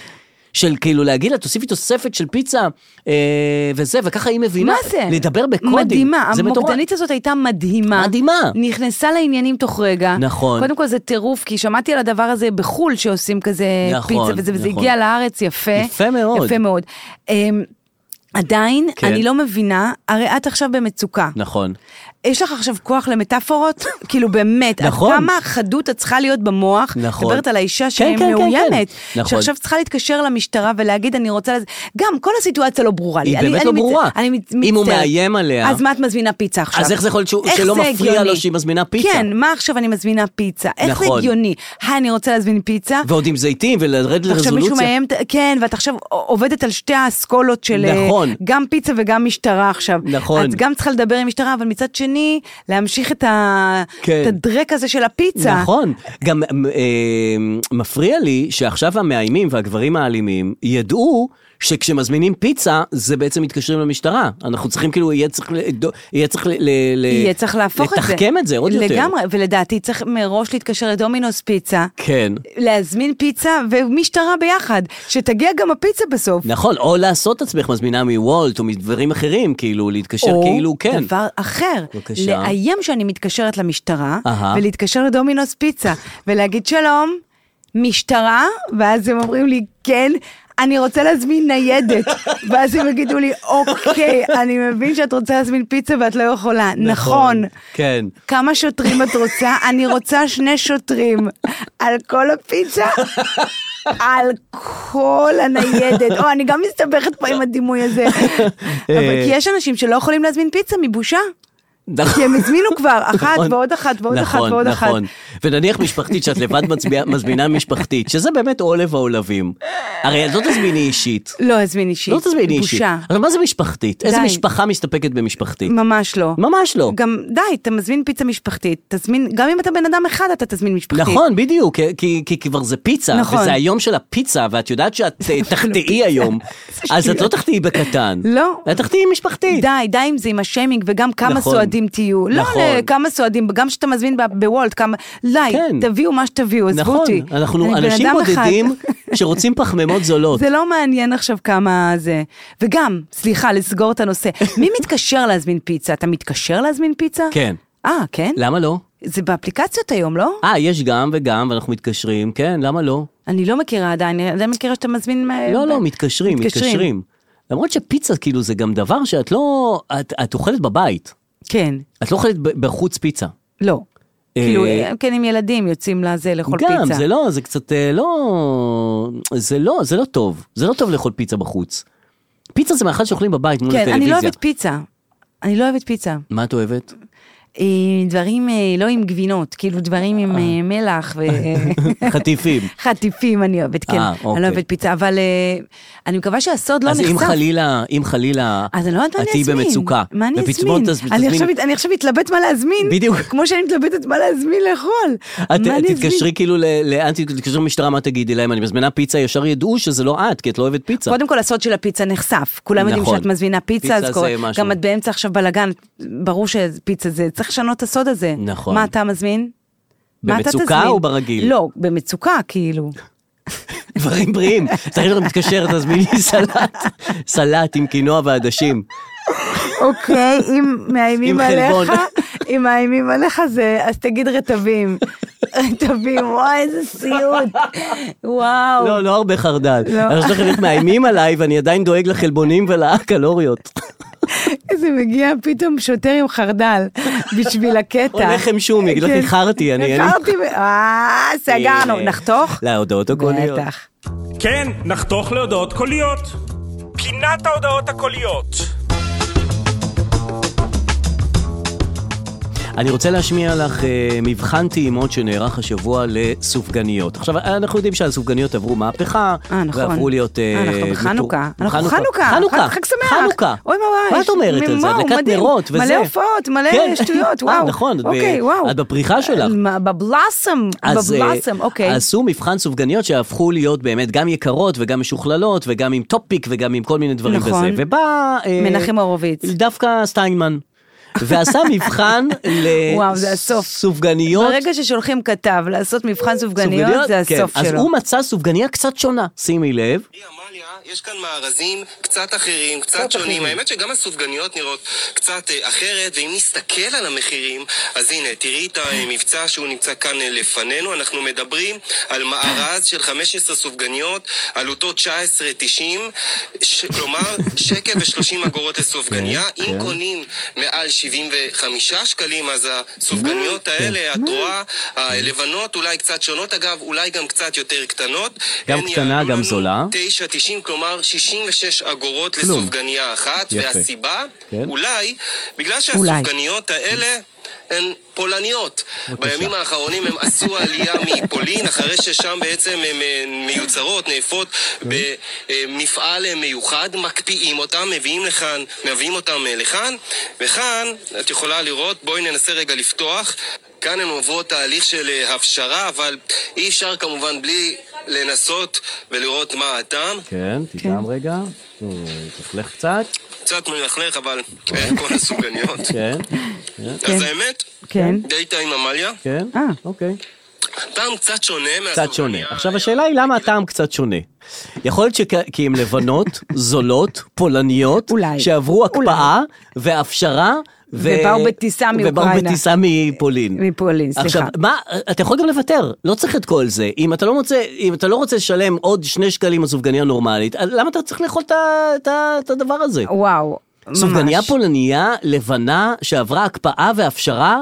Speaker 2: של כאילו להגיד לה, תוסיפי תוספת של פיצה אה, וזה, וככה היא מבינה.
Speaker 3: מה זה?
Speaker 2: לדבר בקודים.
Speaker 3: מדהימה,
Speaker 2: זה מטורף.
Speaker 3: המוקדנית הזאת הייתה מדהימה.
Speaker 2: מדהימה.
Speaker 3: נכנסה לעניינים תוך רגע.
Speaker 2: נכון.
Speaker 3: קודם כל זה טירוף, כי שמעתי על הדבר הזה בחו"ל שעושים כזה
Speaker 2: נכון,
Speaker 3: פיצה וזה, וזה
Speaker 2: נכון.
Speaker 3: הגיע לארץ יפה.
Speaker 2: יפה מאוד.
Speaker 3: יפה מאוד. אמ, עדיין,
Speaker 2: כן.
Speaker 3: אני לא מבינה, הרי את עכשיו במצוקה.
Speaker 2: נכון.
Speaker 3: יש לך עכשיו כוח למטאפורות? כאילו באמת,
Speaker 2: נכון.
Speaker 3: עד כמה החדות את צריכה להיות במוח,
Speaker 2: נכון.
Speaker 3: מדברת על האישה שהיא
Speaker 2: כן, כן, כן,
Speaker 3: מאוימת,
Speaker 2: כן. נכון.
Speaker 3: שעכשיו צריכה להתקשר למשטרה ולהגיד אני רוצה לזה, גם כל הסיטואציה לא ברורה לי.
Speaker 2: היא
Speaker 3: אני-
Speaker 2: באמת
Speaker 3: אני
Speaker 2: לא
Speaker 3: מצ-
Speaker 2: ברורה.
Speaker 3: אני מצ- מצטערת.
Speaker 2: אם הוא מאיים עליה-
Speaker 3: אז מה את מזמינה פיצה עכשיו?
Speaker 2: אז איך זה יכול להיות שהוא-
Speaker 3: איך
Speaker 2: שלא
Speaker 3: זה
Speaker 2: מפריע
Speaker 3: הגיוני?
Speaker 2: לו שהיא מזמינה פיצה?
Speaker 3: כן, מה עכשיו אני מזמינה פיצה? איך זה
Speaker 2: נכון.
Speaker 3: הגיוני? היי, אני רוצה להזמין פיצה.
Speaker 2: ועוד עם זיתים ולרדת
Speaker 3: עכשיו מישהו
Speaker 2: לרזולוציה.
Speaker 3: מאיים, כן, ואת עכשיו עובדת על שתי האסכולות של אה,
Speaker 2: נכון.
Speaker 3: גם פיצה וגם משטרה עכשיו.
Speaker 2: נכון.
Speaker 3: את גם צריכה לדבר עם משטרה, אבל מצד שני, להמשיך את, ה...
Speaker 2: כן.
Speaker 3: את הדרק הזה של הפיצה.
Speaker 2: נכון, גם אה, מפריע לי שעכשיו המאיימים והגברים האלימים ידעו שכשמזמינים פיצה זה בעצם מתקשרים למשטרה. אנחנו צריכים כאילו, יהיה צריך, לדו- יהיה צריך, ל, ל,
Speaker 3: יהיה צריך להפוך את זה.
Speaker 2: לתחכם את זה עוד
Speaker 3: לגמרי,
Speaker 2: יותר.
Speaker 3: לגמרי, ולדעתי צריך מראש להתקשר לדומינוס פיצה,
Speaker 2: כן.
Speaker 3: להזמין פיצה ומשטרה ביחד, שתגיע גם הפיצה בסוף.
Speaker 2: נכון, או לעשות עצמך מזמינה מוולט או מדברים אחרים, כאילו, להתקשר כאילו, כן.
Speaker 3: דבר אחר,
Speaker 2: בבקשה.
Speaker 3: לאיים שאני מתקשרת למשטרה,
Speaker 2: אהה.
Speaker 3: ולהתקשר לדומינוס פיצה, ולהגיד שלום, משטרה, ואז הם אומרים לי, כן. אני רוצה להזמין ניידת, ואז הם יגידו לי, אוקיי, אני מבין שאת רוצה להזמין פיצה ואת לא יכולה. נכון.
Speaker 2: כן.
Speaker 3: כמה שוטרים את רוצה? אני רוצה שני שוטרים. על כל הפיצה? על כל הניידת. או, אני גם מסתבכת פה עם הדימוי הזה. אבל כי יש אנשים שלא יכולים להזמין פיצה מבושה. כי הם הזמינו כבר אחת
Speaker 2: נכון.
Speaker 3: ועוד אחת ועוד אחת
Speaker 2: נכון,
Speaker 3: ועוד אחת.
Speaker 2: נכון. ונניח משפחתית, שאת לבד מצביעה- מזמינה משפחתית, שזה באמת עולב העולבים. הרי את לא תזמיני אישית.
Speaker 3: לא הזמין אישית.
Speaker 2: לא תזמיני אישית.
Speaker 3: בושה.
Speaker 2: אבל מה זה משפחתית? איזה
Speaker 3: די.
Speaker 2: משפחה מסתפקת במשפחתית?
Speaker 3: ממש לא.
Speaker 2: ממש לא.
Speaker 3: גם די, אתה מזמין פיצה משפחתית, תזמין, גם אם אתה בן אדם אחד אתה תזמין משפחתית.
Speaker 2: נכון, בדיוק, כי- כי, כי כבר זה פיצה,
Speaker 3: נכון.
Speaker 2: וזה היום של הפיצה, ואת יודעת שאת אה, תחטאי היום, אז את לא תחטאי בקטן.
Speaker 3: לא.
Speaker 2: את תחטאי משפחתית.
Speaker 3: די, די עם זה, עם השיימינג, וגם כמה
Speaker 2: נכון.
Speaker 3: נכון, סועדים תהיו.
Speaker 2: נכון.
Speaker 3: נכון. לא, כמה סועדים, גם שאתה מזמין ב- בוולט, כמה... די,
Speaker 2: כן.
Speaker 3: תביאו מה שתביאו, עזבו
Speaker 2: נכון,
Speaker 3: אותי. אני
Speaker 2: אנחנו
Speaker 3: בן
Speaker 2: אנשים
Speaker 3: אדם אחד.
Speaker 2: בודדים שרוצים פחמימות זולות.
Speaker 3: זה לא מעניין עכשיו כמה זה. וגם, סליחה, לסגור את הנושא. מי מתקשר להזמין פיצה? אתה מתקשר להזמין פיצה?
Speaker 2: כן.
Speaker 3: אה, כן?
Speaker 2: למה לא?
Speaker 3: זה באפליקציות היום, לא?
Speaker 2: אה, יש גם וגם, ואנחנו מתקשרים, כן, למה לא?
Speaker 3: אני לא מכירה עדיין, אני עדיין מכירה שאתה מזמין... אה, מה-
Speaker 2: לא, לא, מתקשרים, מתקשרים. למרות שפיצה, כאילו, זה גם דבר שאת לא... את, את אוכלת בבית.
Speaker 3: כן,
Speaker 2: את לא אוכלת ב- בחוץ פיצה.
Speaker 3: לא. כאילו,
Speaker 2: אה,
Speaker 3: כן, עם ילדים יוצאים לזה לאכול פיצה.
Speaker 2: גם, זה לא, זה קצת אה, לא... זה לא, זה לא טוב. זה לא טוב לאכול פיצה בחוץ. פיצה זה מאכל שאוכלים בבית מול
Speaker 3: כן,
Speaker 2: הטלוויזיה.
Speaker 3: אני לא אוהבת פיצה. אני לא אוהבת פיצה.
Speaker 2: מה את אוהבת?
Speaker 3: אה, דברים, אה, לא עם גבינות, כאילו דברים עם אה, מלח ו...
Speaker 2: חטיפים.
Speaker 3: חטיפים אני אוהבת, כן.
Speaker 2: אה,
Speaker 3: אני לא
Speaker 2: אוקיי.
Speaker 3: אוהבת פיצה, אבל אה, אני מקווה שהסוד לא
Speaker 2: אז
Speaker 3: נחשף.
Speaker 2: אם חלילה, אם חלילה,
Speaker 3: אז אני לא יודעת מה
Speaker 2: את
Speaker 3: אני
Speaker 2: תהיי
Speaker 3: אזמין.
Speaker 2: במצוקה.
Speaker 3: מה אני
Speaker 2: ופתאום
Speaker 3: אזמין?
Speaker 2: תז-
Speaker 3: אני
Speaker 2: תזמיני-
Speaker 3: עכשיו מת- אני עכשיו מתלבט מה להזמין.
Speaker 2: בדיוק.
Speaker 3: כמו שאני מתלבטת מה להזמין לאכול.
Speaker 2: את
Speaker 3: מה אני
Speaker 2: את
Speaker 3: אזמין?
Speaker 2: תתקשרי כאילו ל- לאן ת- תתקשרי למשטרה, מה תגידי להם? אני מזמינה פיצה, ישר ידעו שזה לא את, כי את לא אוהבת פיצה.
Speaker 3: קודם כל הסוד של הפיצה נחשף, כולם יודעים
Speaker 2: נכון.
Speaker 3: שאת מזמינה פיצה,
Speaker 2: פיצה
Speaker 3: אז קורה-
Speaker 2: זה משהו.
Speaker 3: גם את באמצע עכשיו בלאגן, ברור שפיצה זה, צריך לשנות את הסוד הזה.
Speaker 2: נכון.
Speaker 3: מה אתה מזמין? מה אתה
Speaker 2: במצוקה
Speaker 3: תזמין?
Speaker 2: או ברגיל?
Speaker 3: לא, במצוקה כאילו.
Speaker 2: דברים בריאים. צריך להיות מתקשר, תזמיני סלט, סלט עם קינוע ועדשים.
Speaker 3: אוקיי, אם מאיימים
Speaker 2: עם חלבון.
Speaker 3: עליך, אם מאיימים עליך זה, אז תגיד רטבים. רטבים, וואי, איזה סיוט. וואו.
Speaker 2: לא, לא הרבה חרדל.
Speaker 3: לא.
Speaker 2: אני חושב איך מאיימים עליי ואני עדיין דואג לחלבונים ולקלוריות.
Speaker 3: איזה מגיע פתאום שוטר עם חרדל בשביל
Speaker 2: או
Speaker 3: הקטע.
Speaker 2: לחם שום, יגיד לך,
Speaker 3: כן.
Speaker 2: איחרתי, אני... אני-
Speaker 3: איחרתי, ו- אה, סגרנו,
Speaker 2: אה,
Speaker 3: נחתוך?
Speaker 2: להודעות הקוליות.
Speaker 3: בטח.
Speaker 1: כן, נחתוך להודעות קוליות. פינת ההודעות הקוליות.
Speaker 2: אני רוצה להשמיע לך אה, מבחן טעימות שנערך השבוע לסופגניות. עכשיו, אנחנו יודעים שהסופגניות עברו מהפכה,
Speaker 3: אה, נכון.
Speaker 2: ועברו להיות... אה,
Speaker 3: אה, אנחנו בחנוכה.
Speaker 2: מטור-
Speaker 3: אנחנו חנוכה.
Speaker 2: חנוכה,
Speaker 3: חג שמח.
Speaker 2: חנוכה.
Speaker 3: אוי, ממש.
Speaker 2: מה את אומרת על זה?
Speaker 3: וואו,
Speaker 2: הדלקת
Speaker 3: מדהים.
Speaker 2: נרות וזה.
Speaker 3: מלא הופעות, מלא
Speaker 2: כן.
Speaker 3: שטויות,
Speaker 2: אה,
Speaker 3: וואו.
Speaker 2: נכון, את ב-
Speaker 3: אוקיי, וואו.
Speaker 2: את בפריחה שלך.
Speaker 3: מה, בבלאסם,
Speaker 2: אז, אה,
Speaker 3: בבלאסם, אוקיי.
Speaker 2: עשו מבחן סופגניות שהפכו להיות באמת גם יקרות וגם משוכללות וגם עם טופיק וגם עם כל מיני דברים
Speaker 3: נכון.
Speaker 2: וזה. ובא... אה,
Speaker 3: מנחם הורוביץ.
Speaker 2: דווקא סטיינמן. ועשה מבחן
Speaker 3: וואו, זה הסוף.
Speaker 2: לסופגניות
Speaker 3: ברגע ששולחים כתב לעשות מבחן סופגניות, זה
Speaker 2: כן.
Speaker 3: הסוף
Speaker 2: אז
Speaker 3: שלו.
Speaker 2: הוא מצא סופגניה קצת שונה, שימי לב.
Speaker 5: בלי עמליה, יש כאן מארזים קצת אחרים, קצת, קצת שונים.
Speaker 2: אחרים.
Speaker 5: אחרים. האמת שגם הסופגניות נראות קצת אה, אחרת, ואם נסתכל על המחירים, אז הנה, תראי את המבצע שהוא נמצא כאן אה, לפנינו. אנחנו מדברים על מארז של 15 סופגניות, עלותו 19.90, ש... כלומר, שקל ושלושים אגורות לסופגניה.
Speaker 2: כן,
Speaker 5: אם קונים מעל 75 שקלים, אז הסופגניות
Speaker 2: כן.
Speaker 5: האלה, את רואה, הלבנות אולי קצת שונות, אגב, אולי גם קצת יותר קטנות.
Speaker 2: גם
Speaker 5: הן
Speaker 2: קטנה,
Speaker 5: יעלו
Speaker 2: גם
Speaker 5: לנו
Speaker 2: זולה.
Speaker 5: 9.90, כלומר 66 אגורות
Speaker 2: כלום.
Speaker 5: לסופגניה אחת,
Speaker 2: יפה.
Speaker 5: והסיבה,
Speaker 2: כן.
Speaker 5: אולי, בגלל
Speaker 3: אולי.
Speaker 5: שהסופגניות האלה... הן פולניות.
Speaker 2: בבקשה.
Speaker 5: בימים האחרונים הם עשו עלייה מפולין, אחרי ששם בעצם הן אה, מיוצרות, נאפות במפעל אה, מיוחד, מקפיאים אותם, מביאים לכאן, מביאים אותם אה, לכאן, וכאן את יכולה לראות, בואי ננסה רגע לפתוח. כאן הן עוברות תהליך של אה, הפשרה, אבל אי אפשר כמובן בלי לנסות ולראות מה הטעם.
Speaker 2: כן, תטעם רגע. תלך קצת.
Speaker 5: קצת מלכלך, אבל אה, כל הסופגניות.
Speaker 2: כן,
Speaker 5: אז האמת,
Speaker 3: כן.
Speaker 5: די טעים עמליה.
Speaker 2: כן.
Speaker 3: אה.
Speaker 2: אוקיי.
Speaker 5: טעם קצת שונה מהסופגניה.
Speaker 2: קצת שונה. עכשיו השאלה היא למה הטעם קצת שונה. יכול להיות שכי הן לבנות, זולות, פולניות,
Speaker 3: אולי.
Speaker 2: שעברו הקפאה והפשרה. ו-
Speaker 3: ובאו בטיסה
Speaker 2: ובאו
Speaker 3: מאוקראינה.
Speaker 2: בטיסה מפולין.
Speaker 3: מפולין, סליחה.
Speaker 2: עכשיו, מה, אתה יכול גם לוותר, לא צריך את כל זה. אם אתה לא רוצה, אם אתה לא רוצה לשלם עוד שני שקלים על סופגניה נורמלית, אז למה אתה צריך לאכול את ה- את ה- את הדבר הזה?
Speaker 3: וואו. ממש.
Speaker 2: סופגניה פולניה לבנה שעברה הקפאה והפשרה,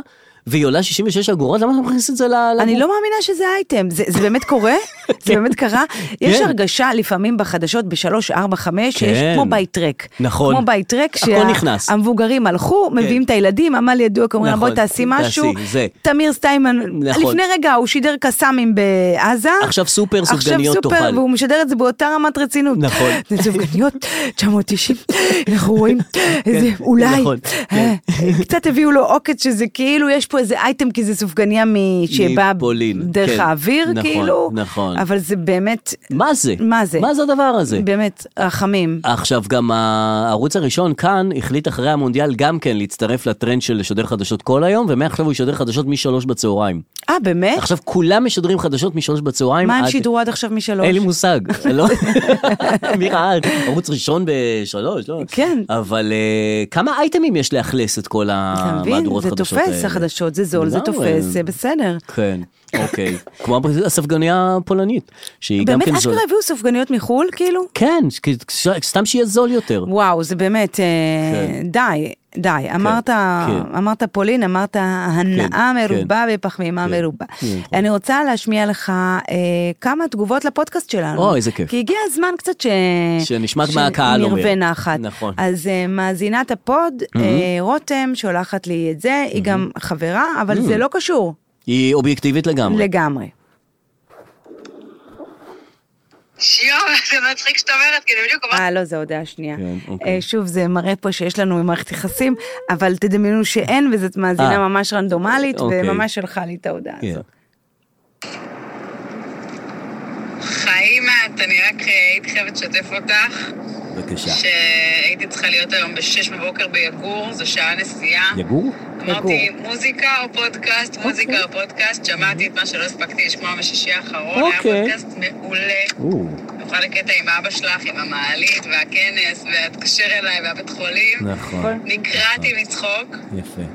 Speaker 2: והיא עולה 66 אגורות, למה אתה מכניס את זה ל...
Speaker 3: אני
Speaker 2: לגוף?
Speaker 3: לא מאמינה שזה אייטם, זה, זה באמת קורה? זה באמת קרה? יש
Speaker 2: כן.
Speaker 3: הרגשה לפעמים בחדשות ב-3, 4, 5, שיש
Speaker 2: כן.
Speaker 3: כמו בייטרק.
Speaker 2: נכון.
Speaker 3: כמו בייטרק,
Speaker 2: הכל נכנס. כן.
Speaker 3: שהמבוגרים הלכו, מביאים את הילדים, עמל ידוע, אומרים להם
Speaker 2: נכון,
Speaker 3: בואי תעשי
Speaker 2: תעשי,
Speaker 3: משהו.
Speaker 2: זה.
Speaker 3: תמיר סטיימן,
Speaker 2: נכון.
Speaker 3: לפני רגע הוא שידר קסאמים בעזה.
Speaker 2: עכשיו סופר סופגניות
Speaker 3: עכשיו סופר,
Speaker 2: תאכל.
Speaker 3: והוא משדר את זה באותה רמת רצינות.
Speaker 2: נכון.
Speaker 3: סופגניות, 990, אנחנו רואים איזה, אולי,
Speaker 2: כן, נכון,
Speaker 3: אה, קצת הביאו לו עוקץ שזה כאילו, יש פה איזה אייטם, כי זה סופגניה מ- שבאה
Speaker 2: מפולין,
Speaker 3: דרך
Speaker 2: כן.
Speaker 3: האוויר,
Speaker 2: נכון,
Speaker 3: כאילו.
Speaker 2: נכון.
Speaker 3: אבל זה באמת,
Speaker 2: מה זה?
Speaker 3: מה זה?
Speaker 2: מה זה הדבר הזה?
Speaker 3: באמת, רחמים.
Speaker 2: עכשיו גם הערוץ הראשון כאן החליט אחרי המונדיאל גם כן להצטרף לטרנד של לשדר חדשות כל היום ומעכשיו הוא ישדר חדשות משלוש בצהריים.
Speaker 3: אה, באמת?
Speaker 2: עכשיו כולם משדרים חדשות משלוש בצהריים.
Speaker 3: מה הם
Speaker 2: עד-
Speaker 3: שידרו עד עכשיו משלוש?
Speaker 2: אין לי מושג, לא, מי ראה, ערוץ ראשון בשלוש, לא?
Speaker 3: כן.
Speaker 2: אבל אה, כמה אייטמים יש לאכלס את כל
Speaker 3: אתה מבין?
Speaker 2: המהדורות
Speaker 3: זה
Speaker 2: חדשות האלה?
Speaker 3: תופס, החדשות חדשות, זה זול, זה
Speaker 2: לגמרי.
Speaker 3: תופס, זה בסדר.
Speaker 2: כן, אוקיי. כמו הספגניה הפולנית, שהיא גם
Speaker 3: באמת,
Speaker 2: כן
Speaker 3: אשכרה
Speaker 2: זולה.
Speaker 3: הביאו סופגניות מחו"ל, כאילו?
Speaker 2: כן, ש- ש- סתם שיהיה זול יותר.
Speaker 3: וואו, זה באמת, אה,
Speaker 2: כן.
Speaker 3: די, די. אמרת,
Speaker 2: כן.
Speaker 3: אמרת פולין, אמרת הנאה
Speaker 2: כן,
Speaker 3: מרובה בפחמימה מרובה.
Speaker 2: נכון.
Speaker 3: אני רוצה להשמיע לך אה, כמה תגובות לפודקאסט שלנו.
Speaker 2: אוי, איזה כיף.
Speaker 3: כי הגיע הזמן קצת ש...
Speaker 2: שנשמע מה הקהל אומר.
Speaker 3: שנרווה נחת.
Speaker 2: נכון. Mm-hmm.
Speaker 3: אז אה, מאזינת הפוד, אה, רותם, שולחת לי את זה, היא גם חברה, אבל זה לא קשור
Speaker 2: היא אובייקטיבית Mm. לגמרי.
Speaker 3: לגמרי.
Speaker 4: שיום, זה מצחיק שאת אומרת, כי אני בדיוק אמרתי...
Speaker 3: אה, לא, זו הודעה שנייה.
Speaker 2: כן, אוקיי.
Speaker 3: אה, שוב, זה מראה פה שיש לנו מערכת יחסים, אבל תדמיינו שאין, וזאת מאזינה
Speaker 2: אה.
Speaker 3: ממש רנדומלית,
Speaker 2: אוקיי.
Speaker 3: וממש שלחה לי את ההודעה
Speaker 2: כן.
Speaker 3: הזאת.
Speaker 2: אה.
Speaker 4: חיימה, אני רק אה, הייתי חייבת לשתף אותך,
Speaker 2: בבקשה.
Speaker 4: שהייתי צריכה להיות היום ב-6 בבוקר ביגור, זו שעה נסיעה.
Speaker 2: יגור? אוקיי.
Speaker 4: אמרתי, מוזיקה או פודקאסט, מוזיקה או פודקאסט, שמעתי את מה שלא הספקתי לשמוע בשישי האחרון, היה
Speaker 2: אוקיי.
Speaker 4: פודקאסט מעולה.
Speaker 2: או,
Speaker 4: נוכל לקטע עם אבא שלך, עם המעלית והכנס, והתקשר אליי והבית חולים.
Speaker 2: נכון,
Speaker 4: נקרעתי מצחוק.
Speaker 2: יפה.
Speaker 3: אה,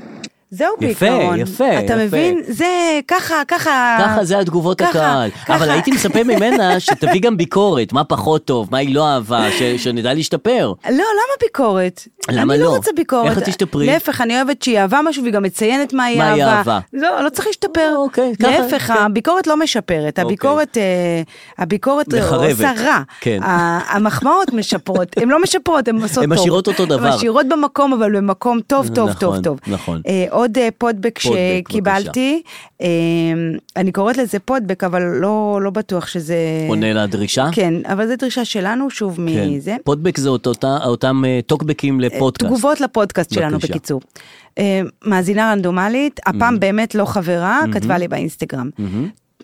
Speaker 3: זהו
Speaker 2: יפה,
Speaker 3: בעיקרון.
Speaker 2: יפה,
Speaker 3: אתה
Speaker 2: יפה.
Speaker 3: מבין? זה ככה, ככה.
Speaker 2: ככה זה התגובות
Speaker 3: ככה,
Speaker 2: הקהל.
Speaker 3: ככה.
Speaker 2: אבל הייתי מצפה ממנה שתביא גם ביקורת, מה פחות טוב, מה היא לא אהבה, ש- שנדע להשתפר.
Speaker 3: לא, למה ביקורת?
Speaker 2: למה
Speaker 3: אני
Speaker 2: לא?
Speaker 3: לא רוצה ביקורת.
Speaker 2: איך את תשתפרי?
Speaker 3: להפך, אני אוהבת שהיא אהבה משהו, והיא גם מציינת מה היא
Speaker 2: מה
Speaker 3: אהבה.
Speaker 2: היא אהבה.
Speaker 3: לא, לא צריך להשתפר.
Speaker 2: אה, אוקיי, ככה,
Speaker 3: להפך,
Speaker 2: כן. אוקיי.
Speaker 3: הביקורת לא משפרת. הביקורת, אה, הביקורת
Speaker 2: מחרבת.
Speaker 3: עושה רע.
Speaker 2: כן.
Speaker 3: ה- המחמאות משפרות. הן לא משפרות, הן עושות טוב.
Speaker 2: הן משאירות אותו
Speaker 3: הן
Speaker 2: דבר.
Speaker 3: משאירות במקום, אבל במקום טוב, טוב,
Speaker 2: נכון,
Speaker 3: טוב, טוב.
Speaker 2: נכון.
Speaker 3: אה, עוד אה, פודבק
Speaker 2: פודבק,
Speaker 3: שקיבלתי, אה, אני קוראת לזה פודבק, אבל לא לא בטוח שזה...
Speaker 2: עונה כן. לדרישה?
Speaker 3: כן, אבל זו דרישה שלנו, שוב, מזה.
Speaker 2: פודבק זה אותו- אותם אה, טוקבקים לפודקאסט.
Speaker 3: תגובות לפודקאסט שלנו
Speaker 2: בבקשה. Mm-hmm.
Speaker 3: בקיצור. אה, מאזינה רנדומלית, הפעם באמת לא חברה, כתבה לי באינסטגרם.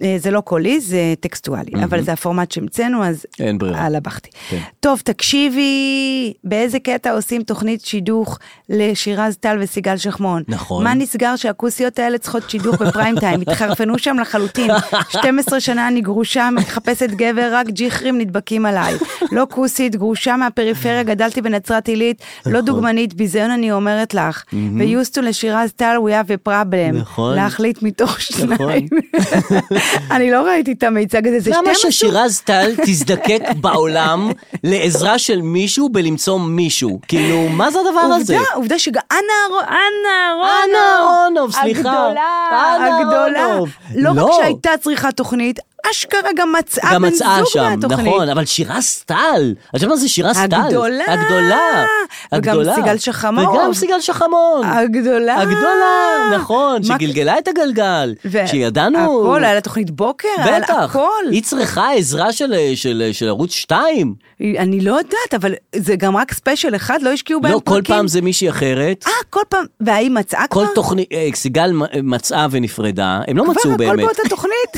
Speaker 3: אה, זה לא קולי, זה טקסטואלי, אבל זה הפורמט שהמצאנו, אז
Speaker 2: Mm-hmm. אין ברירה.
Speaker 3: על הבכתי.
Speaker 2: כן.
Speaker 3: טוב, תקשיבי, באיזה קטע עושים תוכנית שידוך לשירז טל וסיגל שחמון?
Speaker 2: נכון.
Speaker 3: מה נסגר שהכוסיות האלה צריכות שידוך בפריים טיים? התחרפנו שם לחלוטין. 12 שנה אני גרושה, מחפשת גבר, רק ג'יחרים נדבקים עליי. לא כוסית, גרושה מהפריפריה, גדלתי בנצרת עילית,
Speaker 2: נכון.
Speaker 3: לא דוגמנית, ביזיון אני אומרת לך. ויוסטון לשירז טל, we have a problem.
Speaker 2: נכון.
Speaker 3: להחליט מתוך
Speaker 2: נכון.
Speaker 3: שניים. אני לא ראיתי את המיצג הזה, זה
Speaker 2: למה
Speaker 3: שתי מסוג
Speaker 2: ששירז טל תזדקק בעולם לעזרה של מישהו בלמצוא מישהו? כאילו, מה זה הדבר הזה?
Speaker 3: עובדה, עובדה שגם אנה אהרון- אנה אהרונוב,
Speaker 2: אנה אהרונוב, סליחה.
Speaker 3: הגדולה,
Speaker 2: אנה
Speaker 3: הגדולה,
Speaker 2: אהרונוב.
Speaker 3: לא
Speaker 2: לא.
Speaker 3: רק שהייתה צריכה תוכנית, אשכרה גם מצאה
Speaker 2: גם
Speaker 3: בן
Speaker 2: מצאה
Speaker 3: זוג
Speaker 2: שם,
Speaker 3: מהתוכנית.
Speaker 2: נכון, אבל שירז טל, את יודעת מה זה שירז טל?
Speaker 3: הגדולה.
Speaker 2: הגדולה,
Speaker 3: וגם
Speaker 2: הגדולה.
Speaker 3: סיגל שחמון.
Speaker 2: וגם סיגל שחמון.
Speaker 3: הגדולה.
Speaker 2: נכון. הגדולה, נכון,
Speaker 3: מה-
Speaker 2: שגלגלה את הגלגל,
Speaker 3: ו-
Speaker 2: שידענו.
Speaker 3: הכל, היה לה תוכנית בוקר, היה לה
Speaker 2: בטח,
Speaker 3: הכל.
Speaker 2: היא צריכה עזרה של, של, של ערוץ 2.
Speaker 3: אני לא יודעת, אבל זה גם רק ספיישל אחד, לא השקיעו בהם
Speaker 2: לא, כל
Speaker 3: פרקים.
Speaker 2: פעם זה מישהי אחרת.
Speaker 3: אה, כל פעם, והיא מצאה כבר?
Speaker 2: כל תוכנית, אה, סיגל מ- מצאה ונפרדה, הם לא מצאו
Speaker 3: כבר הכל
Speaker 2: באמת.
Speaker 3: באותה תוכנית?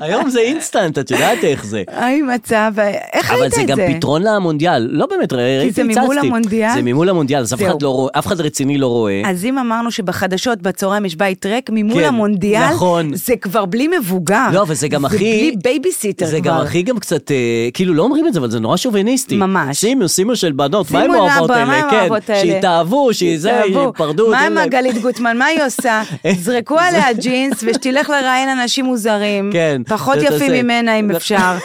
Speaker 2: היום זה אינסטנט, את יודעת איך זה.
Speaker 3: היא מצאה, ואיך ראית
Speaker 2: אבל
Speaker 3: את
Speaker 2: זה
Speaker 3: זה?
Speaker 2: גם פתרון למונדיאל, לא באמת, ראיתי
Speaker 3: זה
Speaker 2: הצצתי.
Speaker 3: מימול המונדיאל?
Speaker 2: זה מימול המונדיאל, אז אף
Speaker 3: זהו.
Speaker 2: אחד לא רואה, אף אחד רציני לא רואה.
Speaker 3: אז אם אמרנו שבחדשות בצהריים יש בית ריק, ממול
Speaker 2: כן,
Speaker 3: המונדיאל,
Speaker 2: נכון.
Speaker 3: זה כבר בלי מבוגר.
Speaker 2: לא, אבל זה גם הכי...
Speaker 3: זה בלי בייביסיטר כבר.
Speaker 2: זה גם הכי גם קצת, אה, כאילו לא אומרים את זה, אבל זה נורא שוביניסטי.
Speaker 3: ממש.
Speaker 2: שימו, שימו של בנות, מה עם
Speaker 3: סימון
Speaker 2: האוהבות
Speaker 3: אבא, מה
Speaker 2: האלה?
Speaker 3: עם
Speaker 2: כן,
Speaker 3: האהבות האלה?
Speaker 2: שיתאהבו, שזה,
Speaker 3: תאהבו.
Speaker 2: שיפרדו.
Speaker 3: מה
Speaker 2: תן
Speaker 3: עם
Speaker 2: להם-
Speaker 3: הגלית גוטמן, מה היא עושה? זרקו עליה ג'ינס ושתלך לראיין אנשים מוזרים.
Speaker 2: כן,
Speaker 3: פחות
Speaker 2: זה-
Speaker 3: יפים
Speaker 2: זה-
Speaker 3: ממנה אם אפשר.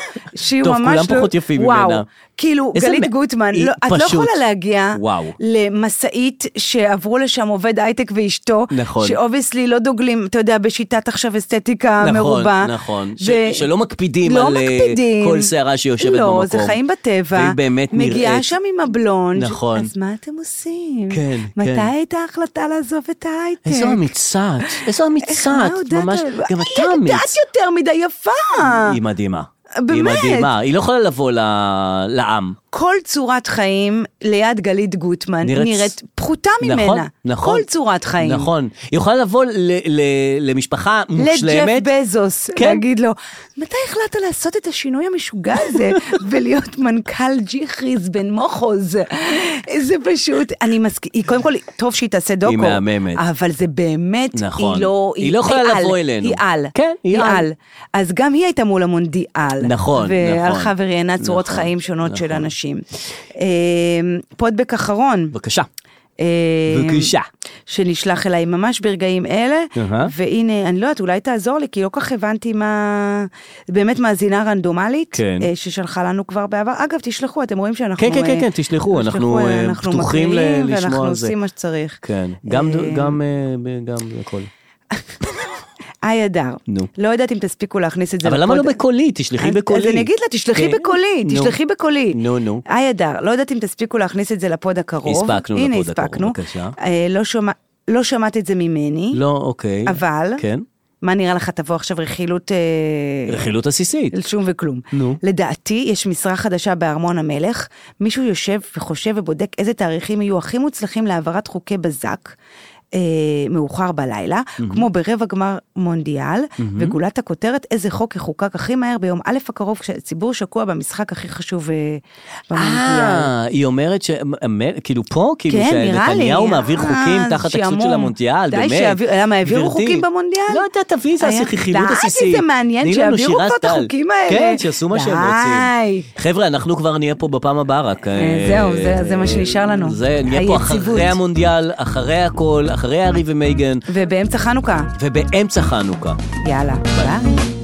Speaker 3: שהיא
Speaker 2: טוב,
Speaker 3: ממש
Speaker 2: כולם
Speaker 3: לא-
Speaker 2: פחות יפים ממנה.
Speaker 3: וואו. כאילו,
Speaker 2: איזה
Speaker 3: גלית
Speaker 2: מ-
Speaker 3: גוטמן,
Speaker 2: היא
Speaker 3: לא- את לא
Speaker 2: פשוט-
Speaker 3: יכולה להגיע
Speaker 2: וואו.
Speaker 3: למשאית שעברו לשם עובד הייטק ואשתו,
Speaker 2: נכון.
Speaker 3: שאובייסלי לא דוגלים, אתה יודע, בשיטת עכשיו אסתטיקה
Speaker 2: נכון,
Speaker 3: מרובה.
Speaker 2: נכון. ש-
Speaker 3: ו-
Speaker 2: שלא מקפידים
Speaker 3: לא
Speaker 2: על, אה,
Speaker 3: מקפידים.
Speaker 2: כל שערה שיושבת
Speaker 3: לא,
Speaker 2: במקום.
Speaker 3: זה חיים בטבע.
Speaker 2: והיא באמת
Speaker 3: מגיעה
Speaker 2: נראית.
Speaker 3: שם עם הבלונג'.
Speaker 2: נכון.
Speaker 3: אז מה אתם עושים?
Speaker 2: כן,
Speaker 3: מתי
Speaker 2: כן.
Speaker 3: הייתה ההחלטה לעזוב את ההייטק?
Speaker 2: איזו אמיצת, איזו
Speaker 3: כן. איך, מה
Speaker 2: אמיצת,
Speaker 3: הודעת?
Speaker 2: ממש, גם אתה
Speaker 3: היא
Speaker 2: אמיץ.
Speaker 3: יודעת יותר מדי יפה.
Speaker 2: היא מדהימה. היא
Speaker 3: באמת.
Speaker 2: מדהימה, היא לא יכולה לבוא ל- לעם.
Speaker 3: כל צורת חיים ליד גלית גוטמן
Speaker 2: נראית-
Speaker 3: נראית, פחותה ממנה.
Speaker 2: נכון, נכון.
Speaker 3: כל צורת חיים.
Speaker 2: נכון. היא יכולה לבוא ל- ל- למשפחה מושלמת.
Speaker 3: לג'ף בזוס,
Speaker 2: כן.
Speaker 3: כן. להגיד לו, מתי החלטת לעשות את השינוי המשוגע הזה ולהיות מנכ"ל ג'יחריס בן מוחוז? זה פשוט, אני מסכים, קודם כל, טוב שהיא תעשה דוקו.
Speaker 2: מהממת.
Speaker 3: אבל זה באמת,
Speaker 2: נכון.
Speaker 3: היא לא,
Speaker 2: היא לא יכולה
Speaker 3: על,
Speaker 2: לבוא אלינו.
Speaker 3: היא על.
Speaker 2: כן, היא על.
Speaker 3: אז גם היא הייתה מול המונדיאל.
Speaker 2: נכון, נכון.
Speaker 3: והלכה וראיינה צורות
Speaker 2: נכון,
Speaker 3: חיים שונות של
Speaker 2: נכון.
Speaker 3: אנשים. אה, פודבק אחרון.
Speaker 2: בבקשה.
Speaker 3: אה, אה,
Speaker 2: בבקשה.
Speaker 3: שנשלח אליי ממש ברגעים אלה,
Speaker 2: אהה.
Speaker 3: והנה, אני לא יודעת, אולי תעזור לי, כי לא כל כך הבנתי מה... באמת מאזינה רנדומלית,
Speaker 2: כן.
Speaker 3: אה, ששלחה לנו כבר בעבר. אגב, תשלחו, אתם רואים שאנחנו...
Speaker 2: כן, כן,
Speaker 3: אה,
Speaker 2: כן, כן, תשלחו, אנחנו, אה, פתוחים ל-
Speaker 3: מקריאים
Speaker 2: לשמוע
Speaker 3: ואנחנו
Speaker 2: על זה.
Speaker 3: עושים מה שצריך.
Speaker 2: כן, גם,
Speaker 3: אה,
Speaker 2: ד- גם, אה, ב- גם הכל.
Speaker 3: היי אדר,
Speaker 2: נו.
Speaker 3: לא יודעת אם תספיקו להכניס את זה
Speaker 2: אבל למה לא
Speaker 3: לפוד-
Speaker 2: בקולי? תשלחי
Speaker 3: אז-
Speaker 2: בקולי.
Speaker 3: אז אני אגיד לה, תשלחי
Speaker 2: כן.
Speaker 3: בקולי,
Speaker 2: נו.
Speaker 3: תשלחי בקולי.
Speaker 2: נו, נו.
Speaker 3: היי אדר, לא יודעת אם תספיקו להכניס את זה לפוד הקרוב.
Speaker 2: הספקנו
Speaker 3: הנה,
Speaker 2: לפוד הקרוב,
Speaker 3: הספקנו.
Speaker 2: בבקשה.
Speaker 3: אה, לא שומע- לא שמעת את זה ממני,
Speaker 2: לא, אוקיי.
Speaker 3: אבל,
Speaker 2: כן.
Speaker 3: מה נראה לך, תבוא עכשיו רכילות... אה,
Speaker 2: רכילות עסיסית.
Speaker 3: על שום וכלום.
Speaker 2: נו.
Speaker 3: לדעתי, יש משרה חדשה בארמון המלך, מישהו יושב וחושב ובודק איזה תאריכים יהיו הכי מוצלחים להעברת חוקי בזק. אה, מאוחר בלילה, mm-hmm. כמו ברבע גמר מונדיאל, mm-hmm. וגולת הכותרת, איזה חוק יחוקק הכי מהר ביום א' הקרוב, כשהציבור שקוע במשחק הכי חשוב אה, במונדיאל.
Speaker 2: אה, היא אומרת ש... מ- כאילו פה, כאילו
Speaker 3: כן, נראה לי.
Speaker 2: שנתניהו מעביר
Speaker 3: אה,
Speaker 2: חוקים תחת הכסות של
Speaker 3: שעמום.
Speaker 2: המונדיאל,
Speaker 3: די
Speaker 2: באמת.
Speaker 3: שיעביר- למה, העבירו
Speaker 2: גברתי.
Speaker 3: חוקים במונדיאל?
Speaker 2: לא יודעת, תביאי איזה
Speaker 3: היה-
Speaker 2: חילות
Speaker 3: די,
Speaker 2: עסיסית.
Speaker 3: זה מעניין
Speaker 2: תני לנו
Speaker 3: שיעבירו
Speaker 2: שירה
Speaker 3: פה את
Speaker 2: סטל.
Speaker 3: החוקים האלה.
Speaker 2: כן, שיעשו מה שהם
Speaker 3: די.
Speaker 2: רוצים. חבר'ה, אנחנו כבר נהיה פה בפעם הבאה, רק... אה,
Speaker 3: זהו, זה- זה מה שנשאר לנו.
Speaker 2: זה, נהיה פה
Speaker 3: היציבות.
Speaker 2: אחרי המונדיאל, אחרי הכל, אחרי הארי ומייגן,
Speaker 3: ובאמצע חנוכה,
Speaker 2: ובאמצע חנוכה.
Speaker 3: יאללה, ביי.